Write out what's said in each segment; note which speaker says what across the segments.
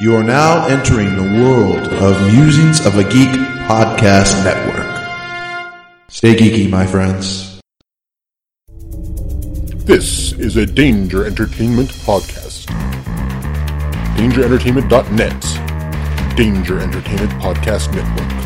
Speaker 1: You are now entering the world of Musings of a Geek podcast network. Stay geeky, my friends.
Speaker 2: This is a Danger Entertainment podcast. DangerEntertainment.net. Danger Entertainment Podcast Network.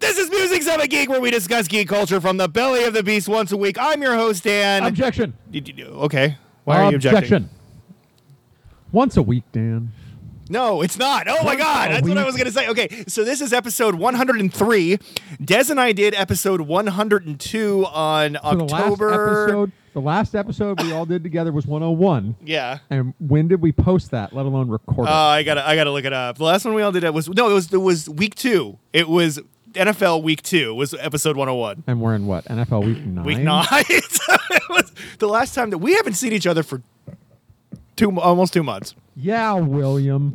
Speaker 3: This is Musings of a Geek, where we discuss geek culture from the belly of the beast once a week. I'm your host, Dan.
Speaker 4: Objection.
Speaker 3: Did you- okay. Why are you objecting?
Speaker 4: Objection. Once a week, Dan.
Speaker 3: No, it's not. Oh my God.
Speaker 4: a
Speaker 3: That's what I
Speaker 4: week.
Speaker 3: was going to say. Okay. So this is episode 103. Des and I did episode 102 on
Speaker 4: So
Speaker 3: October.
Speaker 4: The last episode, the last episode we all did together was 101.
Speaker 3: Yeah.
Speaker 4: And when did we post that? Let alone record
Speaker 3: Uh,
Speaker 4: it.
Speaker 3: I gotta, I gotta look it up. The last one we all did it was no, it was it was week two. It was NFL week two. Was episode one hundred and one.
Speaker 4: and we're in what? NFL week nine.
Speaker 3: Week nine. it was the last time that we haven't seen each other for two, almost two months.
Speaker 4: Yeah, William.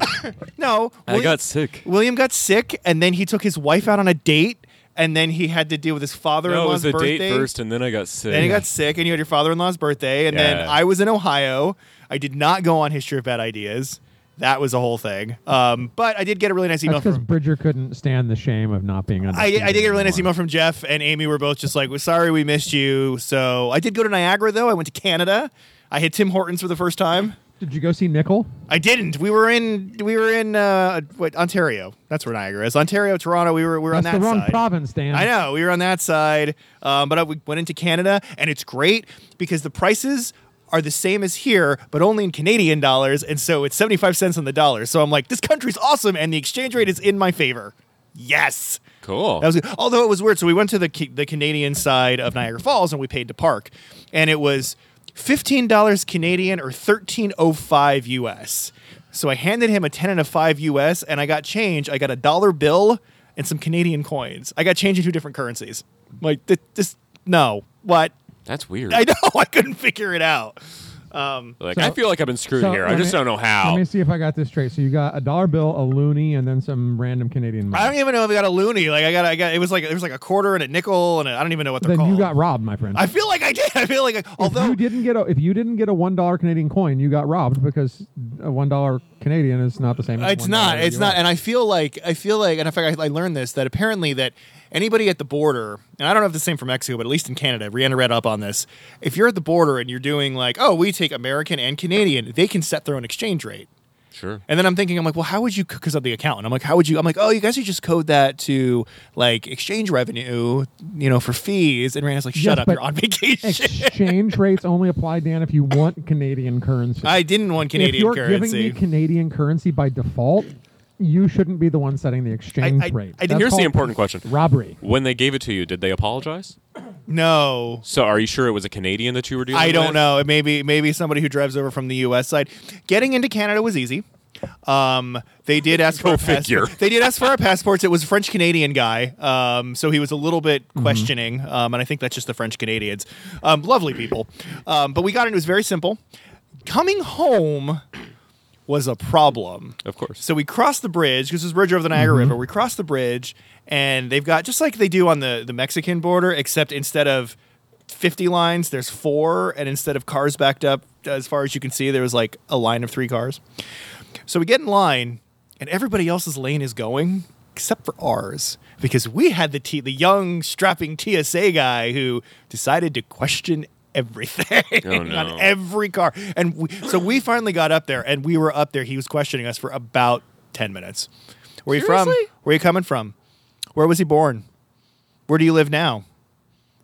Speaker 3: No,
Speaker 5: I
Speaker 3: Willi-
Speaker 5: got sick.
Speaker 3: William got sick, and then he took his wife out on a date, and then he had to deal with his
Speaker 5: No, it
Speaker 3: father-in-law's
Speaker 5: was a
Speaker 3: birthday.
Speaker 5: date first, and then I got sick.
Speaker 3: Then he got sick, and you had your father-in-law's birthday, and then
Speaker 5: Yeah.
Speaker 3: I was in Ohio. I did not go on his trip at ideas. That was a whole thing. Um, but I did get a really nice email
Speaker 4: That's because
Speaker 3: from.
Speaker 4: Bridger couldn't stand the shame of not being on.
Speaker 3: I, I did get a really nice email from Jeff and Amy. We're both just like, "We're sorry we missed you." So I did go to Niagara though. I went to Canada. I hit Tim Hortons for the first time.
Speaker 4: Did you go see Nickel?
Speaker 3: I didn't. We were in we were in uh, what Ontario. That's where Niagara is. Ontario, Toronto. We were we were
Speaker 4: That's
Speaker 3: on that
Speaker 4: the wrong
Speaker 3: side.
Speaker 4: province, Dan.
Speaker 3: I know we were on that side, um, but I, we went into Canada, and it's great because the prices are the same as here, but only in Canadian dollars, and so it's seventy five cents on the dollar. So I'm like, this country's awesome, and the exchange rate is in my favor. Yes.
Speaker 5: Cool.
Speaker 3: That was good. although it was weird. So we went to the Ca- the Canadian side of Niagara Falls and we paid to park, and it was fifteen dollars Canadian or thirteen oh five U.S. So I handed him a ten and a five U.S. and I got change. I got a dollar bill and some Canadian coins. I got change in two different currencies. Like th- this, no, what?
Speaker 5: That's weird.
Speaker 3: I know I couldn't figure it out.
Speaker 5: like,
Speaker 4: So-
Speaker 5: I feel like I've been screwed
Speaker 4: so
Speaker 5: here. I
Speaker 4: let
Speaker 5: just
Speaker 4: me-
Speaker 5: don't know
Speaker 4: Let
Speaker 5: how.
Speaker 4: me see if I got this straight. So you got a dollar bill, a loony, and then some random Canadian money.
Speaker 3: I don't even know if I got a loony. Like I got, I got. It was like it was like a quarter and a nickel, and I I don't even know what they're
Speaker 4: then
Speaker 3: called.
Speaker 4: you got robbed, my friend.
Speaker 3: I feel like I did. I feel like I, although
Speaker 4: if you didn't get a if you didn't get a one dollar Canadian coin, you got robbed because a one dollar Canadian is not the same. as
Speaker 3: It's
Speaker 4: $1
Speaker 3: not. It's not.
Speaker 4: US.
Speaker 3: And I feel like I feel like, and in fact, I, I learned this that apparently that anybody at the border, and I don't know if the same for Mexico, but at least in Canada, Rihanna read up on this. If you're at the border and you're doing like, oh, we take American and Canadian, they can set their own exchange rate.
Speaker 5: Sure.
Speaker 3: And then I'm thinking, I'm like, well, how would you? Because I'm the accountant. I'm like, how would you? I'm like, oh, you guys should just code that to like exchange revenue, you know, for fees. And Rihanna's like, shut
Speaker 4: Yes,
Speaker 3: up,
Speaker 4: but
Speaker 3: you're on vacation.
Speaker 4: Exchange rates only apply, Dan, if you want Canadian currency.
Speaker 3: I didn't want Canadian
Speaker 4: if you're
Speaker 3: currency.
Speaker 4: giving me Canadian currency by default, you shouldn't be the one setting the exchange
Speaker 3: I- I
Speaker 4: rate.
Speaker 3: didn't-
Speaker 4: That's
Speaker 5: Here's the
Speaker 4: called
Speaker 5: important question.
Speaker 4: robbery.
Speaker 5: When they gave it to you, did they apologize?
Speaker 3: no,
Speaker 5: So are you sure it was a Canadian that you were dealing
Speaker 3: I
Speaker 5: with?
Speaker 3: don't know. It maybe maybe somebody who drives over from the U.S. side. Getting into Canada was easy. Um, they did ask for
Speaker 5: Go
Speaker 3: our passport-
Speaker 5: figure.
Speaker 3: They did ask for our passports. It was a French Canadian guy, um, so he was a little bit questioning, um, and I think that's just the French Canadians. Um, lovely people, um, but we got in. It was very simple. Coming home was a problem.
Speaker 5: Of course. Mm-hmm.
Speaker 3: So we crossed the bridge because this bridge over the Niagara River. We crossed the bridge, and they've got just like they do on the the Mexican border, except instead of fifty lines, there's four, and instead of cars backed up as far as you can see, there was like a line of three cars. So we get in line, and everybody else's lane is going except for ours because we had the t- the young strapping TSA guy who decided to question everything
Speaker 5: Oh, no.
Speaker 3: on every car. And we, so we finally got up there, and we were up there. He was questioning us for about ten minutes. Where are you from?
Speaker 5: Seriously?
Speaker 3: Where are you coming from? Where was he born? Where do you live now?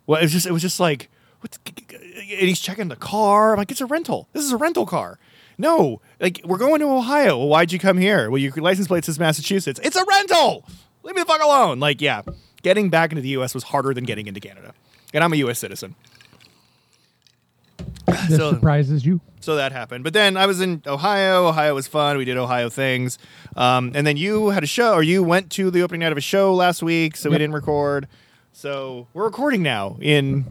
Speaker 3: Well, it was just it was just like what's and he's checking the car. I'm like, it's a rental. This is a rental car. No, like we're going to Ohio. Well, why'd you come here? Well, your license plate says Massachusetts. It's a rental. Leave me the fuck alone. Like, yeah, getting back into the U.S. was harder than getting into Canada, and I'm a U.S. citizen.
Speaker 4: This
Speaker 3: So-
Speaker 4: surprises you.
Speaker 3: So that happened. But then I was in Ohio. Ohio was fun. We did Ohio things. Um, and then you had a show, or you went to the opening night of a show last week, so we
Speaker 4: Yep.
Speaker 3: didn't record. So we're recording now in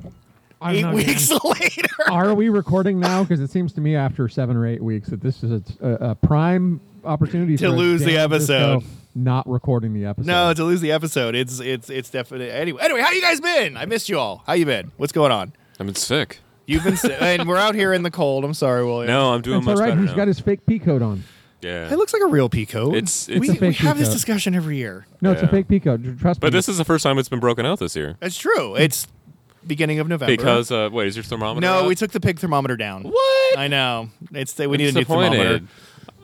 Speaker 4: I'm
Speaker 3: eight
Speaker 4: not getting-
Speaker 3: weeks later.
Speaker 4: Are we recording now? Because it seems to me after seven or eight weeks that this is a, a, a prime opportunity
Speaker 3: To
Speaker 4: for us
Speaker 3: lose the
Speaker 4: down to this
Speaker 3: episode.
Speaker 4: show, Not recording the episode.
Speaker 3: No, to lose the episode. It's it's it's definitely anyway. Anyway, how you guys been? I missed you all. How you been? What's going on?
Speaker 5: I've been sick.
Speaker 3: You've been si- and we're out here in the cold. I'm sorry, William.
Speaker 5: No, I'm doing
Speaker 4: it's all
Speaker 5: much
Speaker 4: right.
Speaker 5: better
Speaker 4: He's
Speaker 5: now.
Speaker 4: got his fake pea coat on.
Speaker 5: yeah.
Speaker 3: it looks like a real peacoat.
Speaker 5: It's-
Speaker 3: we,
Speaker 5: it's a
Speaker 3: we
Speaker 4: fake
Speaker 3: have this
Speaker 4: peacoat.
Speaker 3: discussion every year.
Speaker 4: No, it's a
Speaker 5: Yeah.
Speaker 4: fake pea coat. Tr- Trust me.
Speaker 5: but this is the first time it's been broken out this year.
Speaker 3: That's true. It's beginning of November.
Speaker 5: Because uh, wait, is your thermometer?
Speaker 3: no,
Speaker 5: out?
Speaker 3: we took the pig thermometer down.
Speaker 5: What?
Speaker 3: I know. It's we need a new
Speaker 5: Disappointed.
Speaker 3: thermometer.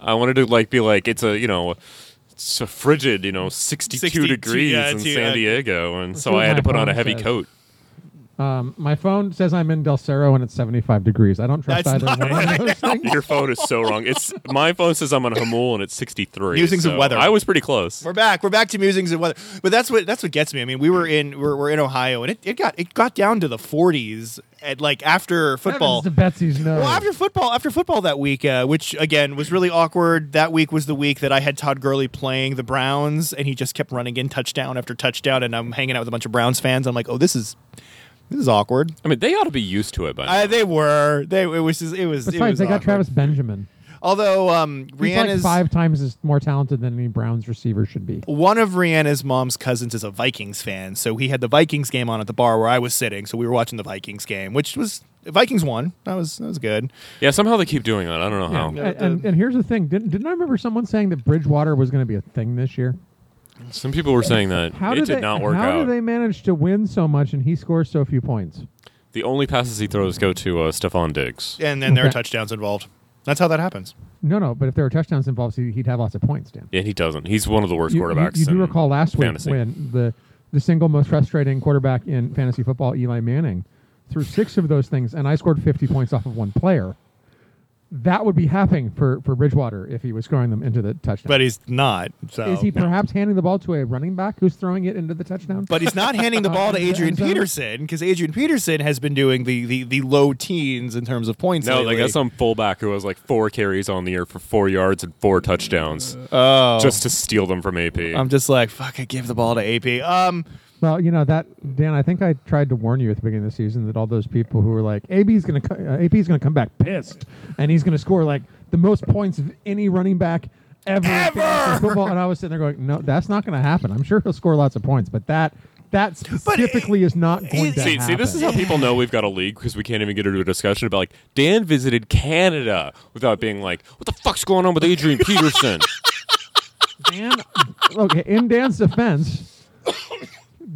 Speaker 5: I wanted to like be like it's a you know it's a frigid you know 62
Speaker 3: 62,
Speaker 5: degrees
Speaker 3: yeah,
Speaker 5: in
Speaker 3: it's-
Speaker 5: San
Speaker 3: yeah.
Speaker 5: Diego, and so
Speaker 4: what
Speaker 5: I had
Speaker 4: my
Speaker 5: to put on
Speaker 4: phone
Speaker 5: a heavy
Speaker 4: says.
Speaker 5: coat.
Speaker 4: um, my phone says I'm in Del Cerro and it's 75 degrees. I don't trust
Speaker 3: That's
Speaker 4: either
Speaker 3: not
Speaker 4: one of those things.
Speaker 5: Your phone is so wrong. It's my phone says I'm on Hamul and it's 63.
Speaker 3: Musings of
Speaker 5: so
Speaker 3: weather.
Speaker 5: I was pretty close.
Speaker 3: We're back. We're back to musings and weather. But that's what that's what gets me. I mean, we were in we're, we're in Ohio, and it, it got it got down to the 40s at like after football.
Speaker 4: Heavens to Betsy's no.
Speaker 3: Well, after football, after football that week, uh, which again was really awkward. That week was the week that I had Todd Gurley playing the Browns, and he just kept running in touchdown after touchdown. And I'm hanging out with a bunch of Browns fans. I'm like, oh, this is this is awkward.
Speaker 5: I mean, they ought to be used to it by now.
Speaker 3: I, Uh, they were. They it was just, it was. it
Speaker 4: Besides,
Speaker 3: was
Speaker 4: they got
Speaker 3: awkward.
Speaker 4: Travis Benjamin.
Speaker 3: Although um,
Speaker 4: He's like
Speaker 3: Rihanna's
Speaker 4: five times as more talented than any Browns receiver should be.
Speaker 3: one of Rihanna's mom's cousins is a Vikings fan, so he had the Vikings game on at the bar where I was sitting. So we were watching the Vikings game, which was Vikings won. That was that was good.
Speaker 5: yeah, somehow they keep doing that. I don't know how.
Speaker 4: And, and, and here's the thing. Didn't, didn't I remember someone saying that Bridgewater was going to be a thing this year?
Speaker 5: Some people were saying that
Speaker 4: How
Speaker 5: it
Speaker 4: do
Speaker 5: did
Speaker 4: they,
Speaker 5: not work
Speaker 4: How
Speaker 5: out.
Speaker 4: do they manage to win so much and he scores so few points?
Speaker 5: The only passes he throws go to uh, Stephon Diggs.
Speaker 3: And then there are
Speaker 4: Okay.
Speaker 3: touchdowns involved. That's how that happens.
Speaker 4: No, no. But if there were touchdowns involved, he- he'd have lots of points, Dan.
Speaker 5: Yeah, he doesn't. He's one of the worst
Speaker 4: You- you-
Speaker 5: quarterbacks.
Speaker 4: You, do
Speaker 5: in
Speaker 4: recall last week
Speaker 5: fantasy.
Speaker 4: when the the single most frustrating quarterback in fantasy football, Eli Manning, threw six of those things, and I scored 50 points off of one player. That would be happening for, for Bridgewater if he was scoring them into the touchdown.
Speaker 3: But he's not. So.
Speaker 4: is he perhaps handing the ball to a running back who's throwing it into the touchdown?
Speaker 3: but he's not handing the ball to Adrian Peterson because Adrian Peterson has been doing the, the, the low teens in terms of points.
Speaker 5: No,
Speaker 3: lately.
Speaker 5: like that's some fullback who has like four carries on the year for four yards and four touchdowns,
Speaker 3: oh,
Speaker 5: just to steal them from AP.
Speaker 3: I'm just like fuck. I give the ball to AP. Um,
Speaker 4: well, you know that Dan. I think I tried to warn you at the beginning of the season that all those people who were like, "AB's going to uh, AP's going to come back pissed, and he's going to score like the most points of any running back ever." in
Speaker 3: Ever!
Speaker 4: fantasy Football, and I was sitting there going, "No, that's not going to happen. I'm sure he'll score lots of points, but that that specifically is not going to
Speaker 5: See,
Speaker 4: happen."
Speaker 5: see, this is how people know we've got a league because we can't even get into a discussion about like Dan visited Canada without being like, "What the fuck's going on with Adrian Peterson?"
Speaker 4: Dan, okay, in Dan's defense,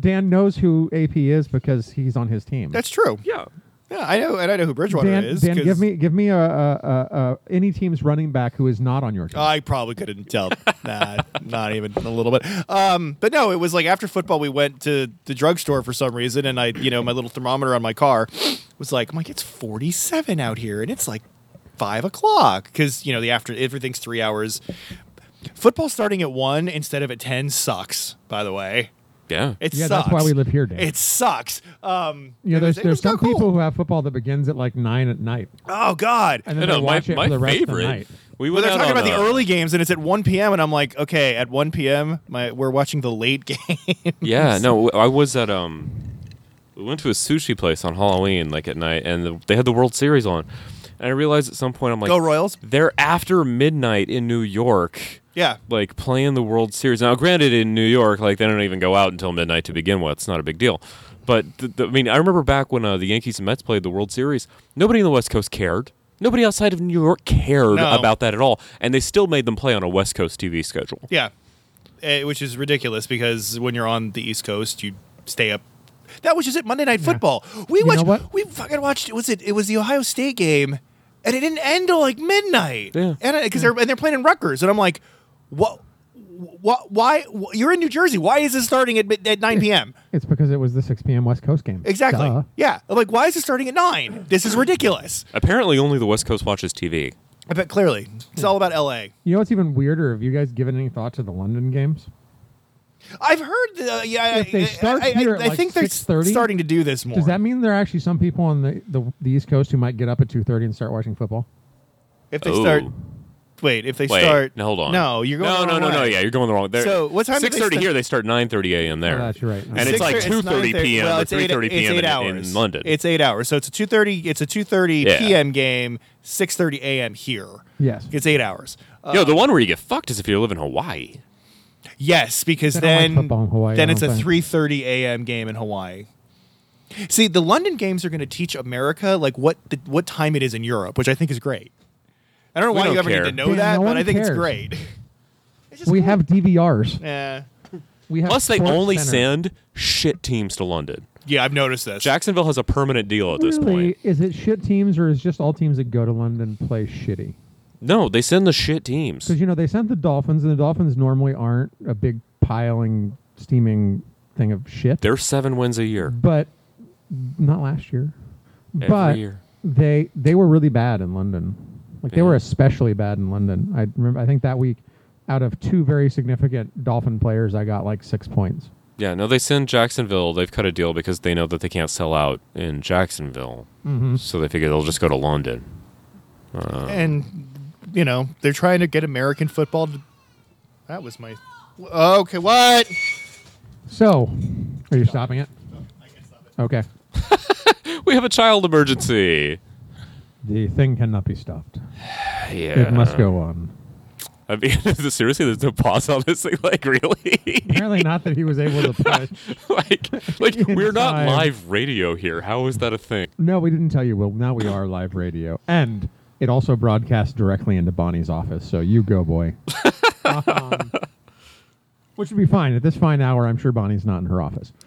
Speaker 4: Dan knows who AP is because he's on his team.
Speaker 3: that's true.
Speaker 5: yeah,
Speaker 3: Yeah, I know, and I know who Bridgewater
Speaker 4: Dan,
Speaker 3: is.
Speaker 4: Dan,
Speaker 3: 'cause
Speaker 4: give me give me a, a, a, a any team's running back who is not on your team.
Speaker 3: I probably couldn't tell. nah, not even a little bit. Um, but no, it was like after football, we went to the drugstore for some reason, and I, you know, my little thermometer on my car was like, I'm like, it's 47 out here, and it's like five o'clock because you know the after everything's three hours. Football starting at one instead of at ten sucks. By the way,
Speaker 5: yeah.
Speaker 3: it
Speaker 4: yeah,
Speaker 3: sucks.
Speaker 4: that's why we live here, Dan.
Speaker 3: It sucks. Um,
Speaker 4: you know,
Speaker 3: it
Speaker 4: there's
Speaker 3: was- it
Speaker 4: there's
Speaker 3: was not
Speaker 4: some
Speaker 3: cool.
Speaker 4: people who have football that begins at like nine at night,
Speaker 3: Oh God,
Speaker 4: and
Speaker 5: I
Speaker 4: then
Speaker 5: know,
Speaker 4: they
Speaker 5: my
Speaker 4: watch it
Speaker 5: my
Speaker 4: for the rest
Speaker 5: favorite.
Speaker 4: of the night.
Speaker 5: We
Speaker 3: Well,
Speaker 5: went
Speaker 3: they're
Speaker 5: out
Speaker 3: talking
Speaker 5: on
Speaker 3: about the
Speaker 5: a-
Speaker 3: early games, and it's at 1 p.m. And I'm like, okay, at 1 p.m., my we're watching the late game.
Speaker 5: Yeah, no, I was at um, we went to a sushi place on Halloween like at night, and the, they had the World Series on, and I realized at some point I'm like,
Speaker 3: Go Royals.
Speaker 5: They're after midnight in New York.
Speaker 3: yeah,
Speaker 5: like playing the World Series. Now, granted, in New York, like they don't even go out until midnight to begin with. It's not a big deal. But th- th- I mean, I remember back when uh, the Yankees and Mets played the World Series. Nobody in the West Coast cared. Nobody outside of New York cared
Speaker 3: No.
Speaker 5: about that at all, and they still made them play on a West Coast TV schedule.
Speaker 3: yeah, Eh, which is ridiculous because when you're on the East Coast, you stay up. That was just it. Monday Night Football. We
Speaker 4: You know
Speaker 3: watched.
Speaker 4: what?
Speaker 3: We fucking watched. Was it? It was the Ohio State game, and it didn't end till like midnight.
Speaker 5: Yeah.
Speaker 3: and because they're and they're playing in Rutgers, and I'm like, what? wh- why wh- you're in New Jersey? Why is this starting at, mid- at 9 p.m.?
Speaker 4: It's because it was the 6 p.m. West Coast game.
Speaker 3: Exactly.
Speaker 4: Duh.
Speaker 3: Yeah. I'm Like, why is it starting at nine? This is ridiculous.
Speaker 5: Apparently, only the West Coast watches TV.
Speaker 3: I bet clearly it's all about L.A.
Speaker 4: You know what's even weirder? Have you guys given any thought to the London games?
Speaker 3: I've heard. Uh, yeah.
Speaker 4: If they
Speaker 3: I-
Speaker 4: start
Speaker 3: I, I-
Speaker 4: here at,
Speaker 3: I
Speaker 4: like,
Speaker 3: think they're
Speaker 4: 6:30?
Speaker 3: starting to do this more.
Speaker 4: Does that mean there are actually some people on the, the, the East Coast who might get up at 2.30 and start watching football?
Speaker 3: if they
Speaker 5: Oh.
Speaker 3: start? Wait. If they
Speaker 5: Wait,
Speaker 3: start?
Speaker 5: no, hold on.
Speaker 3: No, you're going.
Speaker 5: No,
Speaker 3: the
Speaker 5: no,
Speaker 3: wrong
Speaker 5: no, no.
Speaker 3: way.
Speaker 5: Yeah, you're going the wrong. They're,
Speaker 3: So, what time do they
Speaker 5: Six thirty
Speaker 3: start?
Speaker 5: here. They start nine thirty a.m. there.
Speaker 4: Oh, that's right.
Speaker 5: And it's
Speaker 3: Six
Speaker 5: like
Speaker 3: thir-
Speaker 5: two
Speaker 3: 9:30
Speaker 5: thirty p.m.
Speaker 3: Well,
Speaker 5: or
Speaker 3: it's
Speaker 5: three
Speaker 3: eight-
Speaker 5: thirty
Speaker 3: it's
Speaker 5: p.m.
Speaker 3: eight
Speaker 5: in,
Speaker 3: hours.
Speaker 5: in London.
Speaker 3: It's eight hours, so it's a two thirty. It's a two thirty
Speaker 5: Yeah.
Speaker 3: p.m. game, six thirty a.m. here.
Speaker 4: Yes.
Speaker 3: it's eight hours. Uh,
Speaker 5: Yo, the one where you get fucked is if you live in Hawaii.
Speaker 3: yes, because
Speaker 4: They don't like
Speaker 3: then
Speaker 4: football in Hawaii,
Speaker 3: then
Speaker 4: I
Speaker 3: it's
Speaker 4: don't
Speaker 3: a
Speaker 4: think.
Speaker 3: three thirty a.m. game in Hawaii. See, the London games are going to teach America like what the, what time it is in Europe, which I think is great. I don't know
Speaker 5: We
Speaker 3: why
Speaker 5: don't
Speaker 3: you ever
Speaker 5: care.
Speaker 3: need to know
Speaker 4: Yeah,
Speaker 3: that,
Speaker 4: no
Speaker 3: but
Speaker 4: one
Speaker 3: I think it's
Speaker 4: cares.
Speaker 3: great. It's just
Speaker 4: We
Speaker 3: cool.
Speaker 4: have DVRs.
Speaker 3: Yeah.
Speaker 4: We have
Speaker 5: Plus, they
Speaker 4: Sports
Speaker 5: only
Speaker 4: Center.
Speaker 5: send shit teams to London.
Speaker 3: Yeah, I've noticed this.
Speaker 5: Jacksonville has a permanent deal at this
Speaker 4: really,
Speaker 5: point.
Speaker 4: is it shit teams or is just all teams that go to London play shitty?
Speaker 5: No, they send the shit teams.
Speaker 4: Because you know they sent the Dolphins, and the Dolphins normally aren't a big piling, steaming thing of shit.
Speaker 5: They're seven wins a year.
Speaker 4: but not last year.
Speaker 5: Every
Speaker 4: but
Speaker 5: year.
Speaker 4: they they were really bad in London. Like they
Speaker 5: Yeah.
Speaker 4: were especially bad in London. I remember. I think that week, out of two very significant Dolphin players, I got like six points.
Speaker 5: Yeah, no, they send Jacksonville. They've cut a deal because they know that they can't sell out in Jacksonville, mm-hmm. so they figure they'll just go to London.
Speaker 3: and you know they're trying to get American football. To, that was my okay. What?
Speaker 4: So, are you stopping it? Okay.
Speaker 5: We have a child emergency.
Speaker 4: The thing cannot be stopped.
Speaker 5: Yeah,
Speaker 4: It must go on.
Speaker 5: I mean, seriously, there's no pause on this thing. Like, really?
Speaker 4: Apparently, not that he was able to push.
Speaker 5: like, like we're not
Speaker 4: Time.
Speaker 5: live radio here. How is that a thing?
Speaker 4: No, we didn't tell you. Well, now we are live radio, and it also broadcasts directly into Bonnie's office. So you go, boy. Um, which would be fine at this fine hour. I'm sure Bonnie's not in her office.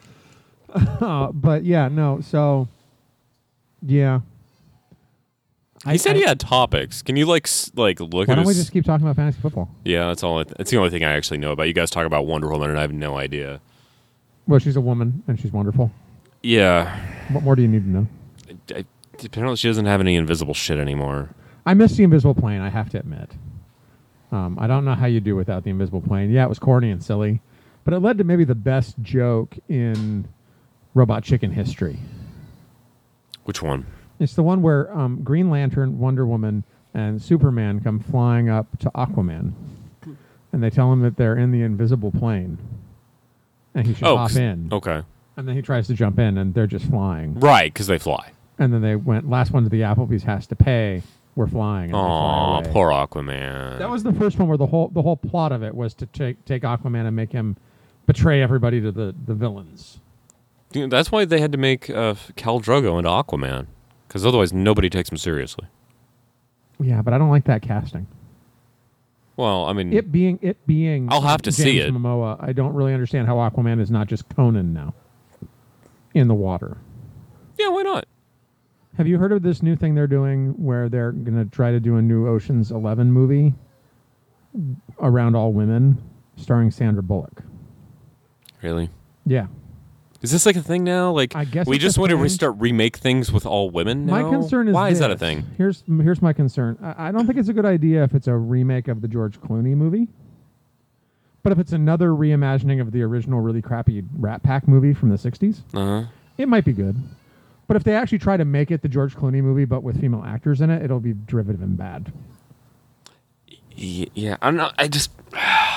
Speaker 4: Uh, but yeah, no. So yeah,
Speaker 5: He said he had topics. Can you like s- like look
Speaker 4: why
Speaker 5: at
Speaker 4: don't we
Speaker 5: his?
Speaker 4: just keep talking about fantasy football?
Speaker 5: yeah, that's all. I th- that's the only thing I actually know about. You guys talk about Wonder Woman, and I have no idea.
Speaker 4: Well, she's a woman and she's wonderful.
Speaker 5: Yeah,
Speaker 4: What more do you need to know?
Speaker 5: I, apparently she doesn't have any invisible shit anymore.
Speaker 4: I miss the invisible plane. I have to admit. Um, I don't know how you do without the invisible plane. Yeah, it was corny and silly, but it led to maybe the best joke in Robot Chicken history.
Speaker 5: Which one?
Speaker 4: It's the one where um, Green Lantern, Wonder Woman, and Superman come flying up to Aquaman, and they tell him that they're in the invisible plane, and he should hop
Speaker 5: Oh, 'cause-
Speaker 4: in.
Speaker 5: okay,
Speaker 4: And then he tries to jump in, and they're just flying.
Speaker 5: right? Because they fly.
Speaker 4: And then they went last one to the Applebee's has to pay. We're flying. and they fly
Speaker 5: Oh,
Speaker 4: away.
Speaker 5: poor Aquaman.
Speaker 4: That was the first one where the whole the whole plot of it was to take take Aquaman and make him betray everybody to the the villains.
Speaker 5: Dude, that's why they had to make uh, Cal Drogo into Aquaman, because otherwise nobody takes him seriously.
Speaker 4: Yeah, but I don't like that casting.
Speaker 5: Well, I mean,
Speaker 4: It being it being
Speaker 5: I'll have to
Speaker 4: James
Speaker 5: see it.
Speaker 4: Momoa, I don't really understand how Aquaman is not just Conan now in the water.
Speaker 5: yeah, why not?
Speaker 4: Have you heard of this new thing they're doing where they're going to try to do a new Ocean's 11 movie around all women starring Sandra Bullock?
Speaker 5: Really?
Speaker 4: Yeah.
Speaker 5: Is this like a thing now? Like,
Speaker 4: I guess
Speaker 5: we
Speaker 4: it's
Speaker 5: just
Speaker 4: a
Speaker 5: want to
Speaker 4: thing.
Speaker 5: start remake things with all women.
Speaker 4: My
Speaker 5: now?
Speaker 4: concern is
Speaker 5: why is that a
Speaker 4: this.
Speaker 5: thing?
Speaker 4: Here's here's my concern. I, I don't think it's a good idea if it's a remake of the George Clooney movie, but if it's another reimagining of the original really crappy Rat Pack movie from the '60s,
Speaker 5: Uh huh.
Speaker 4: it might be good. But if they actually try to make it the George Clooney movie but with female actors in it, it'll be derivative and bad.
Speaker 5: Yeah, I'm not. I just.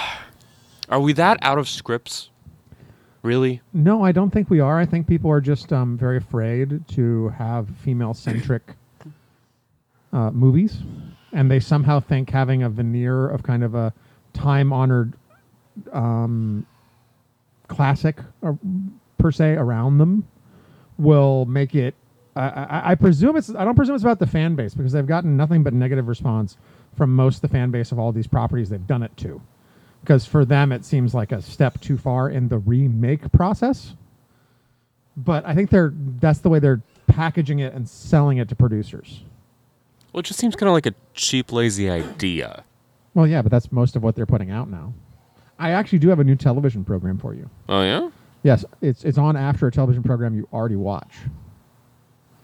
Speaker 5: Are we that out of scripts? Really?
Speaker 4: No, I don't think we are. I think people are just um, very afraid to have female centric uh, movies, and they somehow think having a veneer of kind of a time honored um, classic or, per se around them will make it. I, I, I presume it's. I don't presume it's about the fan base because they've gotten nothing but negative response from most of the fan base of all these properties they've done it to. Because for them, it seems like a step too far in the remake process. But I think they're that's the way they're packaging it and selling it to producers.
Speaker 5: Well, it just seems kind of like a cheap, lazy idea.
Speaker 4: Well, yeah, but that's most of what they're putting out now. I actually do have a new television program for you.
Speaker 5: Oh yeah.
Speaker 4: Yes, it's it's on after a television program you already watch.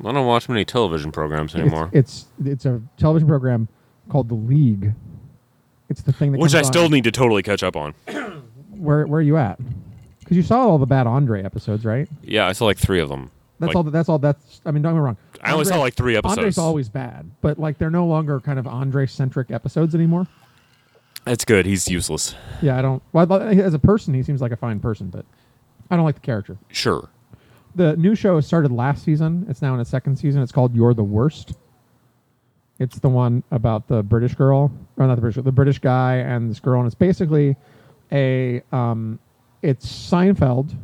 Speaker 5: I don't watch many television programs anymore,
Speaker 4: It's it's, it's a television program called The League. It's the thing that
Speaker 5: which I
Speaker 4: comes
Speaker 5: still
Speaker 4: on.
Speaker 5: need to totally catch up on.
Speaker 4: Where where are you at? Because you saw all the bad Andre episodes, right?
Speaker 5: Yeah, I saw like three of them.
Speaker 4: That's
Speaker 5: Like,
Speaker 4: all. That's all. That's. I mean, don't get me wrong.
Speaker 5: I only saw, like, three episodes.
Speaker 4: Andre's always bad, but like they're no longer kind of Andre centric episodes anymore.
Speaker 5: That's good. He's useless.
Speaker 4: Yeah, I don't. Well, I- as a person, he seems like a fine person, but I don't like the character.
Speaker 5: Sure.
Speaker 4: The new show started last season. It's now in its second season. It's called "You're the Worst." It's the one about the British girl, or not the British, girl, the British guy and this girl, and it's basically a. Um, it's Seinfeld.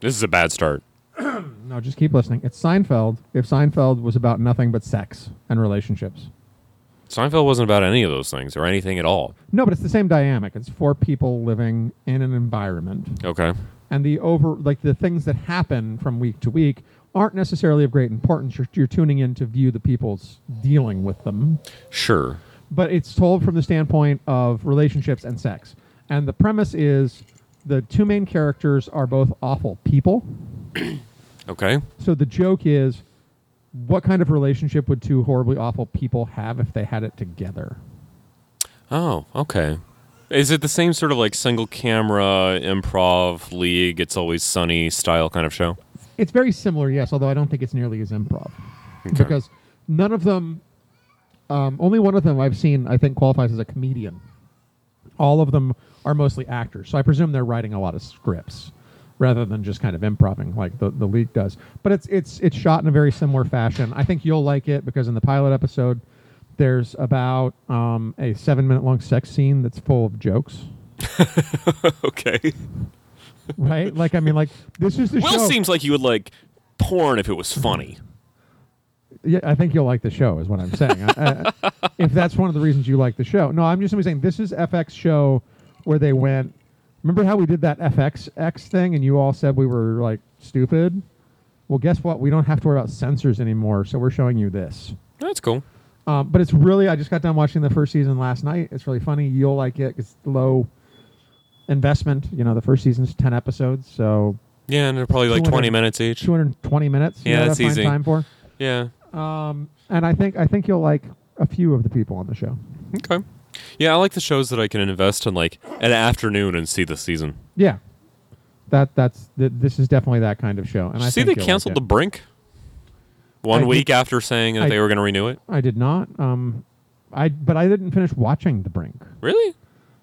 Speaker 5: This is a bad start.
Speaker 4: No, just keep listening. It's Seinfeld. If Seinfeld was about nothing but sex and relationships.
Speaker 5: Seinfeld wasn't about any of those things or anything at all.
Speaker 4: No, but it's the same dynamic. It's four people living in an environment.
Speaker 5: Okay.
Speaker 4: And the over like the things that happen from week to week aren't necessarily of great importance. You're, you're tuning in to view the people's dealing with them.
Speaker 5: Sure.
Speaker 4: But it's told from the standpoint of relationships and sex. And the premise is the two main characters are both awful people.
Speaker 5: Okay.
Speaker 4: So the joke is what kind of relationship would two horribly awful people have if they had it together?
Speaker 5: Oh, okay. Is it the same sort of like single camera improv league? It's always sunny style kind of show.
Speaker 4: It's very similar, yes, although I don't think it's nearly as improv. Because none of them, um, only one of them I've seen, I think, qualifies as a comedian. All of them are mostly actors. So I presume they're writing a lot of scripts rather than just kind of improvising like the, the league does. But it's, it's, it's shot in a very similar fashion. I think you'll like it because in the pilot episode, there's about um, a seven minute long sex scene that's full of jokes.
Speaker 5: Okay.
Speaker 4: Right? like, I mean, like, this is the
Speaker 5: Will
Speaker 4: show.
Speaker 5: seems like you would like porn if it was funny.
Speaker 4: Yeah, I think you'll like the show, is what I'm saying. I, I, if that's one of the reasons you like the show, no, I'm just simply saying this is FX show where they went. Remember how we did that FXX thing, and you all said we were like stupid. Well, guess what? We don't have to worry about censors anymore, so we're showing you this.
Speaker 5: That's cool.
Speaker 4: Um, but it's really, I just got done watching the first season last night. It's really funny. You'll like it. It's low investment. You know, the first season's ten episodes, so
Speaker 5: Yeah, and they're probably like 20
Speaker 4: 200
Speaker 5: minutes each.
Speaker 4: 220 minutes. you
Speaker 5: Yeah,
Speaker 4: know,
Speaker 5: that's
Speaker 4: to find
Speaker 5: easy.
Speaker 4: Time for.
Speaker 5: Yeah.
Speaker 4: And I think I think you'll like a few of the people on the show.
Speaker 5: Okay. Yeah, I like the shows that I can invest in like an afternoon and see the season.
Speaker 4: Yeah, that that's th- this is definitely that kind of show. And I
Speaker 5: see,
Speaker 4: think
Speaker 5: they
Speaker 4: you'll like
Speaker 5: canceled
Speaker 4: it.
Speaker 5: The Brink one
Speaker 4: I
Speaker 5: week
Speaker 4: did-
Speaker 5: after saying that
Speaker 4: I-
Speaker 5: they were going to renew it.
Speaker 4: I did not. Um, I but I didn't finish watching The Brink.
Speaker 5: Really?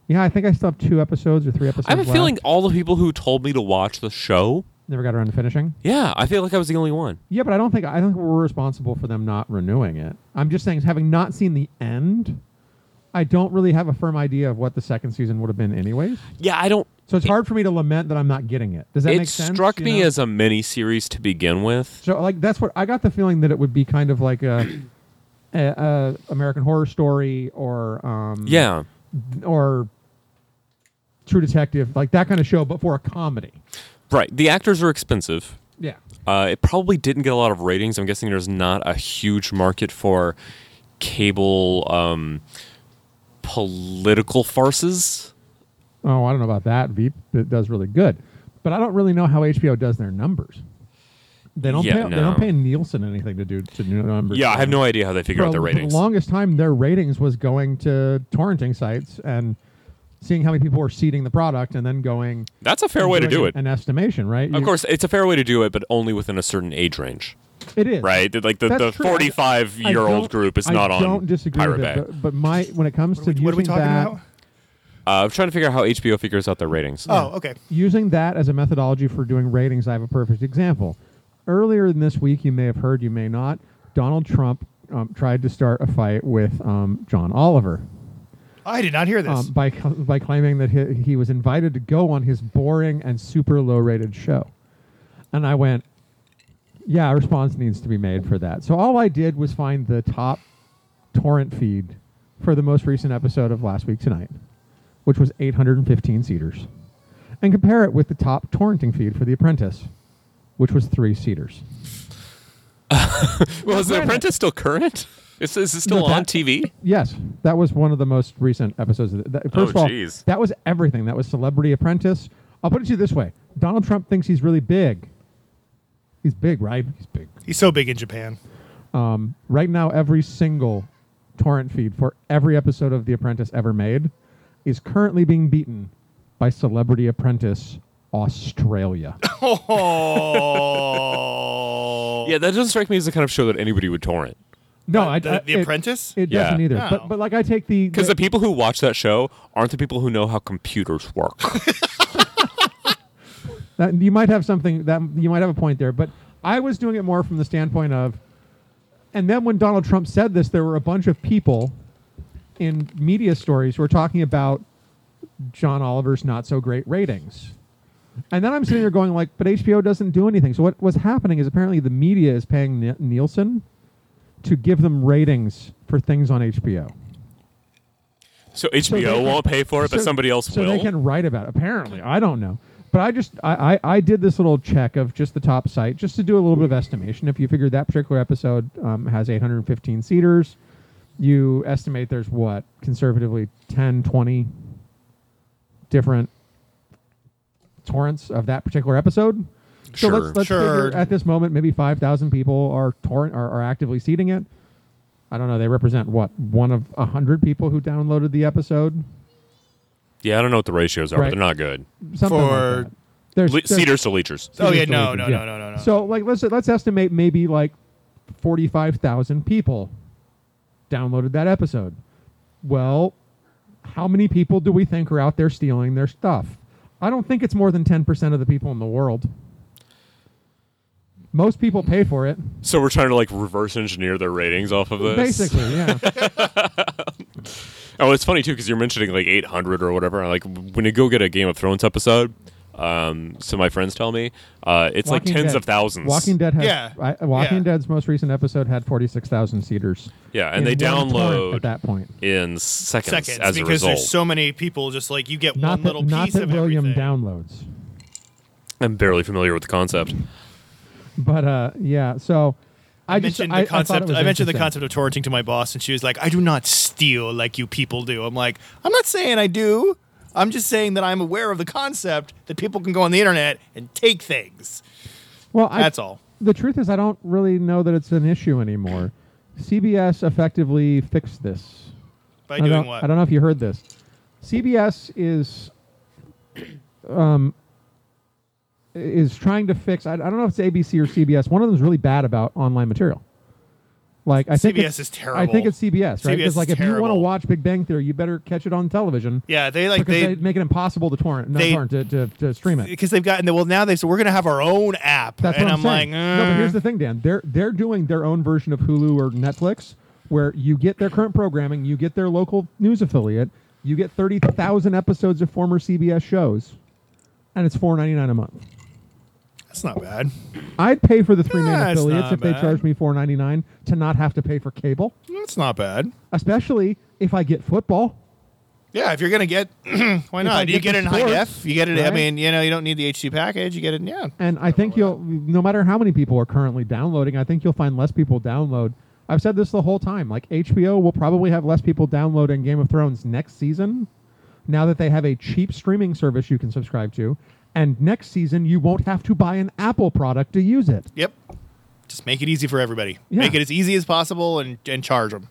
Speaker 4: Yeah, I think I still have two episodes or three episodes.
Speaker 5: I have a
Speaker 4: left.
Speaker 5: feeling all the people who told me to watch the show,
Speaker 4: never got around to finishing.
Speaker 5: yeah, I feel like I was the only one.
Speaker 4: Yeah, but I don't think I don't think we're responsible for them not renewing it. I'm just saying, having not seen the end, I don't really have a firm idea of what the second season would have been, anyways.
Speaker 5: Yeah, I don't.
Speaker 4: So it's hard for me to lament that I'm not getting it. Does that
Speaker 5: it
Speaker 4: make sense?
Speaker 5: struck
Speaker 4: you
Speaker 5: me
Speaker 4: know?
Speaker 5: as a mini series to begin with.
Speaker 4: So like that's what I got the feeling that it would be kind of like a, a, a American Horror Story or um,
Speaker 5: Yeah.
Speaker 4: or True Detective like that kind of show, but for a comedy.
Speaker 5: Right. The actors are expensive.
Speaker 4: Yeah.
Speaker 5: Uh, it probably didn't get a lot of ratings. I'm guessing there's not a huge market for cable um, political farces.
Speaker 4: Oh, I don't know about that. Veep it does really good, but I don't really know how HBO does their numbers. They don't
Speaker 5: Yeah,
Speaker 4: pay, they
Speaker 5: no.
Speaker 4: don't pay Nielsen anything to do to do numbers.
Speaker 5: Yeah, I have no idea how they figure
Speaker 4: for
Speaker 5: out their
Speaker 4: a- for
Speaker 5: ratings.
Speaker 4: The longest time, their ratings was going to torrenting sites and seeing how many people were seeding the product, and then going
Speaker 5: That's a fair way to do it.
Speaker 4: An estimation, right?
Speaker 5: Of
Speaker 4: You-
Speaker 5: course, it's a fair way to do it, but only within a certain age range,
Speaker 4: It is
Speaker 5: right? Like the,
Speaker 4: That's
Speaker 5: the
Speaker 4: true. I-
Speaker 5: 45
Speaker 4: I
Speaker 5: year old
Speaker 4: don't-
Speaker 5: group is
Speaker 4: I
Speaker 5: not on
Speaker 4: don't disagree
Speaker 5: Pirate
Speaker 4: with
Speaker 5: Bay.
Speaker 4: it, but, but my when it comes to
Speaker 3: What, what are we
Speaker 4: using
Speaker 3: talking
Speaker 4: that
Speaker 3: about?
Speaker 5: Uh, I'm trying to figure out how HBO figures out their
Speaker 4: Uh,
Speaker 5: ratings.
Speaker 3: Oh, okay.
Speaker 4: using that as a methodology for doing ratings, I have a perfect example. Earlier in this week, you may have heard, you may not. Donald Trump um, tried to start a fight with um, John Oliver
Speaker 3: I did not hear this.
Speaker 4: um, by cl- by claiming that he, he was invited to go on his boring and super low rated show, and I went, "Yeah, a response needs to be made for that." So all I did was find the top torrent feed for the most recent episode of Last Week Tonight, which was 815 seaters, and compare it with the top torrenting feed for The Apprentice, which was three seaters.
Speaker 5: well, is The
Speaker 4: Granted-
Speaker 5: Apprentice still current? Is, is it still
Speaker 4: No, that-
Speaker 5: on TV?
Speaker 4: Yes, that was one of the most recent episodes. Of the, that, first
Speaker 5: Oh,
Speaker 4: of all,
Speaker 5: jeez.
Speaker 4: that was everything. That was Celebrity Apprentice. I'll put it to you this way: Donald Trump thinks he's really big. He's big, right? He's big.
Speaker 3: He's so big in Japan.
Speaker 4: Um, right now, every single torrent feed for every episode of The Apprentice ever made is currently being beaten by Celebrity Apprentice Australia.
Speaker 3: Oh.
Speaker 5: Yeah, that doesn't strike me as the kind of show that anybody would torrent.
Speaker 4: no, I,
Speaker 3: The,
Speaker 4: I-
Speaker 3: the
Speaker 4: it-
Speaker 3: Apprentice?
Speaker 4: It
Speaker 5: Yeah.
Speaker 4: doesn't either.
Speaker 3: No.
Speaker 4: But but like I take the
Speaker 5: Because
Speaker 4: the-
Speaker 5: the people who watch that show aren't the people who know how computers work.
Speaker 4: That, you might have something that you might have a point there, but I was doing it more from the standpoint of, and then when Donald Trump said this, there were a bunch of people in media stories who were talking about John Oliver's not so great ratings. And then I'm sitting there going like, but HBO doesn't do anything. So what was happening is apparently the media is paying Ni- Nielsen to give them ratings for things on HBO.
Speaker 5: so HBO
Speaker 4: they-
Speaker 5: won't pay for it, but
Speaker 4: so-
Speaker 5: somebody else
Speaker 4: so
Speaker 5: will.
Speaker 4: they can write about it. Apparently, I don't know, but I just I, I I did this little check of just the top site just to do a little bit of estimation. If you figure that particular episode um, has 815 seaters, you estimate there's what conservatively 10, 20 different torrents of that particular episode. So
Speaker 5: Sure.
Speaker 4: let's, let's
Speaker 3: Sure.
Speaker 4: figure at this moment maybe 5,000 people are torrent are, are actively seeding it. I don't know. They represent what one of a hundred people who downloaded the episode.
Speaker 5: yeah, I don't know what the ratios are, but
Speaker 4: Right.
Speaker 5: they're not good.
Speaker 4: Something
Speaker 3: For-
Speaker 4: like that. There's,
Speaker 5: Le-
Speaker 4: there's-
Speaker 5: Cedars to leechers.
Speaker 3: Oh, yeah,
Speaker 4: Cedars to
Speaker 3: no,
Speaker 4: Lincoln,
Speaker 3: no,
Speaker 4: yeah.
Speaker 3: no, no, no, no.
Speaker 4: So like let's let's estimate maybe like forty five thousand people downloaded that episode. Well, how many people do we think are out there stealing their stuff? I don't think it's more than ten percent of the people in the world. Most people pay for it.
Speaker 5: So we're trying to like reverse engineer their ratings off of this.
Speaker 4: Basically, yeah.
Speaker 5: Oh, it's funny too because you're mentioning like 800 or whatever. and, Like when you go get a Game of Thrones episode, um, so my friends tell me uh, it's
Speaker 4: Walking
Speaker 5: like tens
Speaker 4: Dead.
Speaker 5: of thousands.
Speaker 4: Walking Dead had
Speaker 3: Yeah.
Speaker 4: I, Walking
Speaker 3: Yeah.
Speaker 4: Dead's most recent episode had forty six thousand seaters.
Speaker 5: Yeah, and they
Speaker 4: in one torrent
Speaker 5: download
Speaker 4: at that point.
Speaker 5: in seconds,
Speaker 3: Seconds
Speaker 5: as a
Speaker 3: because
Speaker 5: result.
Speaker 3: there's so many people just like you get
Speaker 4: Not
Speaker 3: one
Speaker 4: that,
Speaker 3: little
Speaker 4: not
Speaker 3: piece
Speaker 4: that
Speaker 3: of
Speaker 4: William
Speaker 3: everything.
Speaker 4: downloads.
Speaker 5: I'm barely familiar with the concept.
Speaker 4: But uh, yeah, so I,
Speaker 3: I
Speaker 4: just
Speaker 3: mentioned
Speaker 4: I,
Speaker 3: the concept.
Speaker 4: I,
Speaker 3: I, mentioned the
Speaker 4: concept.
Speaker 3: concept of torrenting to my boss, and she was like, "I do not steal like you people do." I'm like, "I'm not saying I do. I'm just saying that I'm aware of the concept that people can go on the internet and take things."
Speaker 4: Well, I,
Speaker 3: That's all.
Speaker 4: The truth is, I don't really know that it's an issue anymore. CBS effectively fixed this.
Speaker 3: By
Speaker 4: I
Speaker 3: doing
Speaker 4: don't,
Speaker 3: what?
Speaker 4: I don't know if you heard this. CBS is um, is trying to fix. I, I don't know if it's ABC or CBS. One of them is really bad about online material. Like I think
Speaker 3: CBS
Speaker 4: it's-
Speaker 3: is
Speaker 4: I think
Speaker 3: terrible.
Speaker 4: it's CBS, right?
Speaker 3: CBS
Speaker 4: Because
Speaker 3: is
Speaker 4: like if you want to
Speaker 3: terrible.
Speaker 4: watch Big Bang Theory, you better catch it on television.
Speaker 3: Yeah, they like
Speaker 4: because
Speaker 3: they
Speaker 4: they, make it impossible to torrent, not
Speaker 3: they-
Speaker 4: torrent to, to, to stream it.
Speaker 3: because they've gotten the well now they said we're gonna have our own app,
Speaker 4: That's
Speaker 3: and
Speaker 4: what
Speaker 3: I'm,
Speaker 4: I'm, saying.
Speaker 3: like,
Speaker 4: no, but
Speaker 3: "Uh."
Speaker 4: here's the thing, Dan. They're they're doing their own version of Hulu or Netflix, where you get their current programming, you get their local news affiliate, you get thirty thousand episodes of former CBS shows, and it's four ninety nine a month.
Speaker 3: that's not bad.
Speaker 4: I'd pay for the three
Speaker 3: Nah,
Speaker 4: main
Speaker 3: it's
Speaker 4: affiliates
Speaker 3: not
Speaker 4: if they
Speaker 3: bad.
Speaker 4: charged me four ninety nine to not have to pay for cable,
Speaker 3: That's not bad.
Speaker 4: especially if I get football.
Speaker 3: Yeah, if you're gonna get, why
Speaker 4: I
Speaker 3: not? You
Speaker 4: get
Speaker 3: get
Speaker 4: the
Speaker 3: it in high
Speaker 4: sports,
Speaker 3: def. You get it. I
Speaker 4: right?
Speaker 3: mean, you know, you don't need the HD package. You get it. Yeah,
Speaker 4: And I think you'll, no matter how many people are currently downloading, I think you'll find less people download. I've said this the whole time. Like HBO will probably have less people downloading Game of Thrones next season, now that they have a cheap streaming service you can subscribe to. And next season, you won't have to buy an Apple product to use it.
Speaker 3: Yep. Just make it easy for everybody.
Speaker 4: Yeah.
Speaker 3: Make it as easy as possible and, and charge them.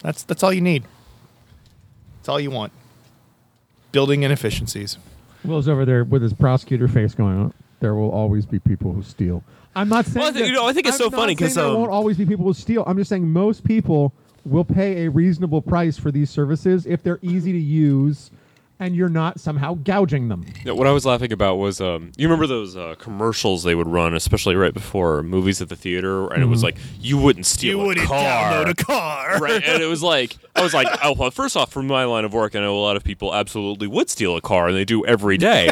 Speaker 3: That's that's all you need. That's all you want. Building inefficiencies.
Speaker 4: Will's over there with his prosecutor face going on. There will always be people who steal. I'm not saying.
Speaker 5: Well, I think-
Speaker 4: that-
Speaker 5: you know, I think it's
Speaker 4: I'm
Speaker 5: so
Speaker 4: not
Speaker 5: funny 'cause,
Speaker 4: saying there
Speaker 5: um,
Speaker 4: won't always be people who steal. I'm just saying most people will pay a reasonable price for these services if they're easy to use, and you're not somehow gouging them.
Speaker 5: Yeah, what I was laughing about was um, you remember those uh, commercials they would run, especially right before movies at the theater, and it was like you wouldn't steal a car.
Speaker 3: car.
Speaker 5: right? And it was like I was like, oh well. First off, from my line of work, I know a lot of people absolutely would steal a car, and they do every day.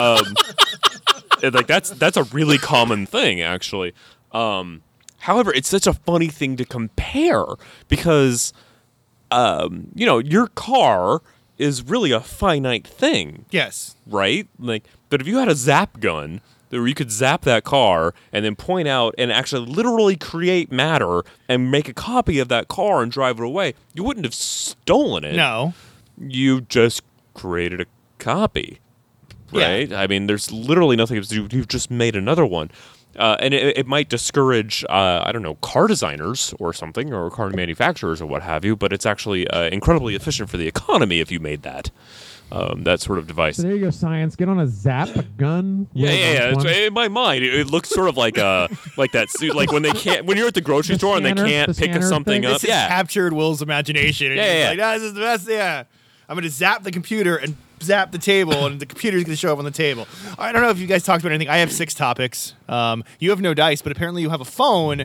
Speaker 5: um, and, like that's that's a really common thing, actually. Um, however, it's such a funny thing to compare because um, you know your car is really a finite thing
Speaker 3: Yes.
Speaker 5: right? Like, but if you had a zap gun where you could zap that car and then point out and actually literally create matter and make a copy of that car and drive it away, you wouldn't have stolen it.
Speaker 3: No.
Speaker 5: You just created a copy
Speaker 3: Yeah.
Speaker 5: right? I mean, there's literally nothing. else to do. You've just made another one, uh, and it, it might discourage, uh, I don't know, car designers or something, or car manufacturers or what have you. But it's actually uh, incredibly efficient for the economy if you made that um, that sort of device.
Speaker 4: So there you go, science. Get on a zap gun.
Speaker 5: Yeah, yeah, yeah.
Speaker 4: One.
Speaker 5: It's- in my mind, it, it looks sort of like uh, like that suit, like when they can't, when you're at the grocery
Speaker 4: The
Speaker 5: store and they
Speaker 4: scanner-
Speaker 5: can't
Speaker 4: the
Speaker 5: pick
Speaker 4: scanner
Speaker 5: something
Speaker 4: thing?
Speaker 5: up.
Speaker 3: This has
Speaker 5: Uh, yeah,
Speaker 3: captured Will's imagination. And
Speaker 5: Yeah,
Speaker 3: he's
Speaker 5: yeah,
Speaker 3: Like, "Ah, this is the best. Yeah. I'm going to zap the computer and zap the table, and the computer's going to show up on the table. I don't know if you guys talked about anything. I have six topics. Um, you have no dice, but apparently you have a phone.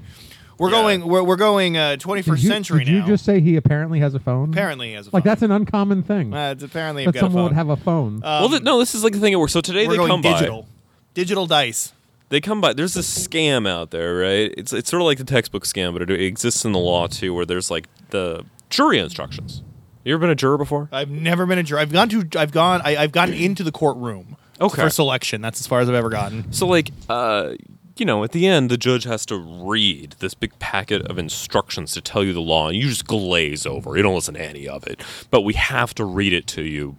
Speaker 3: We're
Speaker 5: Yeah.
Speaker 3: going. We're, we're going uh, 21st
Speaker 4: Did you,
Speaker 3: century
Speaker 4: did you
Speaker 3: now.
Speaker 4: just say he apparently has a phone?
Speaker 3: apparently he has a
Speaker 4: Like
Speaker 3: phone.
Speaker 4: that's an uncommon thing
Speaker 3: Uh, it's apparently I've
Speaker 4: that
Speaker 3: got a
Speaker 4: someone would
Speaker 3: phone.
Speaker 4: have a phone.
Speaker 5: well, th- no, this is like the thing at work. So today
Speaker 3: we're
Speaker 5: they
Speaker 3: going
Speaker 5: come by.
Speaker 3: digital. Digital dice.
Speaker 5: they come by there's this scam out there right it's it's sort of like the textbook scam but it exists in the law too where there's like the jury instructions you ever been a juror before
Speaker 3: I've never been a juror. I've gone to. I've gone. I, I've gotten into the courtroom.
Speaker 5: Okay.
Speaker 3: For selection, that's as far as I've ever gotten.
Speaker 5: so like uh you know at the end the judge has to read this big packet of instructions to tell you the law and you just glaze over you don't listen to any of it but we have to read it to you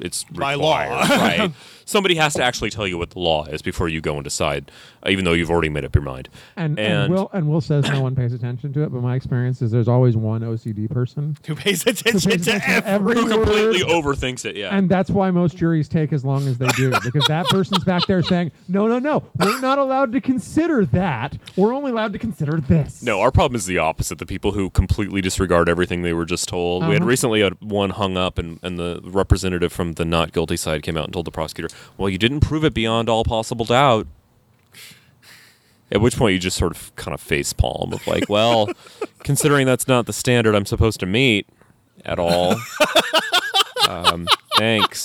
Speaker 5: it's
Speaker 3: By law.
Speaker 5: required, right somebody has to actually tell you what the law is before you go and decide uh, even though you've already made up your mind
Speaker 4: and, and Will and Will says no one pays attention to it, but my experience is there's always one OCD person,
Speaker 3: Who pays attention
Speaker 4: pays
Speaker 3: to
Speaker 4: attention to
Speaker 3: every?
Speaker 4: every-
Speaker 5: who completely
Speaker 4: word.
Speaker 5: overthinks it yeah
Speaker 4: and that's why most juries take as long as they do because that person's back there saying, "No, no, no, we're not allowed to consider that. We're only allowed to consider this."
Speaker 5: No, our problem is the opposite. The people who completely disregard everything they were just told. We had
Speaker 4: Uh-huh.
Speaker 5: recently had one hung up, and, and the representative from the not guilty side came out and told the prosecutor, Well, you didn't prove it beyond all possible doubt. At which point you just sort of kind of face palm of like, Well, considering that's not the standard I'm supposed to meet at all. um, thanks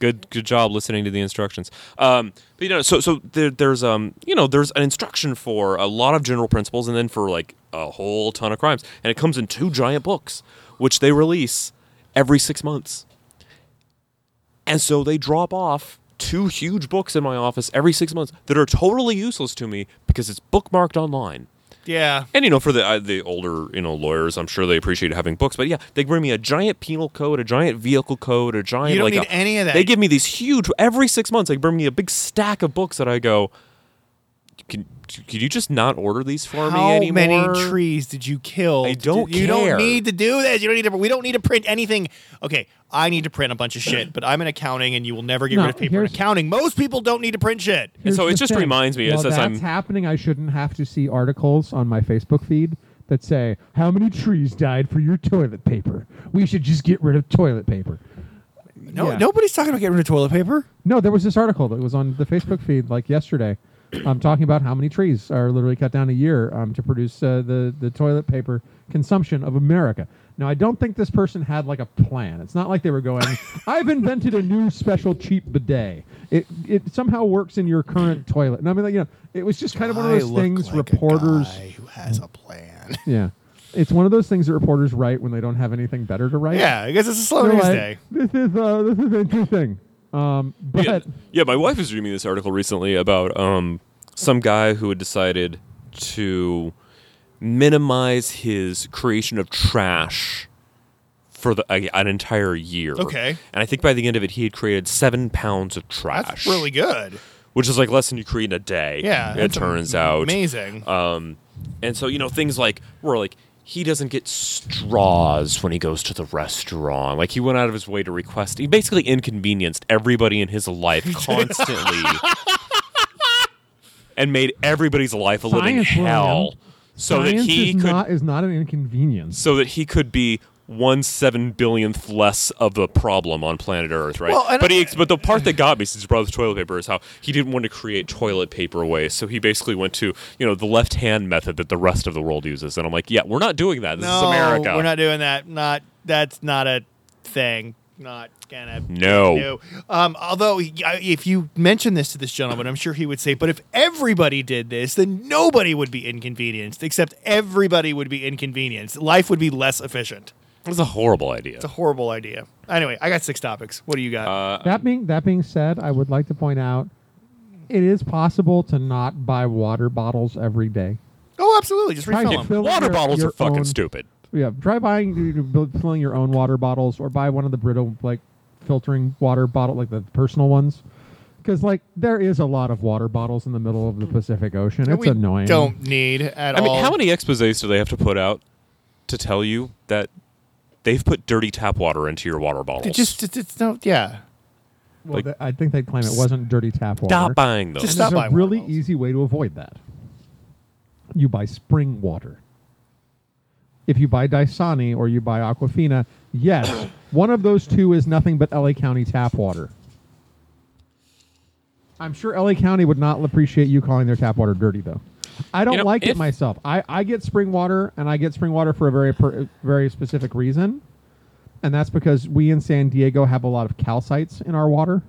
Speaker 5: good good job listening to the instructions um, but you know so so there, there's um you know there's an instruction for a lot of general principles and then for like a whole ton of crimes and it comes in two giant books which they release every six months and so they drop off two huge books in my office every six months that are totally useless to me because it's bookmarked online
Speaker 3: Yeah.
Speaker 5: and you know, for the uh, the older you know lawyers, I'm sure they appreciate having books. But yeah, they bring me a giant penal code, a giant vehicle code, a giant.
Speaker 3: You don't
Speaker 5: like
Speaker 3: need
Speaker 5: a-
Speaker 3: any of that.
Speaker 5: They give me these huge every six months. They bring me a big stack of books that I go. Can can you just not order these for
Speaker 3: How
Speaker 5: me anymore?
Speaker 3: many trees did you kill?
Speaker 5: I don't
Speaker 3: You
Speaker 5: care.
Speaker 3: don't need to do this. You don't need to. We don't need to print anything. Okay, I need to print a bunch of shit, but I'm in accounting, and you will never get
Speaker 4: No,
Speaker 3: rid of paper in
Speaker 4: here's-
Speaker 3: accounting. Most people don't need to print shit.
Speaker 5: And so
Speaker 4: Here's
Speaker 5: it
Speaker 4: the
Speaker 5: just
Speaker 4: thing.
Speaker 5: reminds me, it
Speaker 4: While
Speaker 5: says
Speaker 4: that's
Speaker 5: I'm-
Speaker 4: happening, I shouldn't have to see articles on my Facebook feed that say, "How many trees died for your toilet paper? We should just get rid of toilet paper."
Speaker 3: No,
Speaker 4: Yeah.
Speaker 3: nobody's talking about getting rid of toilet paper.
Speaker 4: No, there was this article that was on the Facebook feed like yesterday, um, talking about how many trees are literally cut down a year um, to produce uh, the the toilet paper consumption of America. Now, I don't think this person had like a plan. It's not like they were going, "I've invented a new special cheap bidet. It it somehow works in your current toilet." And I mean, like, you know, it was just kind of one of
Speaker 3: I
Speaker 4: those
Speaker 3: look
Speaker 4: things
Speaker 3: like a
Speaker 4: reporters.
Speaker 3: guy who has a plan.
Speaker 4: Yeah, it's one of those things that reporters write when they don't have anything better to write.
Speaker 3: yeah, I guess it's a slow
Speaker 4: They're
Speaker 3: news
Speaker 4: like,
Speaker 3: day.
Speaker 4: This is uh, this is interesting. Um, but
Speaker 5: Yeah, yeah, my wife was reading me this article recently about um, some guy who had decided to minimize his creation of trash for the, a, an entire year.
Speaker 3: Okay.
Speaker 5: And I think by the end of it, he had created seven pounds of trash.
Speaker 3: That's really good.
Speaker 5: Which is like less than you create in a day.
Speaker 3: Yeah,
Speaker 5: It
Speaker 3: that's
Speaker 5: turns out.
Speaker 3: Amazing.
Speaker 5: Um, and so you know things like were like he doesn't get straws when he goes to the restaurant. Like he went out of his way to request. He basically inconvenienced everybody in his life constantly, and made everybody's life a living
Speaker 4: Science,
Speaker 5: hell.
Speaker 4: William.
Speaker 5: So
Speaker 4: Science
Speaker 5: that he
Speaker 4: is
Speaker 5: could,
Speaker 4: not is not an inconvenience.
Speaker 5: so that he could be one seven billionth less of the problem on planet Earth, right?
Speaker 3: Well, and
Speaker 5: but he,
Speaker 3: I-
Speaker 5: ex- but the part that got me since he brought up toilet paper is how he didn't want to create toilet paper away, so he basically went to you know the left hand method that the rest of the world uses, and I'm like, yeah, we're not doing that. This
Speaker 3: no,
Speaker 5: is America.
Speaker 3: we're not doing that. Not that's not a thing. Not gonna
Speaker 5: No.
Speaker 3: do. Um, although, I- if you mention this to this gentleman, I'm sure he would say, "But if everybody did this, then nobody would be inconvenienced. Except everybody would be inconvenienced. Life would be less efficient."
Speaker 5: It's a horrible idea.
Speaker 3: It's a horrible idea.
Speaker 5: Uh,
Speaker 3: Anyway, I got six topics. What do you got?
Speaker 4: that being that being said, I would like to point out it is possible to not buy water bottles every day.
Speaker 3: Oh, absolutely. Just
Speaker 4: Try
Speaker 3: refill
Speaker 4: to
Speaker 3: them.
Speaker 4: fill
Speaker 5: Water
Speaker 4: your-
Speaker 5: bottles
Speaker 4: your
Speaker 5: are fucking
Speaker 4: own-
Speaker 5: stupid.
Speaker 4: Yeah, try buying, filling your own water bottles, or buy one of the brittle like filtering water bottle, like the personal ones, because like there is a lot of water bottles in the middle of the Pacific Ocean.
Speaker 3: that
Speaker 4: It's
Speaker 3: we
Speaker 4: annoying.
Speaker 3: Don't need at
Speaker 5: I
Speaker 3: all.
Speaker 5: mean, how many exposés do they have to put out to tell you that they've put dirty tap water into your water bottles?
Speaker 3: It just it, it's no. Yeah.
Speaker 4: Well,
Speaker 5: like-
Speaker 4: th- I think they claim it wasn't dirty tap water.
Speaker 5: stop buying those.
Speaker 3: Just
Speaker 4: There's
Speaker 3: stop
Speaker 4: a
Speaker 3: buying
Speaker 4: really
Speaker 3: water bottles.
Speaker 4: easy way to avoid that. You buy spring water. If you buy Daisani or you buy Aquafina, yes, one of those two is nothing but LA County tap water. I'm sure LA County would not appreciate you calling their tap water dirty, though. I don't
Speaker 5: know,
Speaker 4: like it
Speaker 5: if-
Speaker 4: myself. I, I get spring water, and I get spring water for a very per, very specific reason, and that's because we in San Diego have a lot of calcites in our water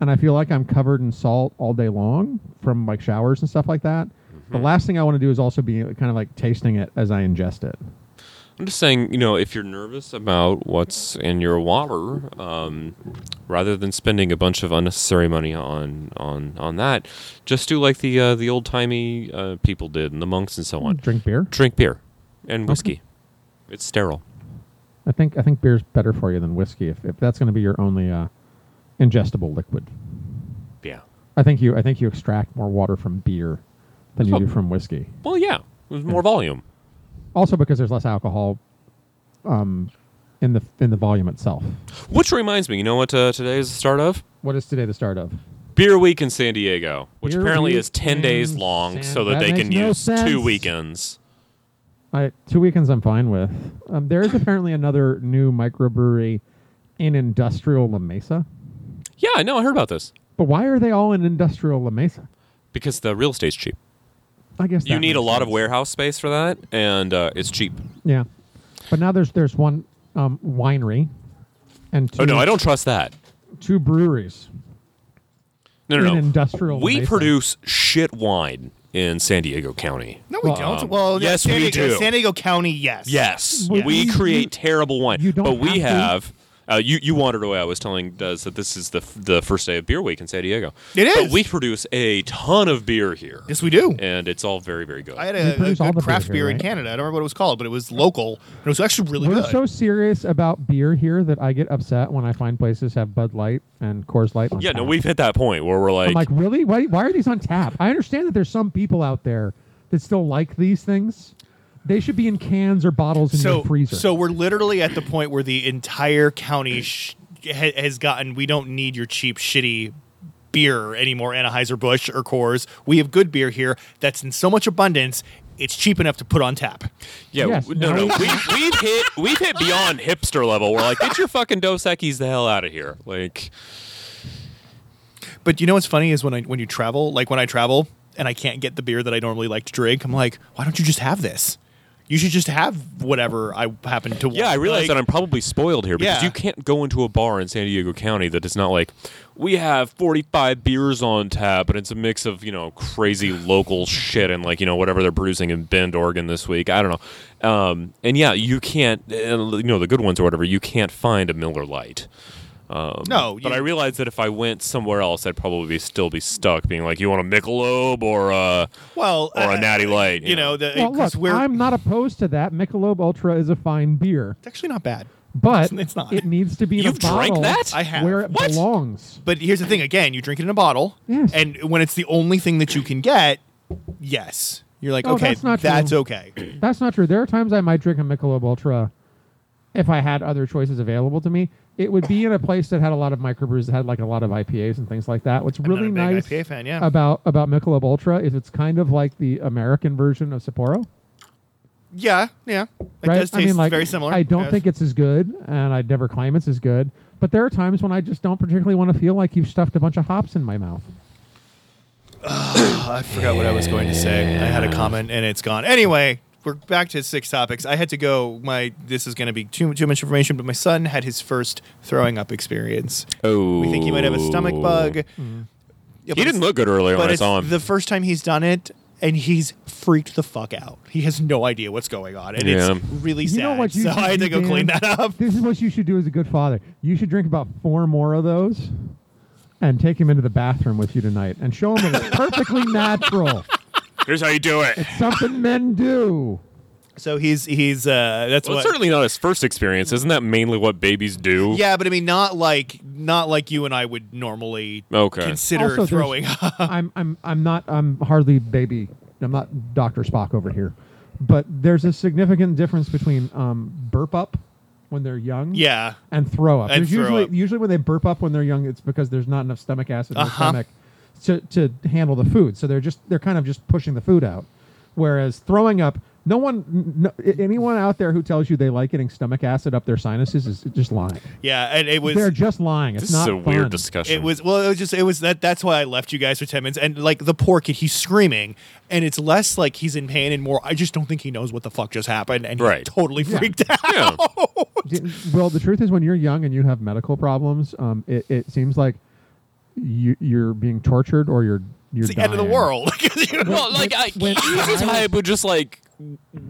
Speaker 4: and I feel like I'm covered in salt all day long from like showers and stuff like that. The last thing I want to do is also be kind of like tasting it as I ingest it.
Speaker 5: I'm just saying, you know, if you're nervous about what's in your water, um, rather than spending a bunch of unnecessary money on on on that, just do like the uh, the old timey uh, people did and the monks and so on.
Speaker 4: Drink beer.
Speaker 5: Drink beer and whiskey. It's sterile.
Speaker 4: I think I think beer's better for you than whiskey if, if that's going to be your only uh, ingestible liquid.
Speaker 5: Yeah.
Speaker 4: I think you I think you extract more water from beer than you
Speaker 5: Well-
Speaker 4: do from whiskey.
Speaker 5: Well, yeah. There's more volume.
Speaker 4: Also because there's less alcohol um, in the in the volume itself.
Speaker 5: Which reminds me, you know what uh, today is the start of?
Speaker 4: What is today the start of?
Speaker 5: Beer Week in San Diego, which
Speaker 4: Beer
Speaker 5: apparently
Speaker 4: Week
Speaker 5: is 10 days
Speaker 4: in
Speaker 5: long
Speaker 4: San-
Speaker 5: so that,
Speaker 4: that
Speaker 5: they
Speaker 4: makes
Speaker 5: can
Speaker 4: no
Speaker 5: use two
Speaker 4: sense.
Speaker 5: weekends.
Speaker 4: I, two weekends I'm fine with. Um, there is apparently another new microbrewery in Industrial La Mesa.
Speaker 5: Yeah, I know. I heard about this
Speaker 4: But why are they all in Industrial La Mesa?
Speaker 5: because the real estate's cheap.
Speaker 4: I guess
Speaker 5: You
Speaker 4: that
Speaker 5: need a
Speaker 4: makes
Speaker 5: lot of
Speaker 4: sense.
Speaker 5: warehouse space for that, and uh, it's cheap.
Speaker 4: Yeah, but now there's there's one um, winery and two
Speaker 5: Oh no, I don't trust that.
Speaker 4: two breweries.
Speaker 5: No, no,
Speaker 4: In
Speaker 5: no.
Speaker 4: industrial
Speaker 5: we
Speaker 4: Mesa.
Speaker 5: produce shit wine in San Diego County.
Speaker 3: No, we
Speaker 4: Well,
Speaker 3: don't.
Speaker 5: um,
Speaker 3: well, yeah,
Speaker 5: yes,
Speaker 3: San
Speaker 5: we
Speaker 3: Diego,
Speaker 5: do.
Speaker 3: San Diego County, yes.
Speaker 5: Yes,
Speaker 4: Well,
Speaker 5: we
Speaker 4: you-
Speaker 5: create
Speaker 4: you-
Speaker 5: terrible wine,
Speaker 4: you don't
Speaker 5: but we
Speaker 4: have
Speaker 5: have. uh, you you wandered away. I was telling Des that this is the f- the first day of Beer Week in San Diego.
Speaker 3: It
Speaker 5: But
Speaker 3: is.
Speaker 5: we produce a ton of beer here,
Speaker 3: Yes, we do.
Speaker 5: and it's all very very good.
Speaker 3: I had
Speaker 4: We
Speaker 3: a, a
Speaker 4: produce all
Speaker 3: good
Speaker 4: the
Speaker 3: craft
Speaker 4: beer
Speaker 3: beer
Speaker 4: here,
Speaker 3: in
Speaker 4: right?
Speaker 3: Canada. I don't remember what it was called, but it was local. And it was actually really
Speaker 4: We're
Speaker 3: good.
Speaker 4: so serious about beer here that I get upset when I find places have Bud Light and Coors Light. On
Speaker 5: yeah, no,
Speaker 4: tap.
Speaker 5: we've hit that point where we're
Speaker 4: I'm
Speaker 5: like,
Speaker 4: like, really? Why, why are these on tap? I understand that there's some people out there that still like these things. They should be in cans or bottles in
Speaker 3: so,
Speaker 4: your freezer.
Speaker 3: so we're literally at the point where the entire county sh- ha- has gotten. We don't need your cheap, shitty beer anymore, Anheuser Busch or Coors. We have good beer here that's in so much abundance. It's cheap enough to put on tap.
Speaker 5: yeah,
Speaker 4: Yes,
Speaker 5: w- no,
Speaker 4: now
Speaker 5: no,
Speaker 4: we-
Speaker 5: we've, we've hit we've hit beyond hipster level. We're like, get your fucking Dos Equis the hell out of here, like.
Speaker 3: But you know what's funny is when I when you travel, like when I travel and I can't get the beer that I normally like to drink, I'm like, why don't you just have this? You should just have whatever I happen to want.
Speaker 5: Yeah, I realize
Speaker 3: Like-
Speaker 5: that I'm probably spoiled here because
Speaker 3: Yeah.
Speaker 5: you can't go into a bar in San Diego County that is not like we have 45 beers on tap, and it's a mix of you know crazy local shit and like you know whatever they're producing in Bend, Oregon this week. I don't know. Um, and yeah, you can't uh, you know the good ones or whatever. You can't find a Miller Lite.
Speaker 3: no,
Speaker 5: But
Speaker 3: you-
Speaker 5: I realize that if I went somewhere else, I'd probably be, still be stuck being like, "You want a Michelob or a
Speaker 3: well
Speaker 5: or a
Speaker 3: uh,
Speaker 5: Natty Light?"
Speaker 3: You know, the,
Speaker 4: well,
Speaker 3: 'cause
Speaker 4: look,
Speaker 3: we're
Speaker 4: I'm not opposed to that. Michelob Ultra is a fine beer.
Speaker 3: it's actually not bad.
Speaker 4: But
Speaker 3: It's- it's not.
Speaker 4: It needs to be in
Speaker 5: You've
Speaker 4: a
Speaker 5: drank
Speaker 4: bottle
Speaker 5: that?
Speaker 3: I have.
Speaker 4: where it
Speaker 5: What?
Speaker 4: belongs.
Speaker 3: But here's the thing: again, you drink it in a bottle,
Speaker 4: Yes.
Speaker 3: and when it's the only thing that you can get, yes, you're like,
Speaker 4: No,
Speaker 3: okay,
Speaker 4: that's not true.
Speaker 3: okay.
Speaker 4: That's not true. There are times I might drink a Michelob Ultra if I had other choices available to me. It would be in a place that had a lot of microbrews, that had like a lot of IPAs and things like that. What's
Speaker 3: not
Speaker 4: really
Speaker 3: a big
Speaker 4: nice
Speaker 3: IPA fan, yeah.
Speaker 4: about about Michelob Ultra is it's kind of like the American version of Sapporo.
Speaker 3: Yeah, yeah, it
Speaker 4: right?
Speaker 3: does taste
Speaker 4: I mean, like,
Speaker 3: very similar.
Speaker 4: I don't
Speaker 3: Yes.
Speaker 4: think it's as good, and I'd never claim it's as good. But there are times when I just don't particularly want to feel like you've stuffed a bunch of hops in my mouth.
Speaker 3: I forgot what I was going to say. I had a comment and it's gone. Anyway, we're back to six topics. I had to go. My this is going to be too too much information, but my son had his first throwing up experience.
Speaker 5: oh,
Speaker 3: We think he might have a stomach bug. Yeah,
Speaker 4: Mm.
Speaker 3: but
Speaker 5: He
Speaker 3: it's-
Speaker 5: didn't look good earlier when
Speaker 3: But
Speaker 5: I
Speaker 3: it's
Speaker 5: saw him.
Speaker 3: the first time he's done it, and he's freaked the fuck out. He has no idea what's going on, and
Speaker 5: Yeah.
Speaker 3: it's really
Speaker 4: You
Speaker 3: sad.
Speaker 4: know what you
Speaker 3: so
Speaker 4: should
Speaker 3: I had
Speaker 4: do,
Speaker 3: to go
Speaker 4: Dan?
Speaker 3: clean that up.
Speaker 4: This is what you should do as a good father. You should drink about four more of those, and take him into the bathroom with you tonight and show him that it's perfectly natural.
Speaker 5: Here's how you do it.
Speaker 4: Something men do.
Speaker 3: So he's he's uh that's
Speaker 5: Well,
Speaker 3: what
Speaker 5: it's certainly not his first experience. Isn't that mainly what babies do?
Speaker 3: Yeah, but I mean not like not like you and I would normally
Speaker 5: Okay.
Speaker 3: consider
Speaker 4: Also, there's-
Speaker 3: throwing up.
Speaker 4: I'm I'm I'm not I'm hardly baby. I'm not Doctor Spock over here, but there's a significant difference between um, burp up when they're young,
Speaker 3: yeah.
Speaker 4: and throw up.
Speaker 3: And
Speaker 4: There's
Speaker 3: throw
Speaker 4: usually
Speaker 3: up.
Speaker 4: usually when they burp up when they're young, it's because there's not enough stomach acid in
Speaker 3: Uh-huh.
Speaker 4: the stomach to to handle the food. So they're just they're kind of just pushing the food out. Whereas throwing up, no one, n- no, a- anyone out there who tells you they like getting stomach acid up their sinuses is just lying.
Speaker 3: Yeah, and it was
Speaker 4: They're just lying. It's
Speaker 5: This
Speaker 4: not
Speaker 5: is a weird
Speaker 4: fun.
Speaker 5: discussion.
Speaker 3: It was well. It was just. It was that. That's why I left you guys for ten minutes. And like the poor kid, he's screaming, and it's less like he's in pain and more. I just don't think he knows what the fuck just happened, and he's
Speaker 5: Right.
Speaker 3: totally freaked out.
Speaker 5: Yeah.
Speaker 4: D- well, the truth is, when you're young and you have medical problems, um, it, it seems like you, you're being tortured or you're you're
Speaker 3: It's the end of the
Speaker 4: dying.
Speaker 3: world. You know?
Speaker 5: Well, like, I,
Speaker 4: when-
Speaker 5: usually Hayab would just like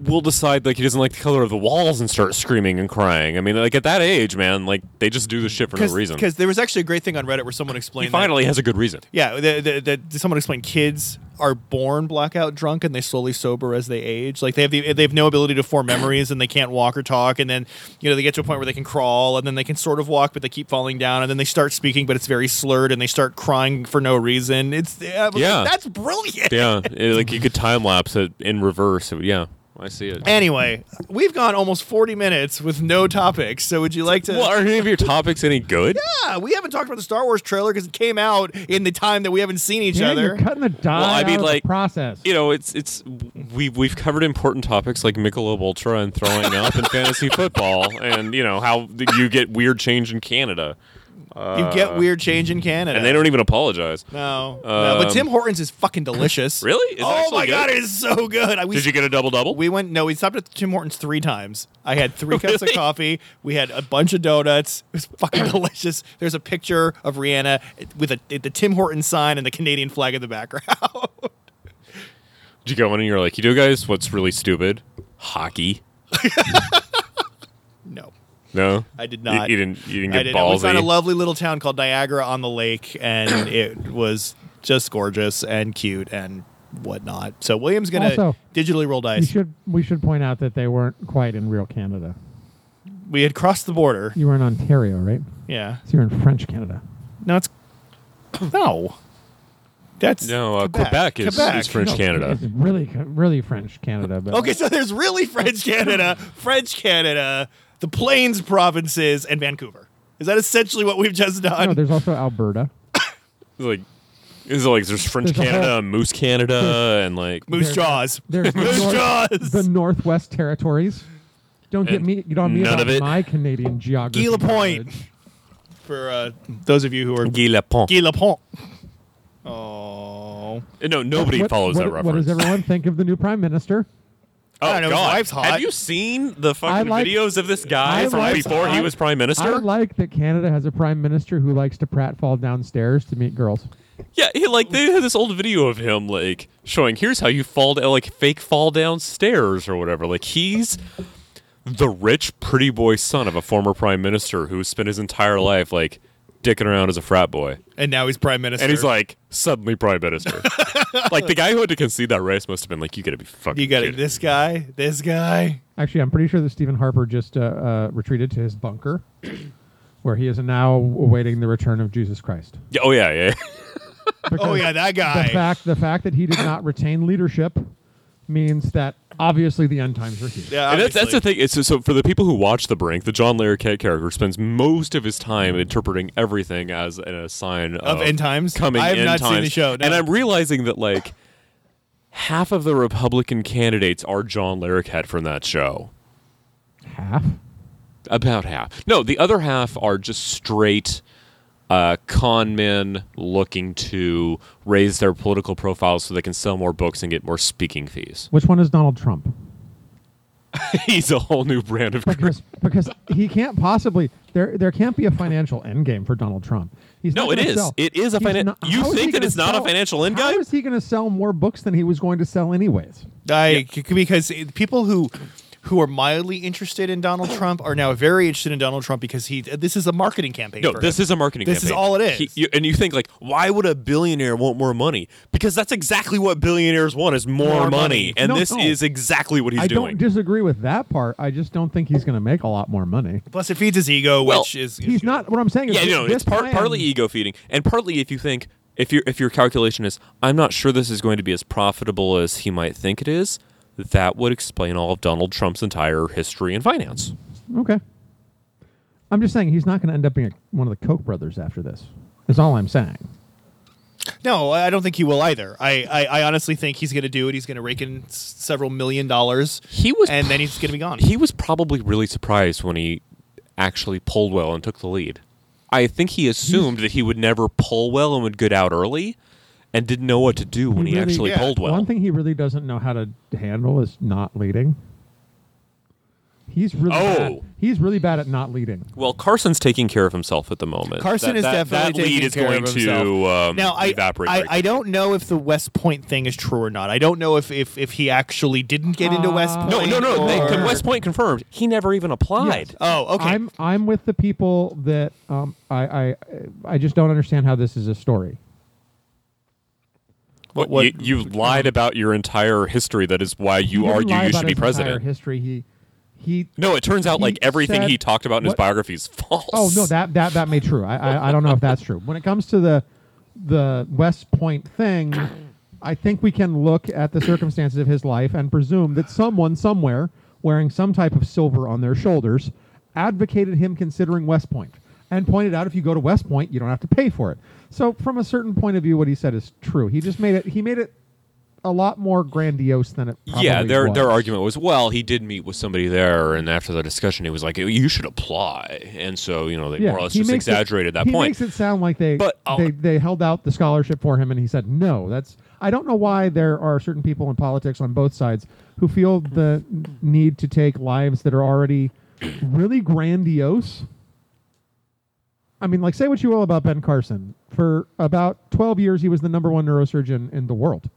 Speaker 5: will decide like he doesn't like the color of the walls and start screaming and crying. I mean, like at that age, man, like they just do this shit for no reason.
Speaker 3: because there was actually a great thing on Reddit where someone
Speaker 5: He
Speaker 3: explained. that-
Speaker 5: finally has a good reason.
Speaker 3: yeah, the, the, the, someone explained kids are born blackout drunk and they slowly sober as they age. Like they have the, they have no ability to form memories and they can't walk or talk. And then you know they get to a point where they can crawl and then they can sort of walk, but they keep falling down. And then they start speaking, but it's very slurred and they start crying for no reason. It's yeah,
Speaker 5: Yeah.
Speaker 3: that's brilliant.
Speaker 5: Yeah, it- like you could time lapse it in reverse. It would- yeah, I see it.
Speaker 3: Anyway, we've gone almost forty minutes with no topics. So would you like to?
Speaker 5: Well, are any of your topics any good?
Speaker 3: uh, yeah, we haven't talked about the Star Wars trailer because it came out in the time that we haven't seen each
Speaker 4: Dan,
Speaker 3: other.
Speaker 4: you're cutting the die
Speaker 5: Well, I
Speaker 4: out
Speaker 5: mean,
Speaker 4: of the
Speaker 5: like,
Speaker 4: process.
Speaker 5: You know, it's it's we we've covered important topics like Michelob Ultra and throwing up and fantasy football, and you know how you get weird change in Canada,
Speaker 3: you get weird change in Canada,
Speaker 5: Uh, and they don't even apologize.
Speaker 3: No, no, but
Speaker 5: Um,
Speaker 3: Tim Hortons is fucking delicious.
Speaker 5: Really? Is it
Speaker 3: oh
Speaker 5: actually
Speaker 3: my
Speaker 5: good?
Speaker 3: god, it is so good. I, we,
Speaker 5: Did you get a double double?
Speaker 3: we went. No, we stopped at Tim Hortons three times. I had three cups of
Speaker 5: Really?
Speaker 3: coffee. We had a bunch of donuts. It was fucking delicious. There's a picture of Rihanna with a, the Tim Hortons sign and the Canadian flag in the background.
Speaker 5: Did you go in and you're like, you know, guys, what's really stupid? Hockey.
Speaker 3: no.
Speaker 5: No,
Speaker 3: I did
Speaker 5: You-
Speaker 3: not.
Speaker 5: You, didn't. You didn't
Speaker 3: I
Speaker 5: get
Speaker 3: didn't. We
Speaker 5: ballsy.
Speaker 3: found a lovely little town called Niagara on the Lake, and it was just gorgeous and cute and whatnot. So William's gonna
Speaker 4: Also,
Speaker 3: digitally roll
Speaker 4: You
Speaker 3: dice.
Speaker 4: should we should point out that they weren't quite in real Canada.
Speaker 3: we had crossed the border.
Speaker 4: You were in Ontario, right?
Speaker 3: Yeah.
Speaker 4: So you're in French Canada.
Speaker 3: No, it's no. That's
Speaker 5: no, uh, Quebec, is,
Speaker 3: Quebec.
Speaker 5: is French
Speaker 4: No,
Speaker 5: Canada.
Speaker 4: It's really, really French Canada. But
Speaker 3: Okay, so there's really French Canada, French Canada, the Plains provinces, and Vancouver. Is that essentially what we've just done?
Speaker 4: no, there's also Alberta.
Speaker 5: It's like, is it like there's French
Speaker 4: There's a
Speaker 5: Canada,
Speaker 4: whole-
Speaker 5: Moose Canada, and like
Speaker 3: Moose
Speaker 4: there's-
Speaker 3: Jaws.
Speaker 4: There's
Speaker 3: Moose
Speaker 4: the,
Speaker 3: Jaws.
Speaker 4: the Northwest Territories. Don't get
Speaker 5: And
Speaker 4: me. You don't mean
Speaker 5: none
Speaker 4: about
Speaker 5: of it.
Speaker 4: my Canadian geography.
Speaker 3: Guy Lapointe.
Speaker 4: knowledge.
Speaker 3: For uh, those of you who are
Speaker 5: Guy Lapont.
Speaker 3: Guy Lapointe. Oh.
Speaker 5: Uh, No, nobody
Speaker 4: What-
Speaker 5: follows
Speaker 4: what-
Speaker 5: that
Speaker 4: What
Speaker 5: reference.
Speaker 4: does everyone think of the new prime minister?
Speaker 5: oh
Speaker 3: I don't know, his
Speaker 5: God,
Speaker 3: wife's hot.
Speaker 5: have you seen the fucking
Speaker 4: like-
Speaker 5: videos of this guy
Speaker 4: I
Speaker 5: from
Speaker 4: like-
Speaker 5: before he
Speaker 4: I-
Speaker 5: was prime
Speaker 4: I
Speaker 5: minister?
Speaker 4: like that Canada has a prime minister who likes to pratfall downstairs to meet girls.
Speaker 5: yeah, he like they had this old video of him like showing here's how you fall down, like fake fall downstairs or whatever. Like he's the rich pretty boy son of a former prime minister who spent his entire life like dicking around as a frat boy.
Speaker 3: And now he's prime minister.
Speaker 5: And he's like, suddenly prime minister. like the guy who had to concede that race must have been like, you gotta be fucking.
Speaker 3: you got it.
Speaker 5: kidding.
Speaker 3: This guy, this guy.
Speaker 4: Actually, I'm pretty sure that Stephen Harper just uh, uh, retreated to his bunker, where he is now awaiting the return of Jesus Christ.
Speaker 5: Yeah, Oh yeah, yeah.
Speaker 3: Oh,
Speaker 4: Because
Speaker 3: yeah, that
Speaker 4: The
Speaker 3: guy.
Speaker 4: fact, the fact that he did not retain leadership means that obviously the end times are here.
Speaker 3: yeah,
Speaker 5: And that's, that's
Speaker 3: obviously.
Speaker 5: the thing. It's, so for the people who watch The Brink, the John Larroquette character spends most of his time interpreting everything as a sign of,
Speaker 3: Mm-hmm. end times?
Speaker 5: Coming
Speaker 3: I have
Speaker 5: end
Speaker 3: not seen the
Speaker 5: times.
Speaker 3: show, no.
Speaker 5: and I'm realizing that like half of the Republican candidates are John Larroquette from that show.
Speaker 4: Half.
Speaker 5: About half. No, the other half are just straight uh, con men looking to raise their political profiles so they can sell more books and get more speaking fees.
Speaker 4: Which one is Donald Trump?
Speaker 5: He's a whole new brand of.
Speaker 4: Because because he can't possibly there there can't be a financial end game for Donald Trump. He's
Speaker 5: No,
Speaker 4: not
Speaker 5: it
Speaker 4: gonna
Speaker 5: is.
Speaker 4: sell-
Speaker 5: It is a
Speaker 4: he's
Speaker 5: finan-
Speaker 4: not-
Speaker 5: you
Speaker 4: how is
Speaker 5: think
Speaker 4: he
Speaker 5: that
Speaker 4: gonna
Speaker 5: it's not a
Speaker 4: sell-
Speaker 5: financial end
Speaker 4: How
Speaker 5: game?
Speaker 4: is he going to sell more books than he was going to sell anyways?
Speaker 3: I, c- because people who who are mildly interested in Donald Trump are now very interested in Donald Trump because he. This is a marketing campaign.
Speaker 5: No,
Speaker 3: for
Speaker 5: this
Speaker 3: him.
Speaker 5: is a marketing.
Speaker 3: This is
Speaker 5: campaign.
Speaker 3: all it is.
Speaker 5: He- you- and you think like, why would a billionaire want more money? Because that's exactly what billionaires want is more,
Speaker 3: More
Speaker 5: money.
Speaker 3: money.
Speaker 5: And
Speaker 4: No,
Speaker 5: this
Speaker 4: no.
Speaker 5: is exactly what he's
Speaker 4: I
Speaker 5: doing.
Speaker 4: don't disagree with that part. I just don't think he's going to make a lot more money.
Speaker 3: Plus, it feeds his ego,
Speaker 5: Well,
Speaker 3: which is
Speaker 4: He's not. What I'm saying is,
Speaker 5: yeah, you know,
Speaker 4: this
Speaker 5: it's part,
Speaker 4: plan-
Speaker 5: partly ego feeding, and partly if you think if your if your calculation is, I'm not sure this is going to be as profitable as he might think it is. That would explain all of Donald Trump's entire history in finance.
Speaker 4: Okay. I'm just saying he's not going to end up being one of the Koch brothers after this. That's all I'm saying.
Speaker 3: No, I I don't think he will either. I, I, I honestly think he's going to do it. He's going to rake in s- several million dollars.
Speaker 5: He was
Speaker 3: and then he's going to be gone.
Speaker 5: He was probably really surprised when he actually pulled well and took the lead. I think he assumed that he would never pull well and would get out early and didn't know what to do when he,
Speaker 4: really-
Speaker 5: actually
Speaker 3: yeah.
Speaker 5: pulled well.
Speaker 4: One thing he really doesn't know how to handle is not leading. He's really bad.
Speaker 5: Oh.
Speaker 4: he's really bad at not leading.
Speaker 5: well, Carson's taking care of himself at the moment.
Speaker 3: Carson
Speaker 5: That-
Speaker 3: is
Speaker 5: that-
Speaker 3: definitely
Speaker 5: that lead
Speaker 3: taking
Speaker 5: is
Speaker 3: care
Speaker 5: going
Speaker 3: of
Speaker 5: to
Speaker 3: himself.
Speaker 5: um,
Speaker 3: now. I,
Speaker 5: evaporate.
Speaker 3: I
Speaker 5: very
Speaker 3: I don't know if the West Point thing is true or not. I don't know if if, if he actually didn't get into West
Speaker 4: Uh,
Speaker 3: Point.
Speaker 5: No, no, no. They,
Speaker 3: or-
Speaker 5: West Point confirmed he never even applied.
Speaker 4: Yes. Uh,
Speaker 3: Oh, okay.
Speaker 4: I'm I'm with the people that um, I I I just don't understand how this is a story.
Speaker 5: What,
Speaker 3: what-
Speaker 5: you, you've lied about your entire history. That is why you
Speaker 4: He didn't
Speaker 5: argue
Speaker 4: lie
Speaker 5: you
Speaker 4: about
Speaker 5: should be
Speaker 4: his entire
Speaker 5: president.
Speaker 4: History. He he.
Speaker 5: No, it turns out
Speaker 4: He
Speaker 5: like everything
Speaker 4: said-
Speaker 5: he talked about in his
Speaker 4: what-
Speaker 5: biography is false.
Speaker 4: Oh no, that that that may be true. I, I I don't know if that's true. When it comes to the the West Point thing, I think we can look at the circumstances of his life and presume that someone somewhere wearing some type of silver on their shoulders advocated him considering West Point and pointed out if you go to West Point, you don't have to pay for it. So from a certain point of view, what he said is true. He just made it. He made it a lot more grandiose than it. Probably
Speaker 5: yeah, their
Speaker 4: was.
Speaker 5: their argument was, well, he did meet with somebody there, and after the discussion, he was like, you should apply, and so you know they more or less
Speaker 4: he
Speaker 5: just
Speaker 4: makes it-
Speaker 5: exaggerated that
Speaker 4: he
Speaker 5: point.
Speaker 4: makes it sound like they,
Speaker 5: But uh, I'll-
Speaker 4: they they held out the scholarship for him, and he said no. That's I don't know why there are certain people in politics on both sides who feel the need to take lives that are already really grandiose. I mean, like say what you will about Ben Carson. For about twelve years, he was the number one neurosurgeon in the world.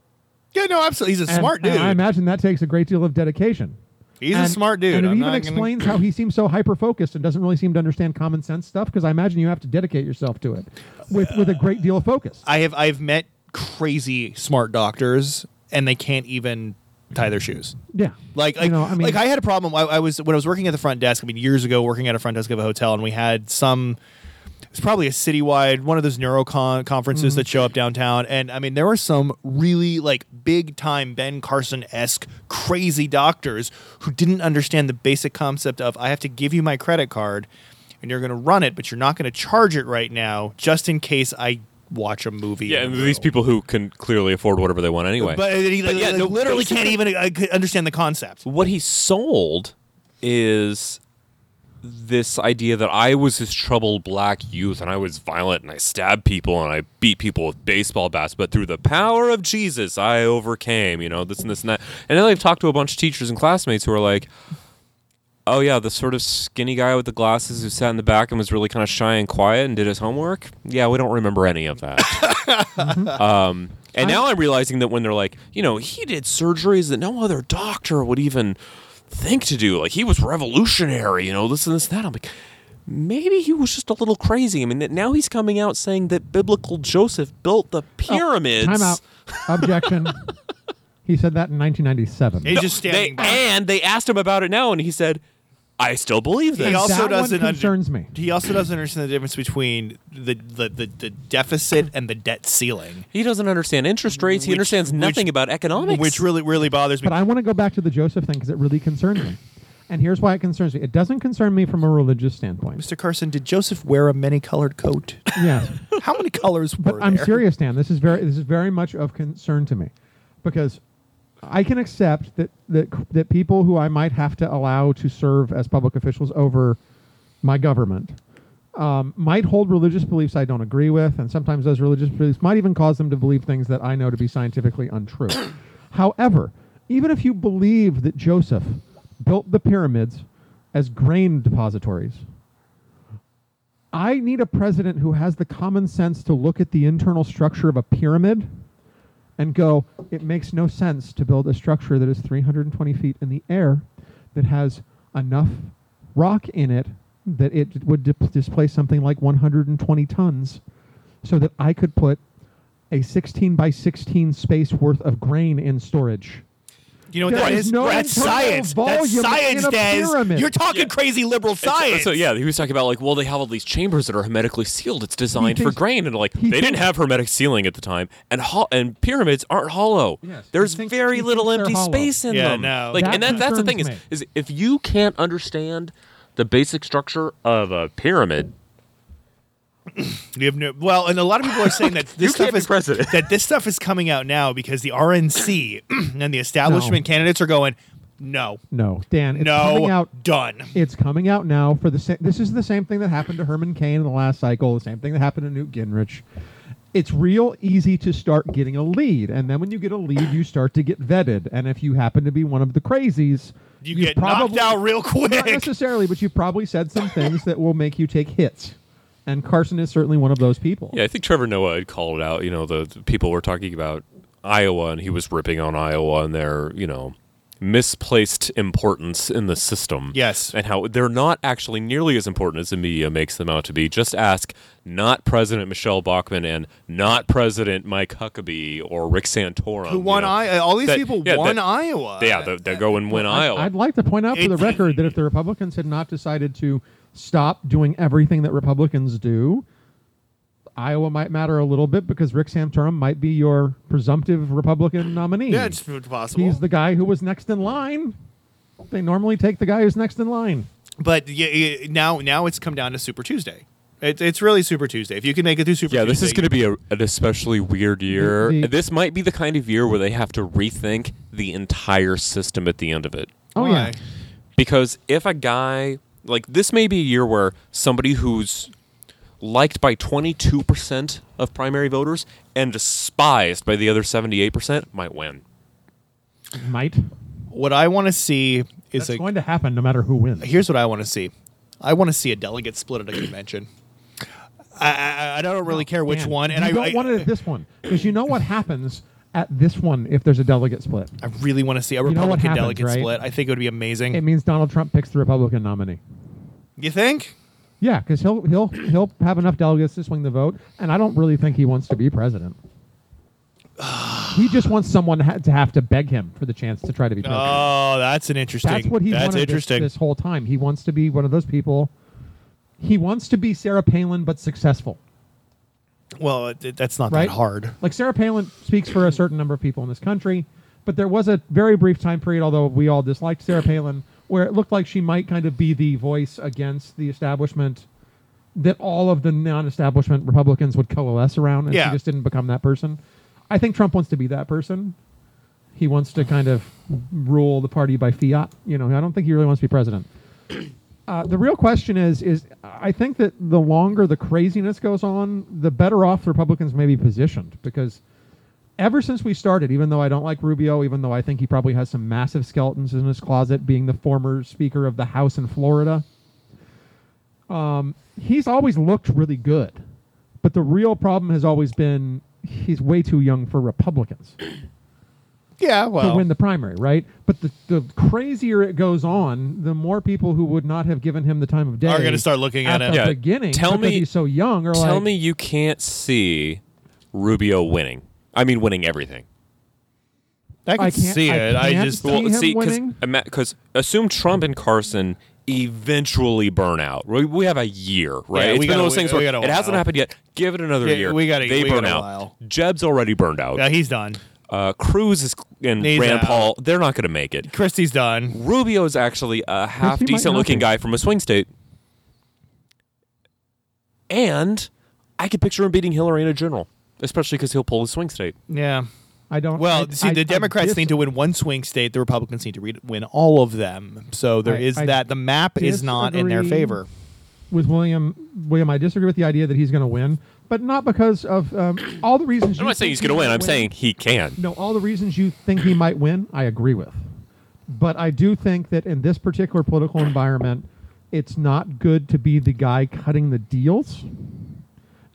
Speaker 3: yeah, no, absolutely. He's a
Speaker 4: And-
Speaker 3: smart dude.
Speaker 4: and I imagine that takes a great deal of dedication.
Speaker 3: he's a
Speaker 4: And-
Speaker 3: smart dude.
Speaker 4: And it
Speaker 3: I'm
Speaker 4: even
Speaker 3: not
Speaker 4: explains how he seems so hyper focused and doesn't really seem to understand common sense stuff because I imagine you have to dedicate yourself to it with with a great deal of focus.
Speaker 3: Gonna, I have I've met crazy smart doctors, and they can't even tie their shoes.
Speaker 4: yeah.
Speaker 3: Like,
Speaker 4: You
Speaker 3: like,
Speaker 4: know, I mean,
Speaker 3: like I had a problem. I, I was when I was working at the front desk. I mean, years ago, working at a front desk of a hotel, and we had some. It's probably a citywide one of those neurocon conferences
Speaker 4: Mm-hmm.
Speaker 3: that show up downtown, and I mean, there were some really like big time Ben Carson esque crazy doctors who didn't understand the basic concept of I have to give you my credit card, and you're going to run it, but you're not going to charge it right now, just in case I watch a movie.
Speaker 5: yeah,
Speaker 3: in
Speaker 5: and
Speaker 3: the
Speaker 5: these
Speaker 3: room."
Speaker 5: people who can clearly afford whatever they want anyway.
Speaker 3: But, uh, he
Speaker 5: But yeah,
Speaker 3: like,
Speaker 5: no,
Speaker 3: literally can't
Speaker 5: basically-
Speaker 3: even uh, understand the concept.
Speaker 5: what he sold is this idea that I was this troubled black youth and I was violent and I stabbed people and I beat people with baseball bats, but through the power of Jesus, I overcame, you know, this and this and that. And then I've talked to a bunch of teachers and classmates who are like, oh, yeah, the sort of skinny guy with the glasses who sat in the back and was really kind of shy and quiet and did his homework. Yeah, we don't remember any of that. Um, and now I'm realizing that when they're like, you know, he did surgeries that no other doctor would even think to do. Like he was revolutionary, you know, this and this and that. I'm like, maybe he was just a little crazy. I mean, that now he's coming out saying that biblical Joseph built the pyramids.
Speaker 4: Oh, time out. Objection. he said that in 1997.
Speaker 3: He's just
Speaker 5: They,
Speaker 3: standing. there.
Speaker 5: and they asked him about it now, and he said, "I still believe this."
Speaker 3: He also
Speaker 4: that
Speaker 3: doesn't
Speaker 4: one
Speaker 3: under-
Speaker 4: concerns me.
Speaker 3: He also doesn't understand the difference between the the, the, the deficit and the debt ceiling,
Speaker 5: He doesn't understand interest rates. He
Speaker 3: Which-
Speaker 5: understands
Speaker 3: which-
Speaker 5: nothing about economics.
Speaker 3: which really really bothers me.
Speaker 4: But I want to go back to the Joseph thing because it really concerns me. And here's why it concerns me. It doesn't concern me from a religious standpoint.
Speaker 3: Mr. Carson, did Joseph wear a many colored coat?
Speaker 4: Yes.
Speaker 3: How many colors were
Speaker 4: But I'm
Speaker 3: there?
Speaker 4: serious, Dan. This is very this is very much of concern to me, because I can accept that that that people who I might have to allow to serve as public officials over my government um, might hold religious beliefs I don't agree with, and sometimes those religious beliefs might even cause them to believe things that I know to be scientifically untrue. However, even if you believe that Joseph built the pyramids as grain depositories, I need a president who has the common sense to look at the internal structure of a pyramid and go, it makes no sense to build a structure that is 320 feet in the air that has enough rock in it that it would dip- displace something like 120 tons, so that I could put a 16 by 16 space worth of grain in storage.
Speaker 3: You know what
Speaker 4: There
Speaker 3: that
Speaker 4: is
Speaker 3: is?
Speaker 4: no
Speaker 3: That's
Speaker 4: internal
Speaker 3: science. That's
Speaker 4: volume
Speaker 3: science,
Speaker 4: in a
Speaker 3: Des.
Speaker 4: pyramid.
Speaker 3: You're talking crazy liberal science.
Speaker 5: So yeah, he was talking about like, well, they have all these chambers that are hermetically sealed. It's designed for
Speaker 4: thinks-
Speaker 5: grain, and like
Speaker 4: he
Speaker 5: they didn't
Speaker 4: thinks-
Speaker 5: have hermetic sealing at the time. And ho- and pyramids aren't hollow.
Speaker 4: Yes, he
Speaker 5: There's
Speaker 4: thinks-
Speaker 5: very
Speaker 4: he
Speaker 5: little
Speaker 4: thinks they're
Speaker 5: empty
Speaker 4: hollow.
Speaker 5: space in
Speaker 3: Yeah,
Speaker 5: them.
Speaker 3: no.
Speaker 5: Like,
Speaker 4: That
Speaker 5: and that, that's the thing
Speaker 4: concerns
Speaker 5: is, is if you can't understand the basic structure of a pyramid,
Speaker 3: You have no, well, and a lot of people are saying that this stuff
Speaker 5: can't be
Speaker 3: is
Speaker 5: president.
Speaker 3: that this stuff is coming out now because the RNC and the establishment candidates are going, no,
Speaker 4: No, Dan, it's
Speaker 3: no,
Speaker 4: coming out
Speaker 3: done.
Speaker 4: It's coming out now for the same. This is the same thing that happened to Herman Cain in the last cycle. The same thing that happened to Newt Gingrich. It's real easy to start getting a lead, and then when you get a lead, you start to get vetted. And if you happen to be one of the crazies,
Speaker 3: You
Speaker 4: you've
Speaker 3: get
Speaker 4: probably,
Speaker 3: knocked out real
Speaker 4: Not
Speaker 3: quick.
Speaker 4: necessarily, but you probably said some things that will make you take hits. And Carson is certainly one of those people.
Speaker 5: yeah, I think Trevor Noah had called it out. You know, the, the people were talking about Iowa, and he was ripping on Iowa and their you know misplaced importance in the system.
Speaker 3: Yes.
Speaker 5: and how they're not actually nearly as important as the media makes them out to be. Just ask not President Michelle Bachmann and not President Mike Huckabee or Rick Santorum.
Speaker 3: Who
Speaker 5: you
Speaker 3: won
Speaker 5: know.
Speaker 3: Iowa? All these
Speaker 5: That-
Speaker 3: people
Speaker 5: yeah,
Speaker 3: won
Speaker 5: that-
Speaker 3: Iowa.
Speaker 5: Yeah, they, they go and win Iowa.
Speaker 4: I'd like to point out for the
Speaker 3: It's-
Speaker 4: record that if the Republicans had not decided to stop doing everything that Republicans do, Iowa might matter a little bit because Rick Santorum might be your presumptive Republican nominee.
Speaker 3: yeah,
Speaker 5: Hmm.
Speaker 3: it's possible.
Speaker 4: He's the guy who was next in line. They normally take the guy who's next in line.
Speaker 3: but yeah, yeah, now now it's come down to Super Tuesday. It, it's really Super Tuesday. If you can make it through Super
Speaker 5: yeah,
Speaker 3: Tuesday,
Speaker 5: this is going to be a, an especially weird year.
Speaker 4: The- the-
Speaker 5: this might be the kind of year where they have to rethink the entire system at the end of it.
Speaker 4: Oh yeah.
Speaker 3: Why?
Speaker 5: because if a guy like this may be a year where somebody who's liked by 22% of primary voters and despised by the other 78% might win
Speaker 4: Might.
Speaker 3: What I want to see is
Speaker 4: It's
Speaker 3: a
Speaker 4: going to happen no matter who wins.
Speaker 3: here's what I want to see. I want to see a delegate split at a convention. I I, I don't really care which
Speaker 4: Dan,
Speaker 3: one, and
Speaker 4: Oh, you
Speaker 3: I
Speaker 4: don't
Speaker 3: I,
Speaker 4: want it at this one because you know what happens at this one if there's a delegate split.
Speaker 3: I really want to see a
Speaker 4: know
Speaker 3: Republican
Speaker 4: what happens,
Speaker 3: delegate
Speaker 4: right?
Speaker 3: split. I think it would be amazing.
Speaker 4: It means Donald Trump picks the Republican nominee.
Speaker 3: you think?
Speaker 4: Yeah, because he'll he'll he'll have enough delegates to swing the vote, and I don't really think he wants to be president. he just wants someone ha- to have to beg him for the chance to try to be president.
Speaker 3: Oh, that's an interesting.
Speaker 4: That's what he
Speaker 3: that's
Speaker 4: wanted this,
Speaker 3: interesting.
Speaker 4: this whole time. He wants to be one of those people. He wants to be Sarah Palin, but successful.
Speaker 3: well, it, it- that's not
Speaker 4: Right?
Speaker 3: that hard.
Speaker 4: Like Sarah Palin speaks for a certain number of people in this country, but there was a very brief time period, although we all disliked Sarah Palin, where it looked like she might kind of be the voice against the establishment that all of the non-establishment Republicans would coalesce around, and
Speaker 3: Yeah.
Speaker 4: she just didn't become that person. I think Trump wants to be that person. He wants to kind of rule the party by fiat. You know, I don't think he really wants to be president. Uh, the real question is, is I think that the longer the craziness goes on, the better off the Republicans may be positioned because ever since we started, even though I don't like Rubio, even though I think he probably has some massive skeletons in his closet, being the former Speaker of the House in Florida, um, he's always looked really good. But the real problem has always been he's way too young for Republicans
Speaker 3: Yeah,
Speaker 4: to
Speaker 3: well,
Speaker 4: win the primary, right? But the, the crazier it goes on, the more people who would not have given him the time of day
Speaker 3: Are gonna start looking at
Speaker 4: the
Speaker 3: him.
Speaker 5: Yeah.
Speaker 4: beginning.
Speaker 5: Tell
Speaker 4: because
Speaker 5: me-
Speaker 4: he's so young. Or
Speaker 5: tell
Speaker 4: like,
Speaker 5: me you can't see rubio winning i mean winning everything
Speaker 3: I can
Speaker 4: I can't-
Speaker 3: see
Speaker 4: I
Speaker 3: it. I,
Speaker 4: can't
Speaker 3: just
Speaker 4: see- him winning?
Speaker 5: because assume trump and carson eventually burn out we, we have a year right
Speaker 3: Yeah,
Speaker 5: It's
Speaker 3: we
Speaker 5: been
Speaker 3: gotta
Speaker 5: those
Speaker 3: wait-
Speaker 5: things
Speaker 3: we
Speaker 5: where
Speaker 3: gotta
Speaker 5: it hasn't
Speaker 3: while.
Speaker 5: happened yet give it another
Speaker 3: Yeah,
Speaker 5: year
Speaker 3: we gotta-
Speaker 5: they
Speaker 3: we
Speaker 5: burn
Speaker 3: gotta
Speaker 5: out
Speaker 3: while.
Speaker 5: jeb's already burned out
Speaker 3: yeah, he's done.
Speaker 5: uh, Cruz is, and
Speaker 3: He's
Speaker 5: Rand
Speaker 3: out.
Speaker 5: Paul, they're not going to make it.
Speaker 3: Christie's done.
Speaker 5: Rubio is actually a half
Speaker 4: might
Speaker 5: decent
Speaker 4: not
Speaker 5: looking
Speaker 4: be.
Speaker 5: guy from a swing state. And I could picture him beating Hillary in a general, especially because he'll pull his swing state.
Speaker 3: Yeah.
Speaker 4: I don't.
Speaker 3: Well,
Speaker 4: I-
Speaker 3: see,
Speaker 4: I-
Speaker 3: the
Speaker 4: I
Speaker 3: Democrats
Speaker 4: dis-
Speaker 3: need to win one swing state. The Republicans need to re- win all of them. So there
Speaker 4: I-
Speaker 3: is
Speaker 4: I
Speaker 3: that. The map is not in their
Speaker 4: disagree.
Speaker 3: favor.
Speaker 4: with William. William, I disagree with the idea that he's going to win, but not because of um, all the reasons.
Speaker 5: I'm
Speaker 4: you
Speaker 5: not saying
Speaker 4: think
Speaker 5: he's going to
Speaker 4: he
Speaker 5: win.
Speaker 4: might
Speaker 5: I'm saying he can.
Speaker 4: no. All the reasons you think he might win, I agree with, but I do think that in this particular political environment, it's not good to be the guy cutting the deals.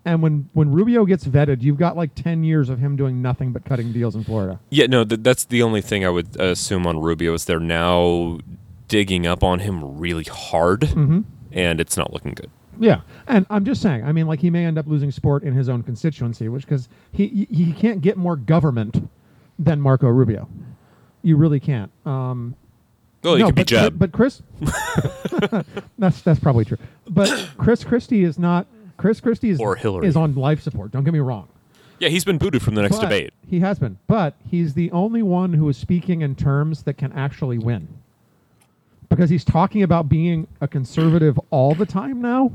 Speaker 4: And when, when Rubio gets vetted, you've got like ten years of him doing nothing but cutting deals in Florida.
Speaker 5: Yeah, no, th- that's the only thing I would assume on Rubio is they're now digging up on him really hard,
Speaker 4: Mm-hmm.
Speaker 5: and it's not looking good.
Speaker 4: Yeah, and I'm just saying. I mean, like he may end up losing support in his own constituency, which because he he he can't get more government than Marco Rubio. You really can't. Um,
Speaker 5: Well, you
Speaker 4: no,
Speaker 5: could be
Speaker 4: but,
Speaker 5: Jeb.
Speaker 4: but, but Chris, that's that's probably true. But Chris Christie is not. Chris Christie is
Speaker 5: Or Hillary.
Speaker 4: is on life support. Don't get me wrong.
Speaker 5: yeah, he's been booted from the next
Speaker 4: But
Speaker 5: debate.
Speaker 4: He has been, but he's the only one who is speaking in terms that can actually win. Because he's talking about being a conservative all the time now.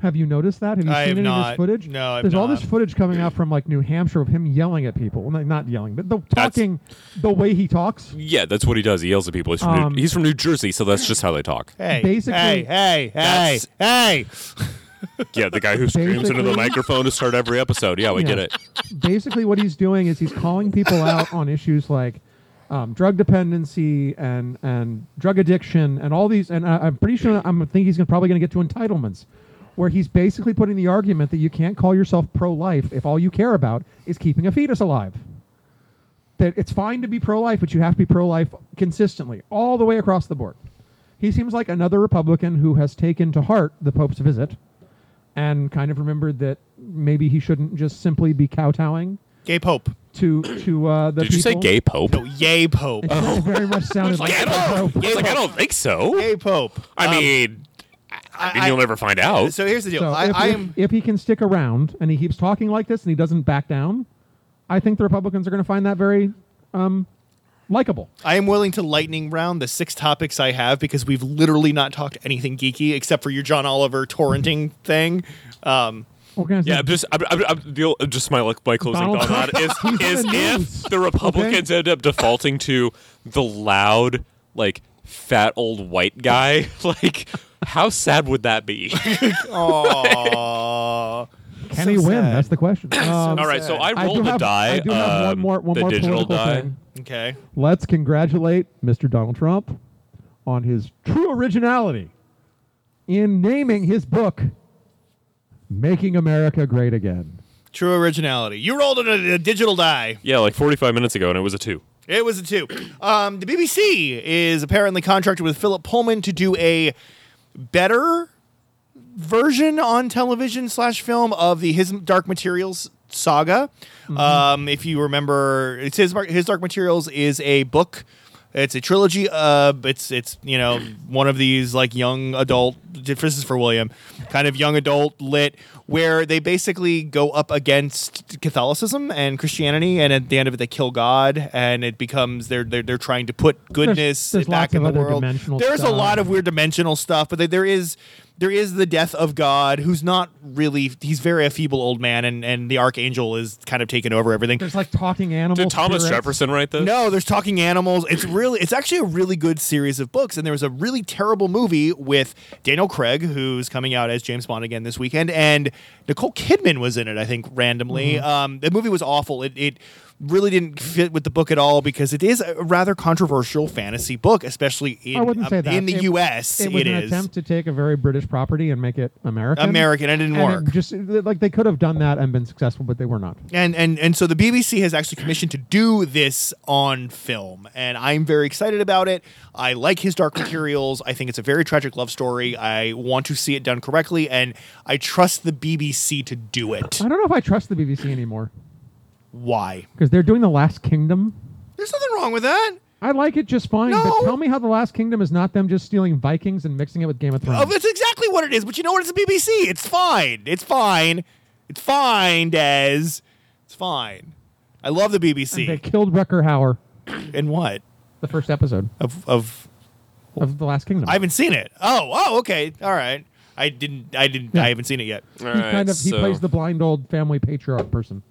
Speaker 4: Have you noticed that? Have you
Speaker 3: I
Speaker 4: seen
Speaker 3: have
Speaker 4: any of
Speaker 3: not.
Speaker 4: this footage?
Speaker 3: No, I've
Speaker 4: There's all this
Speaker 3: not.
Speaker 4: footage coming out from like New Hampshire of him yelling at people. Well, not yelling, but the
Speaker 5: That's-
Speaker 4: talking the way he talks.
Speaker 5: Yeah, that's what he does. He yells at people. He's from,
Speaker 4: Um,
Speaker 5: New, he's from New Jersey, so that's just how they talk.
Speaker 3: Hey,
Speaker 4: Basically-
Speaker 3: hey, hey, hey,
Speaker 5: That's-
Speaker 3: hey.
Speaker 5: Yeah, the guy who screams into the
Speaker 4: Basically-
Speaker 5: microphone to start every episode. Yeah, we
Speaker 4: Yeah.
Speaker 5: get it.
Speaker 4: basically what he's doing is he's calling people out on issues like um, drug dependency and and drug addiction and all these and I, I'm pretty sure I'm thinking he's gonna, probably going to get to entitlements where he's basically putting the argument that you can't call yourself pro-life if all you care about is keeping a fetus alive that it's fine to be pro-life but you have to be pro-life consistently all the way across the board he seems like another republican who has taken to heart the pope's visit and kind of remembered that maybe he shouldn't just simply be kowtowing
Speaker 3: Gay Pope.
Speaker 4: to to uh, the
Speaker 5: Did you say
Speaker 4: people.
Speaker 5: gay Oh. pope?
Speaker 3: No, yay Pope.
Speaker 4: It very much sounded like,
Speaker 5: I don't. I was like, I don't think so.
Speaker 3: Yay Pope.
Speaker 5: I
Speaker 3: Um,
Speaker 5: mean, I mean,
Speaker 3: I-
Speaker 5: you'll never find out.
Speaker 3: so here's the deal.
Speaker 4: so
Speaker 3: I,
Speaker 4: if,
Speaker 3: I
Speaker 4: if-
Speaker 3: am.
Speaker 4: if he can stick around and he keeps talking like this and he doesn't back down, I think the Republicans are going to find that very um, likable.
Speaker 3: I am willing to lightning round the six topics I have because we've literally not talked anything geeky except for your John Oliver torrenting thing. Um,
Speaker 4: We're gonna
Speaker 5: Yeah,
Speaker 4: say-
Speaker 5: I'm just I'm, I'm, I'm, the ol- just my like my closing
Speaker 4: Donald
Speaker 5: thought on that
Speaker 4: Trump.
Speaker 5: is
Speaker 4: He's
Speaker 5: is
Speaker 4: on the news,
Speaker 5: if the Republicans end up defaulting to the loud like fat old white guy, like how sad would that be?
Speaker 3: aw.
Speaker 4: can
Speaker 3: So
Speaker 4: he win?
Speaker 3: sad.
Speaker 4: That's the question. Um,
Speaker 5: All right, so I
Speaker 4: I do
Speaker 5: rolled a
Speaker 4: have-
Speaker 5: die.
Speaker 4: I do have one
Speaker 5: um,
Speaker 4: more one
Speaker 5: the
Speaker 4: more
Speaker 5: digital
Speaker 4: political
Speaker 5: die.
Speaker 4: thing.
Speaker 3: Okay.
Speaker 4: Let's congratulate Mr. Donald Trump on his true originality in naming his book "Making America Great Again."
Speaker 3: True originality. You rolled a, a digital die.
Speaker 5: Yeah, like 45 minutes ago, and it was a two.
Speaker 3: It was a two. Um, the BBC is apparently contracted with Philip Pullman to do a better version on television slash film of the His Dark Materials saga.
Speaker 4: Mm-hmm.
Speaker 3: Um, if you remember, it's His, Mar- His Dark Materials is a book. It's a trilogy. Uh, it's it's you know one of these like young adult. This is for William, kind of young adult lit, where they basically go up against Catholicism and Christianity, and at the end of it, they kill God, and it becomes they're they're, they're trying to put goodness
Speaker 4: there's
Speaker 3: back
Speaker 4: lots
Speaker 3: in
Speaker 4: of
Speaker 3: the
Speaker 4: other
Speaker 3: world.
Speaker 4: dimensional
Speaker 3: There's a
Speaker 4: stuff.
Speaker 3: lot of weird dimensional stuff, but there- there is there is the death of God, who's not really he's very a feeble old man, and and the archangel is kind of taking over everything.
Speaker 4: There's like talking animals.
Speaker 5: Did Thomas
Speaker 4: spirits.
Speaker 5: Jefferson write this?
Speaker 3: No, there's talking animals. It's really, it's actually a really good series of books. And there was a really terrible movie with Daniel Craig, who's coming out as James Bond again this weekend, and Nicole Kidman was in it. I think randomly,
Speaker 4: Mm-hmm.
Speaker 3: um, the movie was awful. It, it really didn't fit with the book at all because it is a rather controversial fantasy book, especially in
Speaker 4: I wouldn't say
Speaker 3: um,
Speaker 4: that
Speaker 3: in the
Speaker 4: It-
Speaker 3: U.S.
Speaker 4: It was
Speaker 3: it
Speaker 4: an
Speaker 3: is.
Speaker 4: attempt to take a very British property and make it American.
Speaker 3: American, and it didn't
Speaker 4: And
Speaker 3: work.
Speaker 4: it just like they could have done that and been successful, but they were not.
Speaker 3: and and and so the BBC has actually commissioned to do this on film, and I'm very excited about it. I like his Dark Materials. I think it's a very tragic love story. I want to see it done correctly, and I trust the BBC to do it.
Speaker 4: I don't know if I trust the BBC anymore
Speaker 3: Why?
Speaker 4: because they're doing the Last Kingdom.
Speaker 3: There's nothing wrong with that.
Speaker 4: I like it just fine, but
Speaker 3: No.
Speaker 4: tell me how the Last Kingdom is not them just stealing Vikings and mixing it with Game of Thrones.
Speaker 3: Oh, that's exactly what it is. But you know what? It's the BBC. It's fine. It's fine. It's fine, Des. It's fine. I love the
Speaker 4: They
Speaker 3: BBC.
Speaker 4: killed Rucker Hauer
Speaker 3: And what
Speaker 4: the first episode
Speaker 3: of of
Speaker 4: of the Last Kingdom.
Speaker 3: I haven't seen it. Oh, oh, okay, all right. I didn't. I didn't. I haven't seen it yet.
Speaker 5: All
Speaker 4: he
Speaker 5: right,
Speaker 4: kind of he
Speaker 5: so-
Speaker 4: plays the blind old family patriarch person.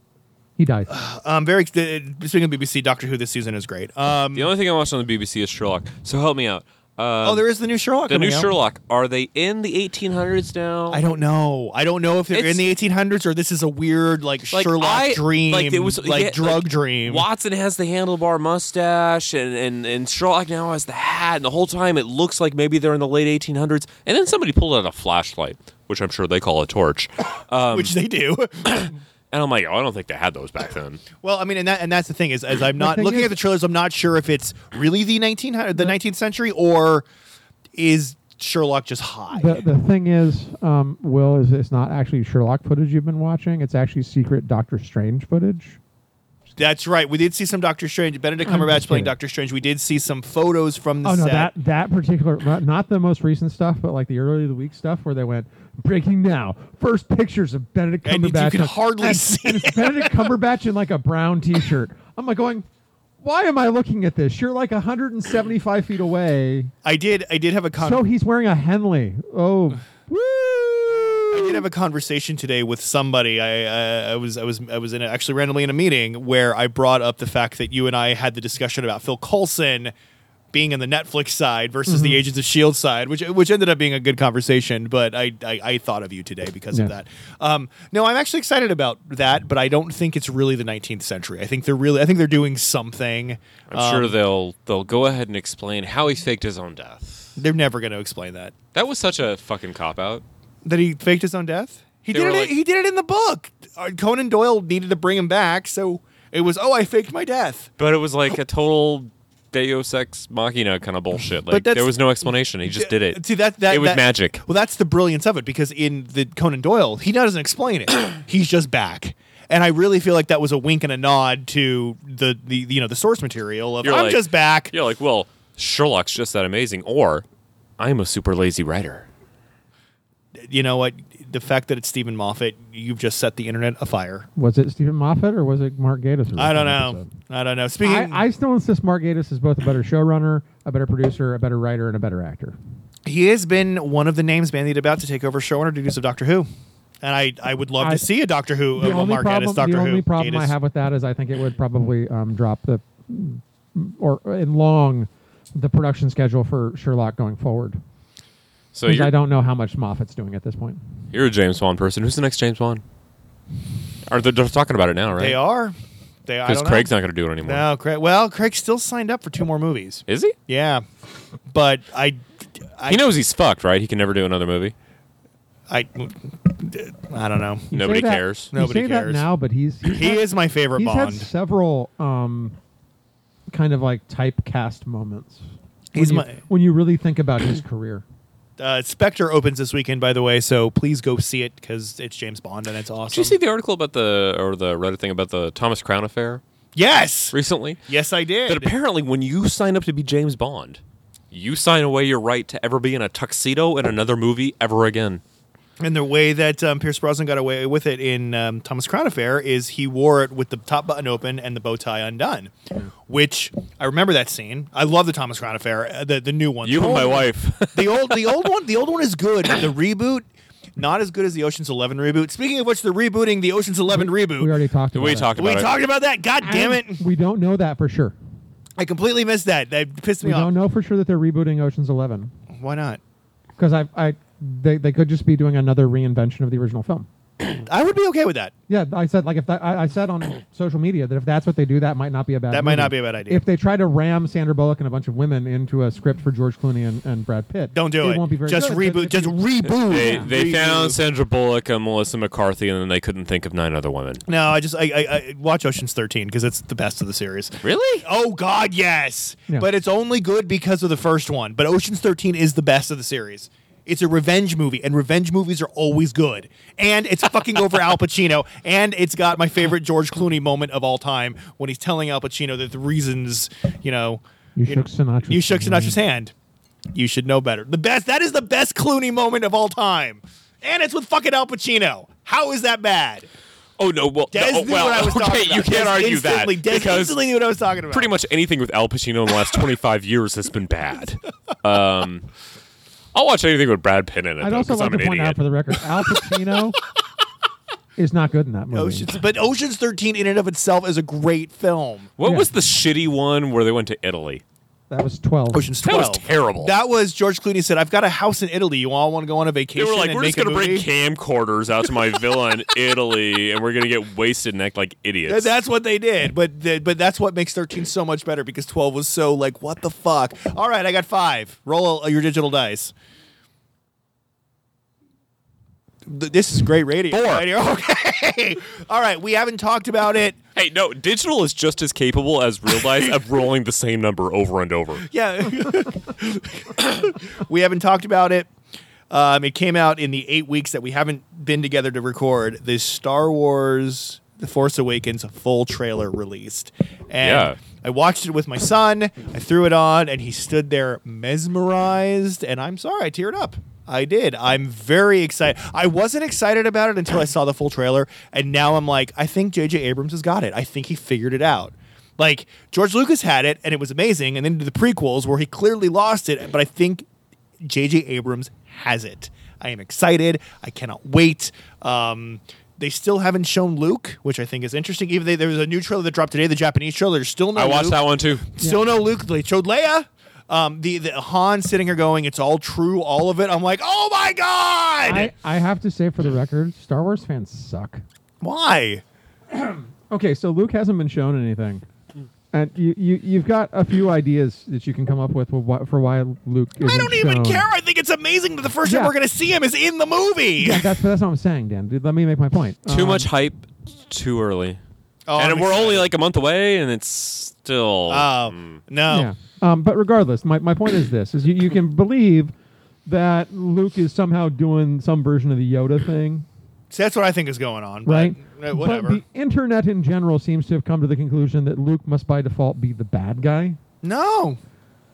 Speaker 4: He dies.
Speaker 3: Um, very ex- uh, speaking of BBC, Doctor Who this season is great. Um,
Speaker 5: The only thing I watched on the BBC is Sherlock. So help me out. Uh,
Speaker 3: oh, there is the new Sherlock.
Speaker 5: the new
Speaker 3: coming out.
Speaker 5: Sherlock. Are they in the 1800s now?
Speaker 3: I don't know. I don't know if they're in
Speaker 5: It's-
Speaker 3: the 1800s or this is a weird like, Sherlock
Speaker 5: I-
Speaker 3: dream,
Speaker 5: like
Speaker 3: like,
Speaker 5: it was yeah,
Speaker 3: drug
Speaker 5: like,
Speaker 3: dream.
Speaker 5: Watson has the handlebar mustache, and, and and Sherlock now has the hat, and the whole time it looks like maybe they're in the late 1800s. And then somebody pulled out a flashlight, which I'm sure they call a torch,
Speaker 3: which they do.
Speaker 5: And I'm like, oh, I don't think they had those back then.
Speaker 3: Well, I mean, and that and that's the thing is, as I'm not
Speaker 4: thing
Speaker 3: looking
Speaker 4: is-
Speaker 3: at the trailers, I'm not sure if it's really the 1900 the 19th century or is Sherlock just high.
Speaker 4: The, the thing is, um, Will, is it's not actually Sherlock footage you've been watching. It's actually secret Doctor Strange footage.
Speaker 3: That's right. We did see some Doctor Strange, Benedict
Speaker 4: I'm
Speaker 3: Cumberbatch
Speaker 4: just
Speaker 3: playing
Speaker 4: kidding.
Speaker 3: Doctor Strange. We did see some photos from the
Speaker 4: Mm-hmm. Oh no,
Speaker 3: set.
Speaker 4: that that particular, not, not the most recent stuff, but like the early of the week stuff where they went breaking now. First pictures of Benedict
Speaker 3: And you- you
Speaker 4: Cumberbatch.
Speaker 3: can
Speaker 4: on-
Speaker 3: hardly
Speaker 4: and-
Speaker 3: see
Speaker 4: and it's Benedict Cumberbatch in like a brown T-shirt. I'm like going, why am I looking at this? You're like 175 feet away.
Speaker 3: I did. I did have a con-
Speaker 4: So he's wearing a Henley. Oh,
Speaker 3: I
Speaker 4: woo!
Speaker 3: did have a conversation today with somebody. I, I I was I was I was in a, actually randomly in a meeting where I brought up the fact that you and I had the discussion about Phil Coulson being in the Netflix side versus
Speaker 4: Mm-hmm.
Speaker 3: the Agents of Shield E side, which which ended up being a good conversation. But I I, I thought of you today because of
Speaker 4: Yeah.
Speaker 3: that. Um, no, I'm actually excited about that, but I don't think it's really the 19th century. I think they're really I think they're doing something.
Speaker 5: I'm sure they'll they'll go ahead and explain how he faked his own death.
Speaker 3: They're never going to explain that
Speaker 5: That was such a fucking cop out.
Speaker 3: that he faked his own death. He
Speaker 5: They
Speaker 3: did
Speaker 5: were
Speaker 3: it.
Speaker 5: like-
Speaker 3: he did it in the book. Uh, Conan Doyle needed to bring him back, so it was oh I faked my death.
Speaker 5: But it was like a total Deus Ex Machina kind of bullshit. Like
Speaker 3: that's-
Speaker 5: there was no explanation. He just did it.
Speaker 3: See that that
Speaker 5: it was
Speaker 3: that-
Speaker 5: magic.
Speaker 3: Well, that's the brilliance of it because in the Conan Doyle, he doesn't explain it. He's just back. And I really feel like that was a wink and a nod to the, the you know the source material of
Speaker 5: You're
Speaker 3: I'm
Speaker 5: like-
Speaker 3: just back.
Speaker 5: You're like, well, Sherlock's just that amazing, or I'm a super lazy writer.
Speaker 3: You know what? The fact that it's Stephen Moffat, you've just set the internet afire.
Speaker 4: Was it Stephen Moffat or was it Mark Gatiss? who wrote
Speaker 3: I don't
Speaker 4: that
Speaker 3: know.
Speaker 4: episode?
Speaker 3: I don't know. Speaking,
Speaker 4: I, I still insist Mark Gatiss is both a better showrunner, a better producer, a better writer, and a better actor.
Speaker 3: he has been one of the names bandied about to take over showrunner duties of Doctor Who, and I, I would love
Speaker 4: I-
Speaker 3: to see a Doctor Who
Speaker 4: The
Speaker 3: of a
Speaker 4: only
Speaker 3: Mark
Speaker 4: problem,
Speaker 3: Gatiss Doctor
Speaker 4: the
Speaker 3: Who.
Speaker 4: only problem I
Speaker 3: Gatiss.
Speaker 4: have with that is I think it would probably um, drop the or in long the production schedule for Sherlock going forward.
Speaker 5: So
Speaker 4: Because I
Speaker 5: you're,
Speaker 4: don't know how much Moffat's doing at this point.
Speaker 5: you're a James Bond person. Who's the next James Bond? Are they they're talking about it now, right?
Speaker 3: They are. They I
Speaker 5: Because
Speaker 3: don't know.
Speaker 5: Craig's not going to do it anymore.
Speaker 3: No, Craig. Well, Craig's still signed up for two more movies.
Speaker 5: Is he?
Speaker 3: Yeah, but I, I,
Speaker 5: He knows he's fucked, right? He can never do another movie.
Speaker 3: I, I don't know.
Speaker 4: You say
Speaker 5: Nobody
Speaker 4: that-
Speaker 5: cares.
Speaker 4: You
Speaker 3: Nobody
Speaker 4: say
Speaker 3: cares.
Speaker 4: that now, but he's, he's
Speaker 3: He
Speaker 4: had-
Speaker 3: is my favorite
Speaker 4: he's had
Speaker 3: Bond.
Speaker 4: several um, kind of like typecast moments.
Speaker 3: He's
Speaker 4: when you,
Speaker 3: my-
Speaker 4: when you really think about his career.
Speaker 3: uh, Spectre opens this weekend, by the way, so please go see it because it's James Bond and it's awesome.
Speaker 5: Did you see the article about the or the Reddit thing about the Thomas Crown affair
Speaker 3: Yes,
Speaker 5: recently?
Speaker 3: yes, I
Speaker 5: That
Speaker 3: did.
Speaker 5: apparently, when you sign up to be James Bond, you sign away your right to ever be in a tuxedo in another movie ever again.
Speaker 3: And the way that um, Pierce Brosnan got away with it in um, Thomas Crown Affair is he wore it with the top button open and the bow tie undone, which I remember that scene. I love the Thomas Crown Affair, uh, the the new one.
Speaker 5: You and my
Speaker 3: Totally.
Speaker 5: wife.
Speaker 3: the old the old one the old one is good. The reboot not as good as the Ocean's Eleven reboot. Speaking of which, they're rebooting the Ocean's Eleven reboot.
Speaker 4: We already talked about
Speaker 5: we
Speaker 4: it.
Speaker 5: talked
Speaker 3: We
Speaker 5: about it.
Speaker 3: talked about that. God damn it!
Speaker 4: And We don't know that for sure.
Speaker 3: I completely missed that. That pissed me
Speaker 4: We
Speaker 3: off.
Speaker 4: don't know for sure that they're rebooting Ocean's Eleven
Speaker 3: Why not?
Speaker 4: because I, I, they, they could just be doing another reinvention of the original film.
Speaker 3: I would be okay with that.
Speaker 4: Yeah, I said like if that, I, I said on social media that if that's what they do, that might not be a bad.
Speaker 3: That might
Speaker 4: movie.
Speaker 3: not be a bad idea.
Speaker 4: If they try to ram Sandra Bullock and a bunch of women into a script for George Clooney and, and Brad Pitt,
Speaker 3: Don't do it.
Speaker 4: won't be very
Speaker 3: just
Speaker 4: good, but
Speaker 3: reboot.
Speaker 4: if
Speaker 3: Just
Speaker 4: you-
Speaker 3: reboot.
Speaker 5: They,
Speaker 3: Yeah.
Speaker 5: they
Speaker 3: Reboot.
Speaker 5: found Sandra Bullock and Melissa McCarthy, and then they couldn't think of nine other women.
Speaker 3: No, I just I, I, I watch Ocean's Thirteen because it's the best of the series.
Speaker 5: Really?
Speaker 3: Oh God, yes.
Speaker 4: Yeah.
Speaker 3: But it's only good because of the first one. But Ocean's Thirteen is the best of the series. It's a revenge movie, and revenge movies are always good. And it's fucking over Al Pacino, and it's got my favorite George Clooney moment of all time when he's telling Al Pacino that the reasons, you know,
Speaker 4: You shook Sinatra's
Speaker 3: you shook
Speaker 4: hand.
Speaker 3: Sinatra's hand. You should know better. The best. That is the best Clooney moment of all time, and it's with fucking Al Pacino. How is that bad?
Speaker 5: Oh no! Well,
Speaker 3: Des
Speaker 5: no,
Speaker 3: knew
Speaker 5: well,
Speaker 3: what I was
Speaker 5: okay,
Speaker 3: talking about.
Speaker 5: you can't
Speaker 3: Des
Speaker 5: argue that
Speaker 3: instantly, Des
Speaker 5: because
Speaker 3: instantly knew what I was talking about.
Speaker 5: pretty much anything with Al Pacino in the last 25 years has been bad. Um, I'll watch anything with Brad Pitt in it.
Speaker 4: I'd
Speaker 5: though,
Speaker 4: also
Speaker 5: 'cause
Speaker 4: like
Speaker 5: I'm
Speaker 4: to
Speaker 5: an
Speaker 4: point
Speaker 5: idiot.
Speaker 4: out for the record, Al Pacino is not good in that movie.
Speaker 3: Oceans, but Ocean's Thirteen in and of itself is a great film.
Speaker 5: what
Speaker 4: Yeah.
Speaker 5: was the shitty one where they went to Italy?
Speaker 4: That was twelve.
Speaker 3: Ocean's
Speaker 5: That
Speaker 3: Twelve
Speaker 5: was terrible.
Speaker 3: That was George Clooney said, "I've got a house in Italy. You all want to go on a
Speaker 5: They
Speaker 3: vacation?"
Speaker 5: were like,
Speaker 3: and
Speaker 5: we're
Speaker 3: make
Speaker 5: just gonna
Speaker 3: a
Speaker 5: bring
Speaker 3: movie?"
Speaker 5: camcorders out to my villa in Italy, and we're gonna get wasted and act like idiots.
Speaker 3: That's what they did, but the, but that's what makes thirteen so much better because twelve was so like, what the fuck? All right, I got five. Roll uh, your digital dice. th- this is great radio.
Speaker 5: Four.
Speaker 3: Right here. Okay. All right. We haven't talked about it.
Speaker 5: Hey, no, digital is just as capable as real dice of rolling the same number over and over.
Speaker 3: Yeah. we haven't talked about it. Um, it came out in the eight weeks that we haven't been together to record. The Star Wars The Force Awakens full trailer released. And
Speaker 5: Yeah.
Speaker 3: I watched it with my son. I threw it on, and he stood there mesmerized. And I'm sorry, I teared up. I did. I'm very excited. I wasn't excited about it until I saw the full trailer, and now I'm like, I think J.J. Abrams has got it. I think he figured it out. Like George Lucas had it, and it was amazing, and then did the prequels where he clearly lost it. But I think J.J. Abrams has it. I am excited. I cannot wait. Um, they still haven't shown Luke, which I think is interesting. Even though there was a new trailer that dropped today, the Japanese trailer. There's still no.
Speaker 5: I watched
Speaker 3: Luke.
Speaker 5: that one too.
Speaker 3: Still no Luke. They showed Leia. Um, the, the Han sitting here going, it's all true, all of it. I'm like, oh my god,
Speaker 4: I, I have to say for the record, Star Wars fans suck.
Speaker 3: why?
Speaker 4: Okay, so Luke hasn't been shown anything, and you, you you've got a few ideas that you can come up with for why, for why Luke.
Speaker 3: I
Speaker 4: isn't
Speaker 3: don't even
Speaker 4: shown.
Speaker 3: care. I think it's amazing that the first time
Speaker 4: Yeah.
Speaker 3: we're gonna see him is in the movie.
Speaker 4: Yeah, that's that's what I'm saying, Dan. Dude, let me make my point.
Speaker 5: Too
Speaker 4: Um,
Speaker 5: much hype, too early.
Speaker 3: Oh,
Speaker 5: and
Speaker 3: I'm
Speaker 5: we're only
Speaker 3: excited.
Speaker 5: like a month away, and it's still.
Speaker 3: Oh no.
Speaker 4: Yeah. Um, but regardless, my, my point is this: is you, you can believe that Luke is somehow doing some version of the Yoda thing,
Speaker 3: So that's what I think is going on. but,
Speaker 4: right?
Speaker 3: uh, whatever.
Speaker 4: But the internet in general seems to have come to the conclusion that Luke must by default be the bad guy.
Speaker 3: no,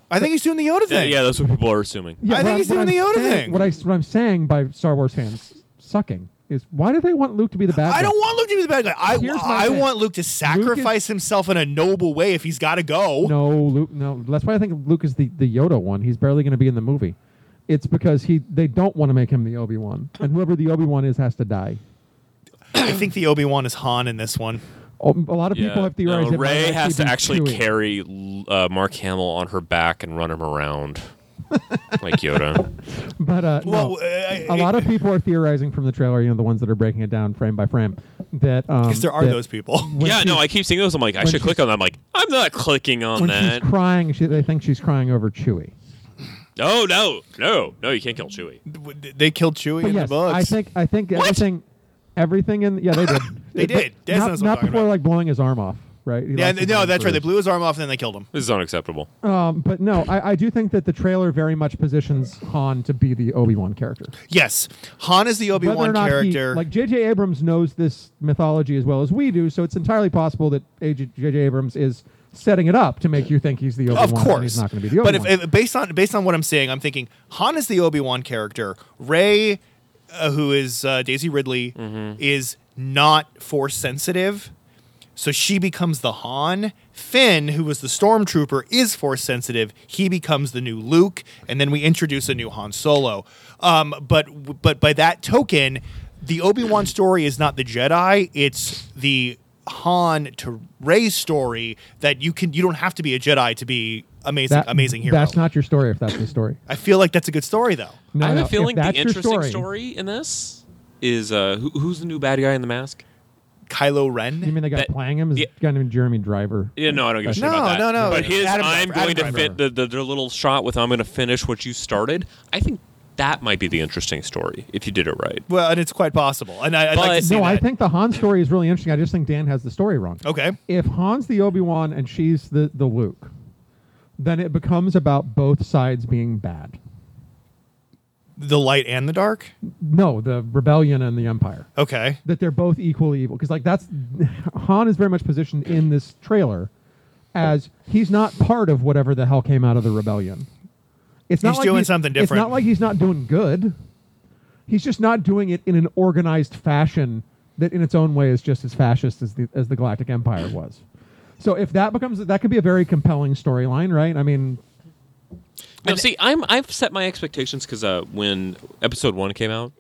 Speaker 3: I think he's doing the Yoda
Speaker 5: yeah,
Speaker 3: thing.
Speaker 5: yeah, that's what people are assuming.
Speaker 4: Yeah,
Speaker 3: I think
Speaker 4: what
Speaker 3: he's
Speaker 4: I'm-
Speaker 3: doing
Speaker 4: what
Speaker 3: the
Speaker 4: I'm
Speaker 3: Yoda
Speaker 4: saying-
Speaker 3: thing.
Speaker 4: What, I, what I'm saying by Star Wars fans sucking is why do they want Luke to be the bad guy?
Speaker 3: I don't want Luke to be the bad guy. I,
Speaker 4: Here's my
Speaker 3: I
Speaker 4: thing.
Speaker 3: want Luke to sacrifice himself in a noble way if he's got to go.
Speaker 4: No, Luke. No, that's why I think Luke is the, the Yoda one. He's barely going to be in the movie. It's because he they don't want to make him the Obi Wan, and whoever the Obi Wan is has to die.
Speaker 3: I think the Obi Wan is Han in this one.
Speaker 4: Oh, a lot of
Speaker 5: Yeah.
Speaker 4: people have theorized.
Speaker 5: No,
Speaker 4: it might
Speaker 5: Ray has to
Speaker 4: be
Speaker 5: actually
Speaker 4: Chewie.
Speaker 5: carry uh, Mark Hamill on her back and run him around like Yoda.
Speaker 4: But uh,
Speaker 3: Well,
Speaker 4: no.
Speaker 3: uh,
Speaker 4: a lot of people are theorizing from the trailer. You know, the ones that are breaking it down frame by frame. That um,
Speaker 3: Because there are
Speaker 4: that
Speaker 3: those people.
Speaker 4: when
Speaker 5: yeah,
Speaker 4: she's-
Speaker 5: no, I keep seeing those. I'm like, I
Speaker 4: when
Speaker 5: should click
Speaker 4: she's-
Speaker 5: on that. I'm like, I'm not clicking on
Speaker 4: When
Speaker 5: that.
Speaker 4: she's crying, she, they think she's crying over Chewie.
Speaker 5: No, Oh, no, no, no, you can't kill Chewie.
Speaker 3: They killed Chewie in the
Speaker 4: yes,
Speaker 3: books.
Speaker 4: I think I think everything, everything in yeah they did.
Speaker 3: They
Speaker 4: But
Speaker 3: did. That's what I'm
Speaker 4: Not, not
Speaker 3: talking
Speaker 4: before
Speaker 3: about.
Speaker 4: like blowing his arm off, right? He
Speaker 3: yeah,
Speaker 4: lost
Speaker 3: and-
Speaker 4: his
Speaker 3: no,
Speaker 4: arm
Speaker 3: that's
Speaker 4: for
Speaker 3: right. They
Speaker 4: his-
Speaker 3: blew his arm off and then they killed him.
Speaker 5: This is unacceptable.
Speaker 4: Um, but no, I, I do think that the trailer very much positions Han to be the Obi Wan character.
Speaker 3: Yes. Han is the Obi
Speaker 4: Whether or
Speaker 3: Wan
Speaker 4: not he-
Speaker 3: character.
Speaker 4: like J.J. Abrams knows this mythology as well as we do, so it's entirely possible that A- J.J. Abrams is setting it up to make you think he's the Obi Wan.
Speaker 3: of course.
Speaker 4: he's not going to be the Obi
Speaker 3: but
Speaker 4: Wan.
Speaker 3: if, if, based on based on what I'm saying, I'm thinking Han is the Obi Wan character. Ray, uh, who is uh, Daisy Ridley, is not force sensitive, so she becomes the Han. Finn, who was the stormtrooper, is force sensitive. He becomes the new Luke, and then we introduce a new Han Solo. Um, but but by that token, the Obi Wan story is not the Jedi; it's the Han to Ray story that you can you don't have to be a Jedi to be amazing
Speaker 4: That-
Speaker 3: amazing hero.
Speaker 4: That's not your story. If that's the story,
Speaker 3: I feel like that's a good story though.
Speaker 4: no,
Speaker 5: I have
Speaker 4: no,
Speaker 5: a feeling
Speaker 4: if
Speaker 5: the
Speaker 4: that's your
Speaker 5: interesting
Speaker 4: story,
Speaker 5: story. in this is uh, who, who's the new bad guy in the mask?
Speaker 3: Kylo
Speaker 4: You
Speaker 3: Ren.
Speaker 4: mean the guy
Speaker 5: That-
Speaker 4: playing him is
Speaker 5: yeah.
Speaker 4: a guy named Jeremy Driver?
Speaker 5: Yeah, no, I don't give a shit
Speaker 3: No,
Speaker 5: about that.
Speaker 3: no, no,
Speaker 5: But
Speaker 3: it's
Speaker 5: his
Speaker 3: Adam
Speaker 5: I'm
Speaker 3: Driver-
Speaker 5: going
Speaker 3: Adam
Speaker 5: to
Speaker 3: Driver.
Speaker 5: fit the, the, the little shot with I'm going to finish what you started. I think that might be the interesting story if you did it right.
Speaker 3: Well, and it's quite possible. And I, I'd like
Speaker 5: But-
Speaker 3: to see
Speaker 4: No, Oh, I
Speaker 3: that.
Speaker 4: think the Han story is really interesting. I just think Dan has the story wrong.
Speaker 3: Okay.
Speaker 4: If Han's the Obi Wan and she's the, the Luke, then it becomes about both sides being bad.
Speaker 3: The light and the dark.
Speaker 4: No, the rebellion and the empire.
Speaker 3: Okay.
Speaker 4: That they're both equally evil. Because like that's Han is very much positioned in this trailer as he's not part of whatever the hell came out of the rebellion. It's not
Speaker 3: He's
Speaker 4: like
Speaker 3: doing something
Speaker 4: It's
Speaker 3: different.
Speaker 4: not like he's not doing good. He's just not doing it in an organized fashion that, in its own way, is just as fascist as the as the Galactic Empire was. So if that becomes that could be a very compelling storyline, right? I mean,
Speaker 5: No, see, I'm I've set my expectations because uh, when episode one came out,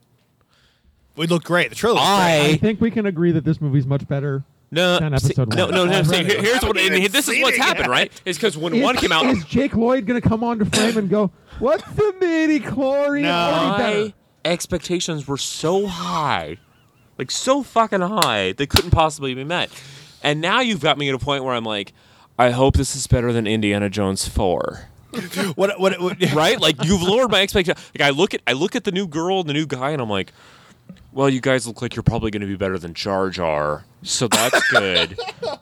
Speaker 3: We look great. The trilogy.
Speaker 4: I think we can agree that this movie's much better.
Speaker 5: No,
Speaker 4: than
Speaker 5: see-
Speaker 4: episode
Speaker 5: no,
Speaker 4: one.
Speaker 5: no, no. see,
Speaker 4: Already.
Speaker 5: here- here's what.
Speaker 3: I haven't even
Speaker 5: and this is
Speaker 3: seen
Speaker 5: what's
Speaker 3: it yet.
Speaker 5: happened, right? It's because when
Speaker 4: Is-
Speaker 5: one came out,
Speaker 4: Is Jake Lloyd going to come onto frame and go, "What's the midi chlorine?"
Speaker 3: No.
Speaker 5: my expectations were so high, like so fucking high, they couldn't possibly be met. And now you've got me at a point where I'm like, I hope this is better than Indiana Jones four.
Speaker 3: What? What? what
Speaker 5: right? Like you've lowered my expectations. Like I look at I look at the new girl and the new guy, and I'm like, well, you guys look like you're probably going to be better than Jar Jar, so that's good.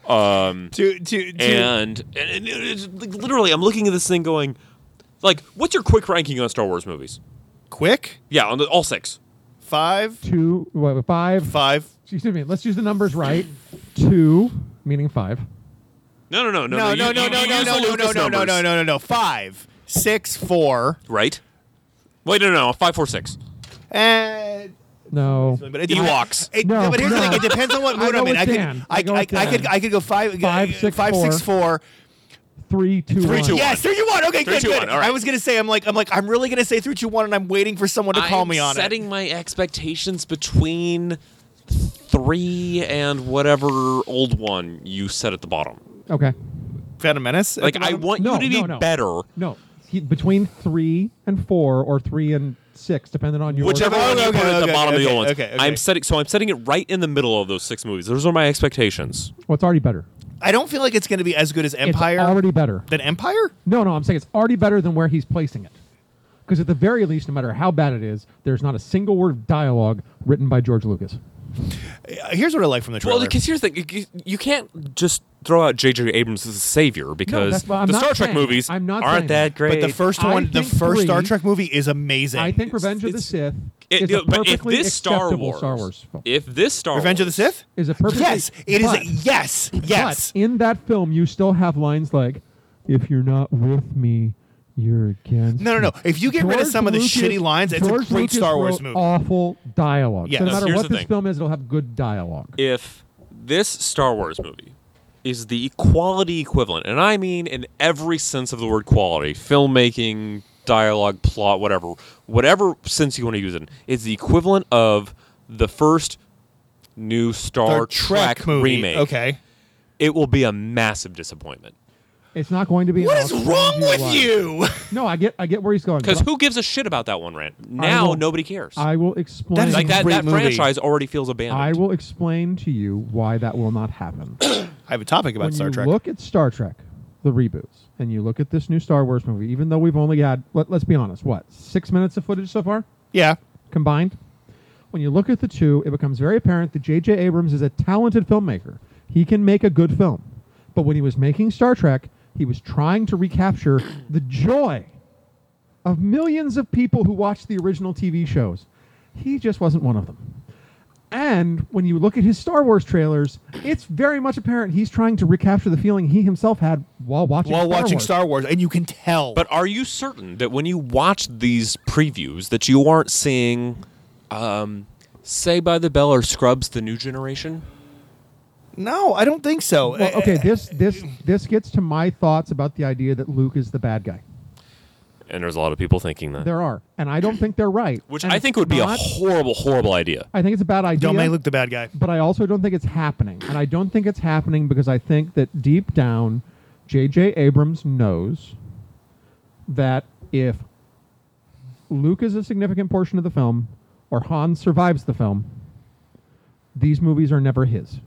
Speaker 3: To to, to
Speaker 5: and and, and it- it's, like, literally, I'm looking at this thing going, like, what's your quick ranking on Star Wars movies?
Speaker 3: quick
Speaker 5: Yeah, on the, all six.
Speaker 3: five
Speaker 4: Two, what, five.
Speaker 3: five.
Speaker 4: Excuse me. Let's use the numbers right. Two, meaning five.
Speaker 5: No, no, no, no,
Speaker 3: No
Speaker 5: you-
Speaker 3: no no
Speaker 5: you-
Speaker 3: no
Speaker 5: you
Speaker 3: no
Speaker 5: use
Speaker 3: no no
Speaker 5: the
Speaker 3: no
Speaker 5: Lucas
Speaker 3: no no
Speaker 5: numbers.
Speaker 3: no no no five six four
Speaker 5: Right? Wait, no, no, no, five, four, six.
Speaker 3: and.
Speaker 4: No.
Speaker 3: But it
Speaker 5: Ewoks.
Speaker 3: It,
Speaker 4: No,
Speaker 3: but here's the
Speaker 4: no.
Speaker 3: thing: it depends on what
Speaker 4: I
Speaker 3: mood
Speaker 4: go
Speaker 3: I'm in.
Speaker 4: with
Speaker 3: I could,
Speaker 4: Dan.
Speaker 3: I,
Speaker 4: I go
Speaker 3: I,
Speaker 4: with
Speaker 3: I could,
Speaker 4: Dan.
Speaker 3: I could go five,
Speaker 4: Five,
Speaker 3: uh,
Speaker 4: six,
Speaker 3: five, six, four.
Speaker 4: Three, two,
Speaker 5: Three,
Speaker 4: one.
Speaker 5: two, one.
Speaker 3: Yes, three, two, one. Okay,
Speaker 5: Three,
Speaker 3: good,
Speaker 5: two,
Speaker 3: good.
Speaker 5: one, all right.
Speaker 3: I was gonna say, I'm like, I'm like, I'm really gonna say three, two, one, and I'm waiting for someone to call
Speaker 5: I'm
Speaker 3: me on
Speaker 5: setting my expectations between three and whatever old one you set at the bottom.
Speaker 4: Okay.
Speaker 3: it. Phantom Menace. at
Speaker 5: Like
Speaker 3: the
Speaker 5: I
Speaker 3: bottom?
Speaker 5: want
Speaker 4: No,
Speaker 5: you to be
Speaker 4: no, no.
Speaker 5: better.
Speaker 4: No. He, between three and four, or three and six, depending on your.
Speaker 5: Whichever one you
Speaker 3: okay,
Speaker 5: put at the
Speaker 3: okay,
Speaker 5: bottom of the
Speaker 3: okay,
Speaker 5: old ones.
Speaker 3: okay, okay.
Speaker 5: I'm setting so I'm setting it right in the middle of those six movies. Those are my expectations.
Speaker 4: What's already better?
Speaker 3: I don't feel like it's gonna be as good as Empire.
Speaker 4: It's already better.
Speaker 3: than Empire.
Speaker 4: No, no, I'm saying it's already better than where he's placing it. Because at the very least, no matter how bad it is, there's not a single word of dialogue written by George Lucas.
Speaker 3: Uh, Here's what I like from the trailer.
Speaker 5: Well, because here's the thing: you, you can't just throw out J.J. Abrams as a savior because
Speaker 4: that's what I'm
Speaker 5: the
Speaker 4: not
Speaker 5: Star Trek
Speaker 4: saying.
Speaker 5: movies
Speaker 4: I'm not
Speaker 5: aren't
Speaker 4: saying
Speaker 5: that
Speaker 4: that.
Speaker 5: great.
Speaker 3: but the first
Speaker 4: I
Speaker 3: one, the
Speaker 4: think
Speaker 3: first Star
Speaker 4: three-
Speaker 3: Trek movie is amazing.
Speaker 4: I think Revenge of the
Speaker 5: it's-
Speaker 4: Sith
Speaker 5: It-
Speaker 4: is a
Speaker 5: but if
Speaker 4: perfectly
Speaker 5: this Star
Speaker 4: acceptable
Speaker 5: Wars,
Speaker 4: Star Wars film.
Speaker 5: if this Star
Speaker 3: Revenge of the
Speaker 5: Wars-
Speaker 3: Sith.
Speaker 4: is a perfect
Speaker 3: Yes, it is. A, yes, yes.
Speaker 4: But in that film, you still have lines like, "If you're not with me, you're against."
Speaker 3: No, no, no.
Speaker 4: me."
Speaker 3: If you get rid of
Speaker 4: George
Speaker 3: some of the
Speaker 4: Lucas-
Speaker 3: shitty lines, it's a
Speaker 4: George
Speaker 3: great
Speaker 4: Lucas
Speaker 3: Star Wars
Speaker 4: wrote
Speaker 3: movie.
Speaker 4: Awful dialogue.
Speaker 3: Yes.
Speaker 4: So no
Speaker 3: No,
Speaker 4: matter
Speaker 5: here's
Speaker 4: what
Speaker 5: the
Speaker 4: this
Speaker 5: thing.
Speaker 4: film is, it'll have good dialogue.
Speaker 5: if this Star Wars movie is the quality equivalent, and I mean in every sense of the word quality, filmmaking, dialogue, plot, whatever, whatever sense you want to use it, is the equivalent of the first new Star
Speaker 3: The Trek, movie.
Speaker 5: remake.
Speaker 3: Okay.
Speaker 5: It will be a massive disappointment.
Speaker 4: It's not going to be.
Speaker 3: What
Speaker 4: I'll
Speaker 3: is
Speaker 4: explain
Speaker 3: wrong
Speaker 4: to
Speaker 3: with
Speaker 4: why.
Speaker 3: you?
Speaker 4: No, I get, I get where he's going.
Speaker 5: Because
Speaker 4: but
Speaker 5: who gives a shit about that one rant? Now
Speaker 4: will-
Speaker 5: nobody cares.
Speaker 4: I will explain.
Speaker 3: is
Speaker 5: like that,
Speaker 3: Great
Speaker 5: that
Speaker 3: movie.
Speaker 5: franchise already feels
Speaker 4: I
Speaker 5: abandoned.
Speaker 4: will explain to you why that will not happen.
Speaker 3: I have a topic about
Speaker 4: when
Speaker 3: Star
Speaker 4: you
Speaker 3: Trek.
Speaker 4: look at Star Trek, the reboots, and you look at this new Star Wars movie, even though we've only had, let, let's be honest, what six minutes of footage so far
Speaker 3: yeah.
Speaker 4: combined. When you look at the two, it becomes very apparent that J.J. Abrams is a talented filmmaker. He can make a good film, but when he was making Star Trek, he was trying to recapture the joy of millions of people who watched the original TV shows. He just wasn't one of them. And when you look at his Star Wars trailers, it's very much apparent he's trying to recapture the feeling he himself had while watching
Speaker 3: While
Speaker 4: Star
Speaker 3: watching
Speaker 4: Wars.
Speaker 3: Star Wars, and you can tell.
Speaker 5: But are you certain that when you watch these previews that you aren't seeing, um, say by the bell or Scrubs, the new generation?
Speaker 3: no, I don't think so.
Speaker 4: Well, okay, this this this gets to my thoughts about the idea that Luke is the bad guy.
Speaker 5: And there's a lot of people thinking that,
Speaker 4: There are, and I don't think they're right.
Speaker 5: which
Speaker 4: And
Speaker 5: I
Speaker 4: it's
Speaker 5: think would be a
Speaker 4: not-
Speaker 5: horrible, horrible idea.
Speaker 4: I think it's a bad idea.
Speaker 3: Don't make Luke the bad guy.
Speaker 4: but I also don't think it's happening, and I don't think it's happening because I think that deep down, J.J. Abrams knows that if Luke is a significant portion of the film, or Han survives the film, these movies are never his.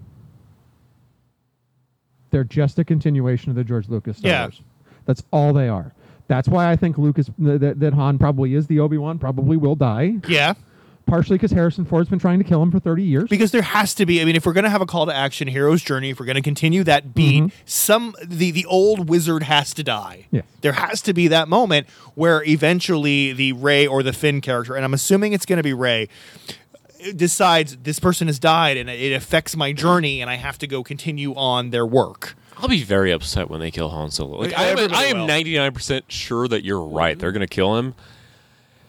Speaker 4: They're just a continuation of the George Lucas Star
Speaker 3: Yeah.
Speaker 4: Wars. That's all they are. That's why I think Luke is that, that Han probably is the Obi Wan. Probably will die,
Speaker 3: Yeah.
Speaker 4: partially because Harrison Ford's been trying to kill him for thirty years.
Speaker 3: because there has to be. I mean, if we're going to have a call to action, hero's journey, if we're going to continue that beat, some the the old wizard has to die.
Speaker 4: Mm-hmm. Yes.
Speaker 3: There has to be that moment where eventually the Ray or the Finn character, and I'm assuming it's going to be Ray, decides this person has died and it affects my journey, and I have to go continue on their work.
Speaker 5: I'll be very upset when they kill Han Solo. Like,
Speaker 3: Yeah,
Speaker 5: I am,
Speaker 3: everybody
Speaker 5: I am
Speaker 3: will.
Speaker 5: 99% sure that you're right. They're going to kill him.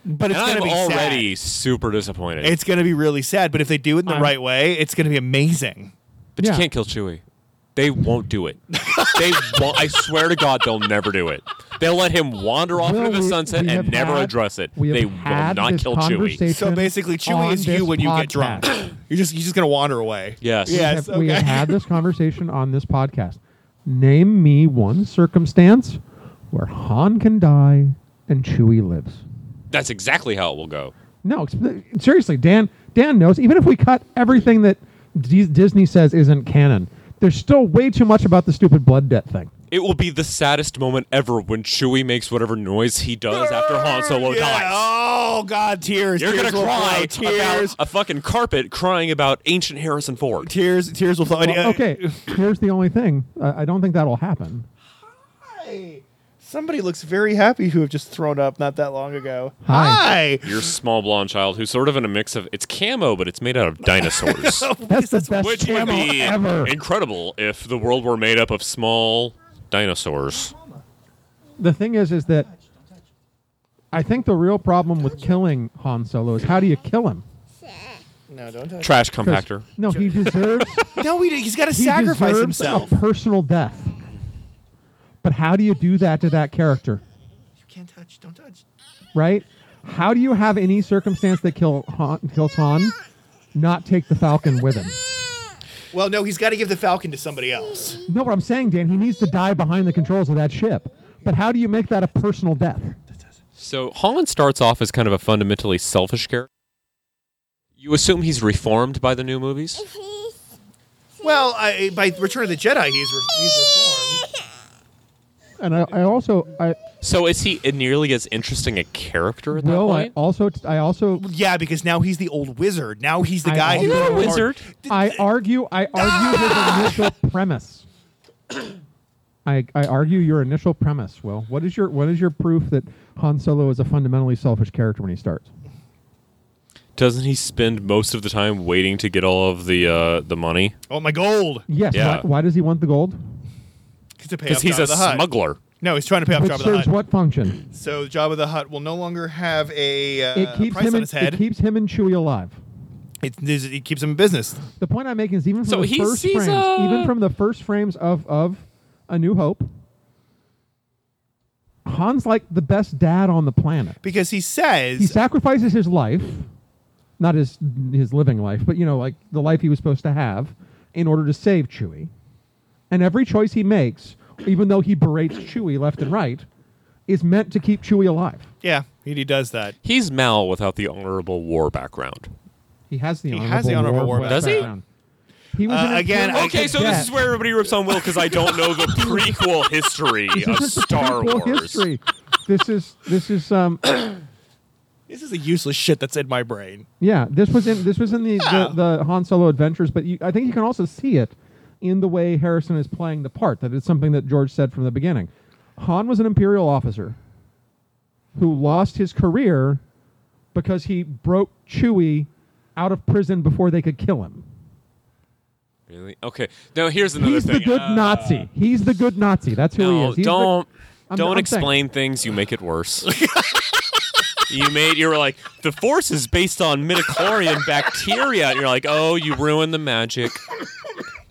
Speaker 3: But it's
Speaker 5: and
Speaker 3: going
Speaker 5: I'm
Speaker 3: to be
Speaker 5: already
Speaker 3: sad.
Speaker 5: super disappointed.
Speaker 3: It's going to be really sad. But if they do it in the
Speaker 4: I'm-
Speaker 3: right way, it's going to be amazing.
Speaker 5: but
Speaker 4: Yeah.
Speaker 5: you can't kill Chewie. They won't do it. they won't, I swear to God, they'll never do it. They'll let him wander off
Speaker 4: Will,
Speaker 5: into the
Speaker 4: we-
Speaker 5: sunset
Speaker 4: we
Speaker 5: and
Speaker 4: have
Speaker 5: never
Speaker 4: had-
Speaker 5: address it.
Speaker 4: we have
Speaker 5: They will
Speaker 4: had
Speaker 5: not
Speaker 4: this
Speaker 5: kill Chewie.
Speaker 4: conversation
Speaker 3: So basically, Chewie
Speaker 4: on
Speaker 3: is you
Speaker 4: this
Speaker 3: when you get drunk.
Speaker 4: podcast.
Speaker 3: You're just you're just gonna wander away.
Speaker 5: Yes.
Speaker 4: We
Speaker 3: Yes.
Speaker 4: have- We have
Speaker 3: okay.
Speaker 4: had this conversation on this podcast. Name me one circumstance where Han can die and Chewie lives.
Speaker 5: That's exactly how it will go.
Speaker 4: No, exp- seriously, Dan. Dan knows. Even if we cut everything that D- Disney says isn't canon, there's still way too much about the stupid blood debt thing.
Speaker 5: It will be the saddest moment ever when Chewie makes whatever noise he does after Han Solo
Speaker 3: Yeah.
Speaker 5: dies.
Speaker 3: Oh God, tears!
Speaker 5: You're
Speaker 3: tears
Speaker 5: gonna
Speaker 3: will
Speaker 5: cry
Speaker 3: flow, tears,
Speaker 5: about a fucking carpet crying about ancient Harrison Ford.
Speaker 3: tears, tears will flow. And,
Speaker 4: Well,
Speaker 3: uh,
Speaker 4: okay, here's the only thing. I I don't think that'll happen.
Speaker 3: Hi. Somebody looks very happy who have just thrown up not that long ago.
Speaker 4: Hi.
Speaker 3: Hi.
Speaker 5: Your small blonde child, who's sort of in a mix of it's camo, but it's made out of dinosaurs,
Speaker 4: That's the best
Speaker 5: which would
Speaker 4: camo
Speaker 5: be
Speaker 4: ever.
Speaker 5: incredible if the world were made up of small dinosaurs.
Speaker 4: the thing is, is that I think the real problem with killing Han Solo is how do you kill him?
Speaker 3: No, don't touch.
Speaker 5: Trash
Speaker 4: 'Cause-
Speaker 5: compactor.
Speaker 4: No, he deserves.
Speaker 3: No, he, he's got to
Speaker 4: he
Speaker 3: sacrifice
Speaker 4: deserves
Speaker 3: himself.
Speaker 4: a personal death. But how do you do that to that character,
Speaker 3: You can't touch. Don't touch.
Speaker 4: right? How do you have any circumstance that kill Han, kills Han, not take the Falcon with him?
Speaker 3: Well, no, he's got to give the Falcon to somebody else.
Speaker 4: No, what I'm saying, Dan, he needs to die behind the controls of that ship. But how do you make that a personal death?
Speaker 5: So Holland starts off as kind of a fundamentally selfish character. You assume he's reformed by the new movies?
Speaker 3: Well, I, by Return of the Jedi, he's, re- he's reformed.
Speaker 4: And I, I also, I
Speaker 5: So is he nearly as interesting a character at
Speaker 4: will,
Speaker 5: that
Speaker 4: I
Speaker 5: point?
Speaker 4: also, I also,
Speaker 3: Yeah, because now he's the old wizard. Now he's the
Speaker 4: I
Speaker 3: guy who
Speaker 4: also- You're not a
Speaker 5: wizard.
Speaker 4: I argue, I argue his initial premise. I, I argue your initial premise. Will, what is your what is your proof that Han Solo is a fundamentally selfish character when he starts?
Speaker 5: Doesn't he spend most of the time waiting to get all of the uh, the money?
Speaker 3: Oh my gold!
Speaker 4: Yes.
Speaker 5: Yeah.
Speaker 4: Why, why does he want the gold?
Speaker 5: Because he's a smuggler.
Speaker 3: No, he's trying to pay off
Speaker 4: Which
Speaker 3: Jabba the
Speaker 4: serves
Speaker 3: Hutt.
Speaker 4: what function?
Speaker 3: So Jabba the Hutt will no longer have a uh,
Speaker 4: it keeps
Speaker 3: price
Speaker 4: him.
Speaker 3: on
Speaker 4: In,
Speaker 3: his head.
Speaker 4: It keeps him and Chewie alive.
Speaker 3: It, this- it keeps him in business.
Speaker 4: The point I'm making is even from
Speaker 5: So
Speaker 4: the
Speaker 5: he
Speaker 4: first
Speaker 5: sees uh,
Speaker 4: frames,
Speaker 5: a-
Speaker 4: even from the first frames of of A New Hope, Han's like the best dad on the planet.
Speaker 3: Because he
Speaker 4: He
Speaker 3: says,
Speaker 4: sacrifices his life, not his his living life, but you know, like the life he was supposed to have, in order to save Chewie. And every choice he makes, even though he berates Chewie left and right, is meant to keep Chewie alive.
Speaker 3: yeah, he, he does that.
Speaker 5: He's Mal without the honorable war background.
Speaker 4: He has the
Speaker 3: He
Speaker 4: honorable
Speaker 3: has the honorable
Speaker 4: war
Speaker 3: war
Speaker 4: back-
Speaker 5: Does he?
Speaker 4: background. He was
Speaker 3: Uh,
Speaker 4: an
Speaker 3: again,
Speaker 4: experiment
Speaker 5: Okay,
Speaker 4: at
Speaker 5: so this
Speaker 4: death.
Speaker 5: is where everybody rips on Will because I don't know the prequel history
Speaker 4: This
Speaker 5: of
Speaker 4: isn't the
Speaker 5: Star
Speaker 4: prequel
Speaker 5: Wars.
Speaker 4: history. This is this is um
Speaker 3: This is the useless shit that's in my brain.
Speaker 4: yeah this was in this was in the
Speaker 3: Yeah.
Speaker 4: the, the Han Solo adventures, but you, I think you can also see it in the way Harrison is playing the part. That it's something that George said from the beginning. Han was an Imperial officer who lost his career because he broke Chewie out of prison before they could kill him.
Speaker 5: Really? Okay. Now here's another
Speaker 4: He's
Speaker 5: thing.
Speaker 4: the good
Speaker 5: Uh,
Speaker 4: Nazi. He's the good Nazi. That's who he
Speaker 5: No,
Speaker 4: is. He's the-
Speaker 5: don't
Speaker 4: I'm-
Speaker 5: don't
Speaker 4: I'm saying-
Speaker 5: explain things. You make it worse. you made you were like the force is based on midichlorian bacteria, and you're like, oh, you ruined the magic.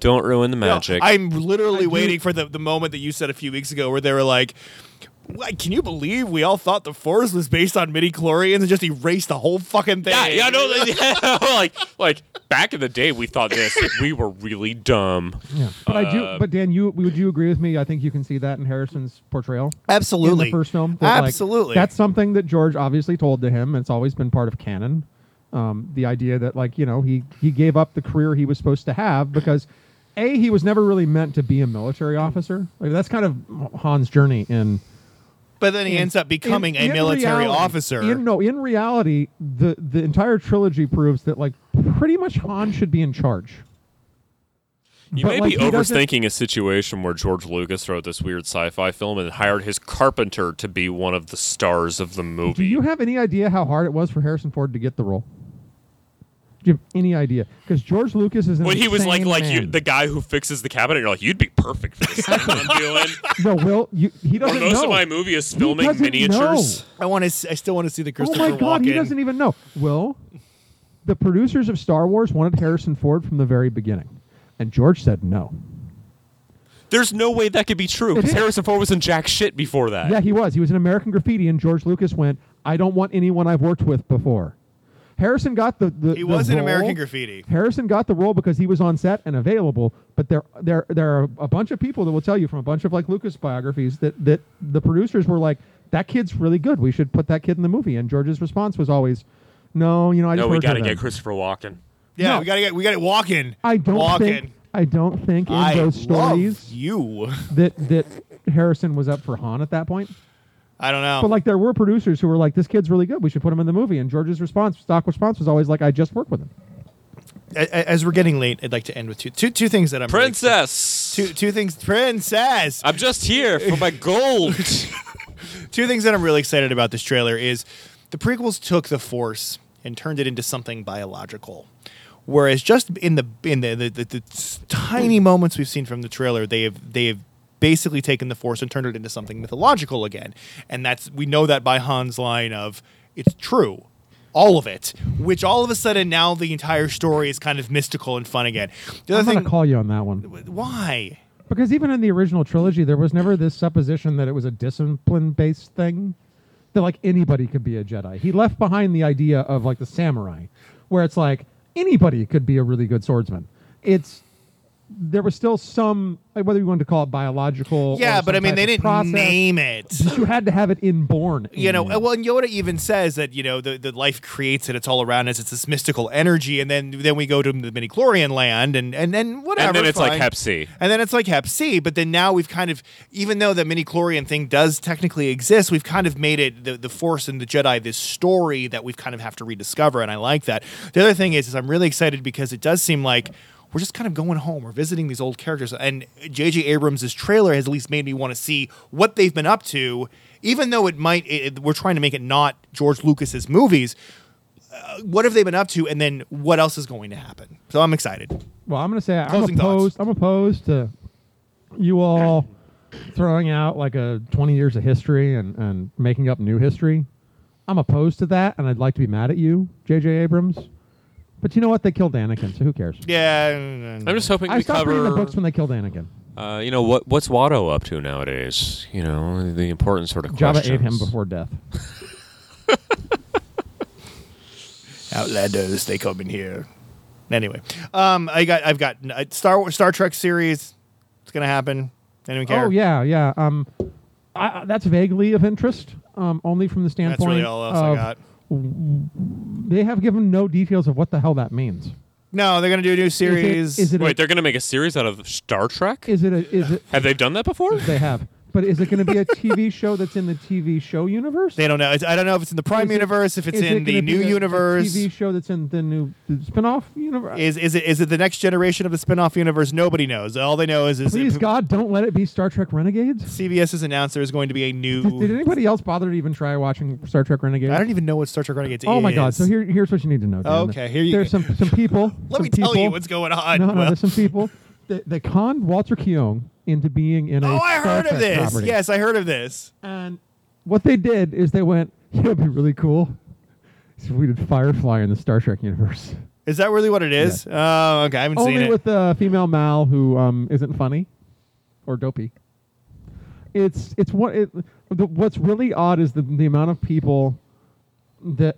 Speaker 5: Don't ruin the magic.
Speaker 3: I'm literally waiting for the, the moment that you said a few weeks ago where they were like, "Why, can you believe we all thought the Force was based on midi chlorians and just erased the whole fucking thing?
Speaker 5: yeah, yeah, I know. that- like, like back in the day, we thought this. We were really dumb.
Speaker 4: Yeah. But I
Speaker 5: Uh,
Speaker 4: do. But Dan, you would you agree with me? I think you can see that in Harrison's portrayal.
Speaker 3: Absolutely.
Speaker 4: in the first film. that, like,
Speaker 3: Absolutely.
Speaker 4: that's something that George obviously told to him. And it's always been part of canon. Um, the idea that like you know he he gave up the career he was supposed to have because a he was never really meant to be a military officer. Like, that's kind of Han's journey in
Speaker 3: but then he ends up becoming
Speaker 4: in-
Speaker 3: a
Speaker 4: in
Speaker 3: military
Speaker 4: reality-
Speaker 3: officer.
Speaker 4: In, no, in reality, the the entire trilogy proves that like pretty much Han should be in charge.
Speaker 5: You
Speaker 4: But,
Speaker 5: may
Speaker 4: like,
Speaker 5: be
Speaker 4: he doesn't-
Speaker 5: overthinking a situation where George Lucas wrote this weird sci-fi film and hired his carpenter to be one of the stars of the
Speaker 4: Do
Speaker 5: movie.
Speaker 4: you have any idea how hard it was for Harrison Ford to get the role? Do you have any idea? Because George Lucas is an
Speaker 5: when he was like
Speaker 4: insane
Speaker 5: like you,
Speaker 4: man.
Speaker 5: the guy who fixes the cabinet, you're like, you'd be perfect for this thing I'm doing.
Speaker 4: no Will you, he
Speaker 5: Or
Speaker 4: doesn't
Speaker 5: most
Speaker 4: know.
Speaker 5: of my movie is
Speaker 4: He
Speaker 5: filming
Speaker 4: doesn't
Speaker 5: miniatures.
Speaker 4: know.
Speaker 3: I want to. I still want to see the
Speaker 4: Oh
Speaker 3: Christopher
Speaker 4: my God, he
Speaker 3: Walken.
Speaker 4: doesn't even know. Will the producers of Star Wars wanted Harrison Ford from the very beginning, and George said no.
Speaker 5: There's no way that could be true because
Speaker 4: is.
Speaker 5: Harrison Ford was in jack shit before that.
Speaker 4: Yeah, he was. He was an American Graffiti, and George Lucas went, "I don't want anyone I've worked with before." Harrison got the, the
Speaker 3: He
Speaker 4: the
Speaker 3: was in
Speaker 4: role.
Speaker 3: American Graffiti.
Speaker 4: Harrison got the role because he was on set and available. But there there there are a bunch of people that will tell you from a bunch of like Lucas biographies that that the producers were like, "That kid's really good. We should put that kid in the movie." And George's response was always, "No, you know, I just
Speaker 5: no, we
Speaker 4: worked with
Speaker 5: gotta
Speaker 4: him."
Speaker 5: get Christopher Walken.
Speaker 3: Yeah,
Speaker 4: No.
Speaker 3: we gotta get we gotta get Walken.
Speaker 4: I don't
Speaker 3: Walken.
Speaker 4: think I don't think in
Speaker 3: I
Speaker 4: those
Speaker 3: love
Speaker 4: stories
Speaker 3: you.
Speaker 4: that that Harrison was up for Han at that point.
Speaker 3: I don't know.
Speaker 4: But like there were producers who were like, "This kid's really good. We should put him in the movie." And George's response, stock response, was always like, "I just work with him."
Speaker 3: A- a- as we're getting late, I'd like to end with two two, two things that I'm really-
Speaker 5: Princess.
Speaker 3: two two things princess.
Speaker 5: I'm just here for my gold.
Speaker 3: two things that I'm really excited about this trailer is the prequels took the force and turned it into something biological. Whereas just in the in the, the, the, the s- tiny moments we've seen from the trailer, they have they have basically taken the force and turned it into something mythological again. And that's we know that by Han's line of it's true. All of it, which all of a sudden now the entire story is kind of mystical and fun again. The
Speaker 4: I'm
Speaker 3: other
Speaker 4: gonna
Speaker 3: thing,
Speaker 4: call you on that one
Speaker 3: why?
Speaker 4: because even in the original trilogy, there was never this supposition that it was a discipline-based thing that like anybody could be a Jedi. He left behind the idea of like the samurai, where it's like anybody could be a really good swordsman. It's there was still some like, whether you wanted to call it biological. or
Speaker 3: Yeah, but
Speaker 4: some
Speaker 3: I mean
Speaker 4: type
Speaker 3: they
Speaker 4: of
Speaker 3: didn't
Speaker 4: process,
Speaker 3: name it.
Speaker 4: but You had to have it inborn.
Speaker 3: you
Speaker 4: in
Speaker 3: know,
Speaker 4: you.
Speaker 3: well, and Yoda even says that you know the, the life creates it; it's all around us. It's this mystical energy, and then then we go to the midi chlorian land, and and then whatever.
Speaker 5: and then it's like
Speaker 3: fine.
Speaker 5: Hep C.
Speaker 3: And then it's like Hep C, but then now we've kind of, even though the mini chlorian thing does technically exist, we've kind of made it the, the Force and the Jedi this story that we've kind of have to rediscover, and I like that. The other thing is, is I'm really excited because it does seem like we're just kind of going home. We're visiting these old characters, and J.J. Abrams' trailer has at least made me want to see what they've been up to, even though it might. It, it- we're trying to make it not George Lucas's movies. Uh, what have they been up to, and then what else is going to happen? So I'm excited.
Speaker 4: Well, I'm going to say I'm
Speaker 3: Closing thoughts.
Speaker 4: opposed. I'm opposed to you all throwing out like a 20 years of history and, and making up new history. I'm opposed to that, and I'd like to be mad at you, J.J. Abrams. But you know what? They killed Anakin, so who cares?
Speaker 3: Yeah,
Speaker 5: I'm just hoping
Speaker 4: I
Speaker 5: we
Speaker 4: stopped
Speaker 5: cover.
Speaker 4: reading the books when they killed Anakin.
Speaker 5: uh, you know what? What's Watto up to nowadays? You know the important sort of
Speaker 4: Java ate
Speaker 5: questions.
Speaker 4: him before death.
Speaker 3: Outlanders, they come in here. Anyway, um, I got I've got uh, Star Wars, Star Trek series. It's gonna happen. Anyone care?
Speaker 4: Oh yeah, yeah. Um, I, I- that's vaguely of interest. Um, only from the
Speaker 3: that's
Speaker 4: standpoint
Speaker 3: really all else I
Speaker 4: of
Speaker 3: got.
Speaker 4: they have given no details of what the hell that means.
Speaker 3: No, they're gonna do a new
Speaker 4: Is it-
Speaker 3: series.
Speaker 4: Is it? a-
Speaker 5: Wait, they're gonna make a series out of Star Trek?
Speaker 4: is it? A, is it?
Speaker 5: Have they done that before?
Speaker 4: They have. But is it going to be a TV show that's in the TV show universe?
Speaker 3: they don't know. It's, I don't know if it's in the Prime
Speaker 4: Is it-
Speaker 3: universe, if it's
Speaker 4: is it
Speaker 3: in the
Speaker 4: gonna be
Speaker 3: new
Speaker 4: a- a
Speaker 3: universe.
Speaker 4: TV show that's in the new the spin-off universe.
Speaker 3: is is it is it the next generation of the spin-off universe? Nobody knows. All they know is is
Speaker 4: Please
Speaker 3: it,
Speaker 4: God, don't let it be Star Trek Renegades.
Speaker 3: CBS has announced there is going to be a
Speaker 4: Did
Speaker 3: new.
Speaker 4: anybody else bother to even try watching Star Trek Renegades?
Speaker 3: I don't even know what Star Trek Renegades
Speaker 4: oh
Speaker 3: is.
Speaker 4: my God! So here, here's what you need to know. Dan.
Speaker 3: Okay, here you
Speaker 4: There's
Speaker 3: go.
Speaker 4: some some people.
Speaker 3: let
Speaker 4: some
Speaker 3: me tell you
Speaker 4: people-
Speaker 3: what's going on.
Speaker 4: No, no,
Speaker 3: Will.
Speaker 4: there's some people that, that conned Walter Keown into being in a
Speaker 3: oh, I
Speaker 4: Star
Speaker 3: heard of
Speaker 4: Trek
Speaker 3: this.
Speaker 4: property.
Speaker 3: Yes, I heard of this.
Speaker 4: And what they did is they went, you know, it'd be really cool if we did Firefly in the Star Trek universe.
Speaker 3: Is that really what it is? Oh, okay. I haven't seen
Speaker 4: Only
Speaker 3: it.
Speaker 4: with a female Mal who um, isn't funny or dopey. It's it's what it, the, what's really odd is the, the amount of people that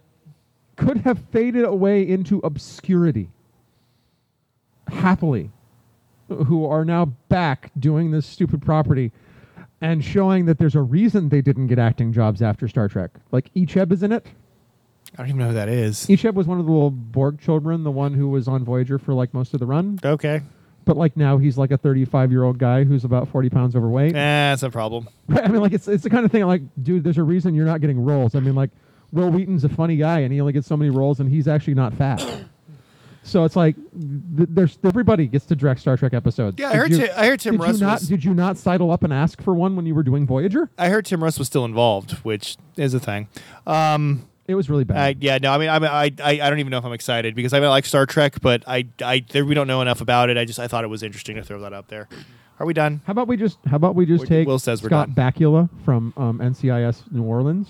Speaker 4: could have faded away into obscurity happily who are now back doing this stupid property and showing that there's a reason they didn't get acting jobs after Star Trek. Like Icheb is in it.
Speaker 3: I don't even know who that is.
Speaker 4: Icheb was one of the little Borg children, the one who was on Voyager for like most of the run.
Speaker 3: Okay. Eh,
Speaker 4: but like now he's like a 35 year old guy who's about 40 pounds overweight
Speaker 3: Nah, that's no problem.
Speaker 4: i mean like it's, it's the kind of thing like dude there's a reason you're not getting roles i mean like will wheaton's a funny guy and he only gets so many roles and he's actually not fat so it's like th- there's everybody gets to direct star trek episodes
Speaker 3: Yeah, I
Speaker 4: Did
Speaker 3: heard Ti- I heard Tim
Speaker 4: did
Speaker 3: Russ
Speaker 4: you not
Speaker 3: was-
Speaker 4: did you not sidle up and ask for one when you were doing voyager
Speaker 3: I heard Tim Russ was still involved, which is a thing. Um,
Speaker 4: it was really
Speaker 3: I,
Speaker 4: bad
Speaker 3: yeah, no, I mean, I, mean, I, I, I don't even know if I'm excited because I, mean, I like Star Trek, but I, I, there, we don't know enough about it. I just, I thought it was interesting to throw that out there. Are we done?
Speaker 4: how about we just how about we just
Speaker 3: Will-
Speaker 4: take
Speaker 3: Will says we're
Speaker 4: scott
Speaker 3: done.
Speaker 4: bakula from um, ncis new orleans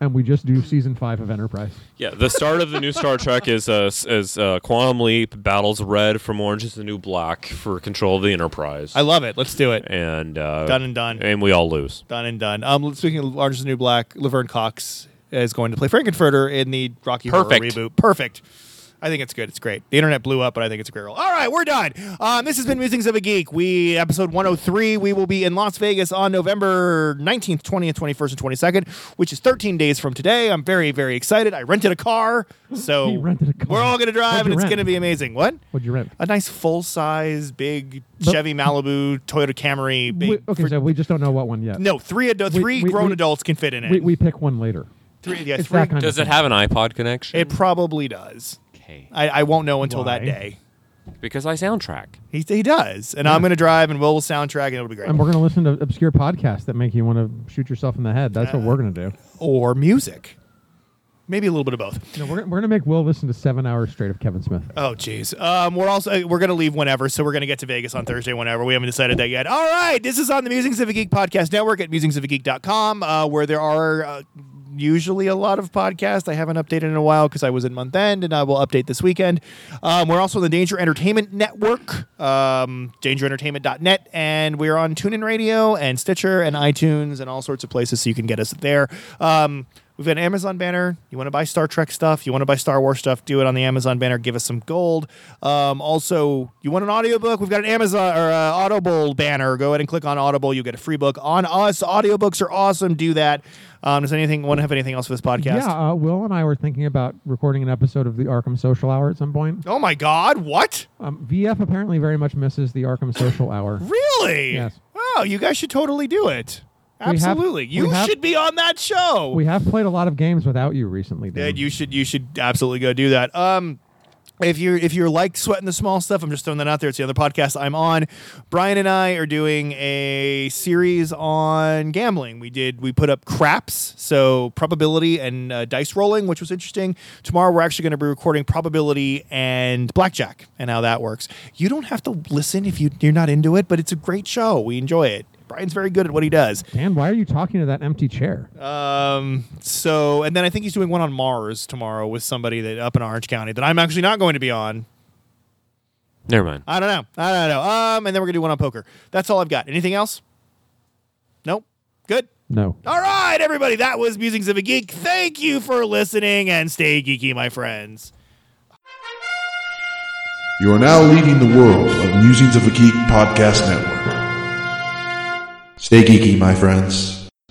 Speaker 4: and we just do season five of enterprise
Speaker 5: Yeah, the start of the new Star Trek is uh, s- is uh, Quantum Leap battles Red from Orange is the New Black for control of the Enterprise.
Speaker 3: I love it. Let's do it.
Speaker 5: and uh,
Speaker 3: Done and done.
Speaker 5: And we all lose.
Speaker 3: Done and done. Um, speaking of Orange is the New Black, Laverne Cox is going to play Frankenfurter in the Rocky
Speaker 5: Perfect.
Speaker 3: Horror reboot. Perfect. I think it's good. It's great. The internet blew up, but I think it's a great role. All right, we're done. Um, this has been Musings of a Geek. We episode 103. We will be in Las Vegas on November 19th, 20th, 21st, and 22nd, which is 13 days from today. I'm very, very excited. I rented a car, so
Speaker 4: He rented a car.
Speaker 3: we're all gonna drive,
Speaker 4: What'd you
Speaker 3: and it's
Speaker 4: rent?
Speaker 3: gonna be amazing. What?
Speaker 4: What'd you rent?
Speaker 3: A nice full size, big Chevy Malibu, Toyota Camry. Big,
Speaker 4: We- okay,
Speaker 3: for-
Speaker 4: so we just don't know what one yet.
Speaker 3: no, three ado-
Speaker 4: We-
Speaker 3: three
Speaker 4: we-
Speaker 3: grown
Speaker 4: we-
Speaker 3: adults can fit in it.
Speaker 4: we, we pick one later.
Speaker 3: three, yeah,
Speaker 4: It's
Speaker 3: three-
Speaker 4: that kind
Speaker 5: Does
Speaker 4: of
Speaker 5: it have an iPod connection?
Speaker 3: It probably does.
Speaker 5: okay.
Speaker 3: I, I won't know until that
Speaker 4: Why?
Speaker 3: day.
Speaker 5: Because I soundtrack.
Speaker 3: He, he does, and I'm gonna drive, and we'll soundtrack, and it'll be great.
Speaker 4: And we're gonna listen to obscure podcasts that make you want to shoot yourself in the head. That's what we're gonna do.
Speaker 3: or music, maybe a little bit of both.
Speaker 4: No, we're, gonna- we're gonna make Will listen to seven hours straight of Kevin Smith.
Speaker 3: Oh, jeez. Um, we're also uh, we're gonna leave whenever, so we're gonna get to Vegas on Thursday whenever. We haven't decided that yet. All right, this is on the Musings of a Geek podcast network at musingsofageek.com, uh, where there are. Uh, Usually, a lot of podcasts. I haven't updated in a while because I was in month end, and I will update this weekend. Um, we're also on the Danger Entertainment Network, um, dangerentertainment.net, and we're on TuneIn Radio and Stitcher and iTunes and all sorts of places, so you can get us there. Um, We've got an Amazon banner. You want to buy Star Trek stuff, you want to buy Star Wars stuff, do it on the Amazon banner. Give us some gold. Um, also, you want an audiobook? We've got an Amazon or uh, Audible banner. Go ahead and click on Audible. You get a free book on us. Audiobooks are awesome. Do that. Um, does anything want to have anything else for this podcast?
Speaker 4: Yeah, uh, Will and I were thinking about recording an episode of the Arkham Social Hour at some point.
Speaker 3: Oh my God! What?
Speaker 4: Um, VF apparently very much misses the Arkham Social Hour.
Speaker 3: Really?
Speaker 4: Yes.
Speaker 3: Oh, you guys should totally do it.
Speaker 4: have-
Speaker 3: Absolutely. you
Speaker 4: we have-
Speaker 3: should be on that show.
Speaker 4: We have played a lot of games without you recently,
Speaker 3: Yeah,
Speaker 4: Dan.
Speaker 3: you should you should absolutely go do that. Um if you're if you're like sweating the small stuff, I'm just throwing that out there. It's the other podcast I'm on. Brian and I are doing a series on gambling. We did we put up craps, so probability and uh, dice rolling, which was interesting. Tomorrow we're actually going to be recording probability and blackjack and how that works. You don't have to listen if you you're not into it, but it's a great show. We enjoy it. Brian's very good at what he does.
Speaker 4: Dan, why are you talking to that empty chair?
Speaker 3: Um, so, and then I think he's doing one on Mars tomorrow with somebody that up in Orange County that I'm actually not going to be on.
Speaker 5: Never mind.
Speaker 3: I don't know. I don't know. Um, and then we're gonna do one on poker. That's all I've got. Anything else? Nope. Good.
Speaker 4: no.
Speaker 3: All right, everybody. That was Musings of a Geek. Thank you for listening and stay geeky, my friends.
Speaker 1: You are now leading the world of Musings of a Geek podcast network. Stay geeky, my friends.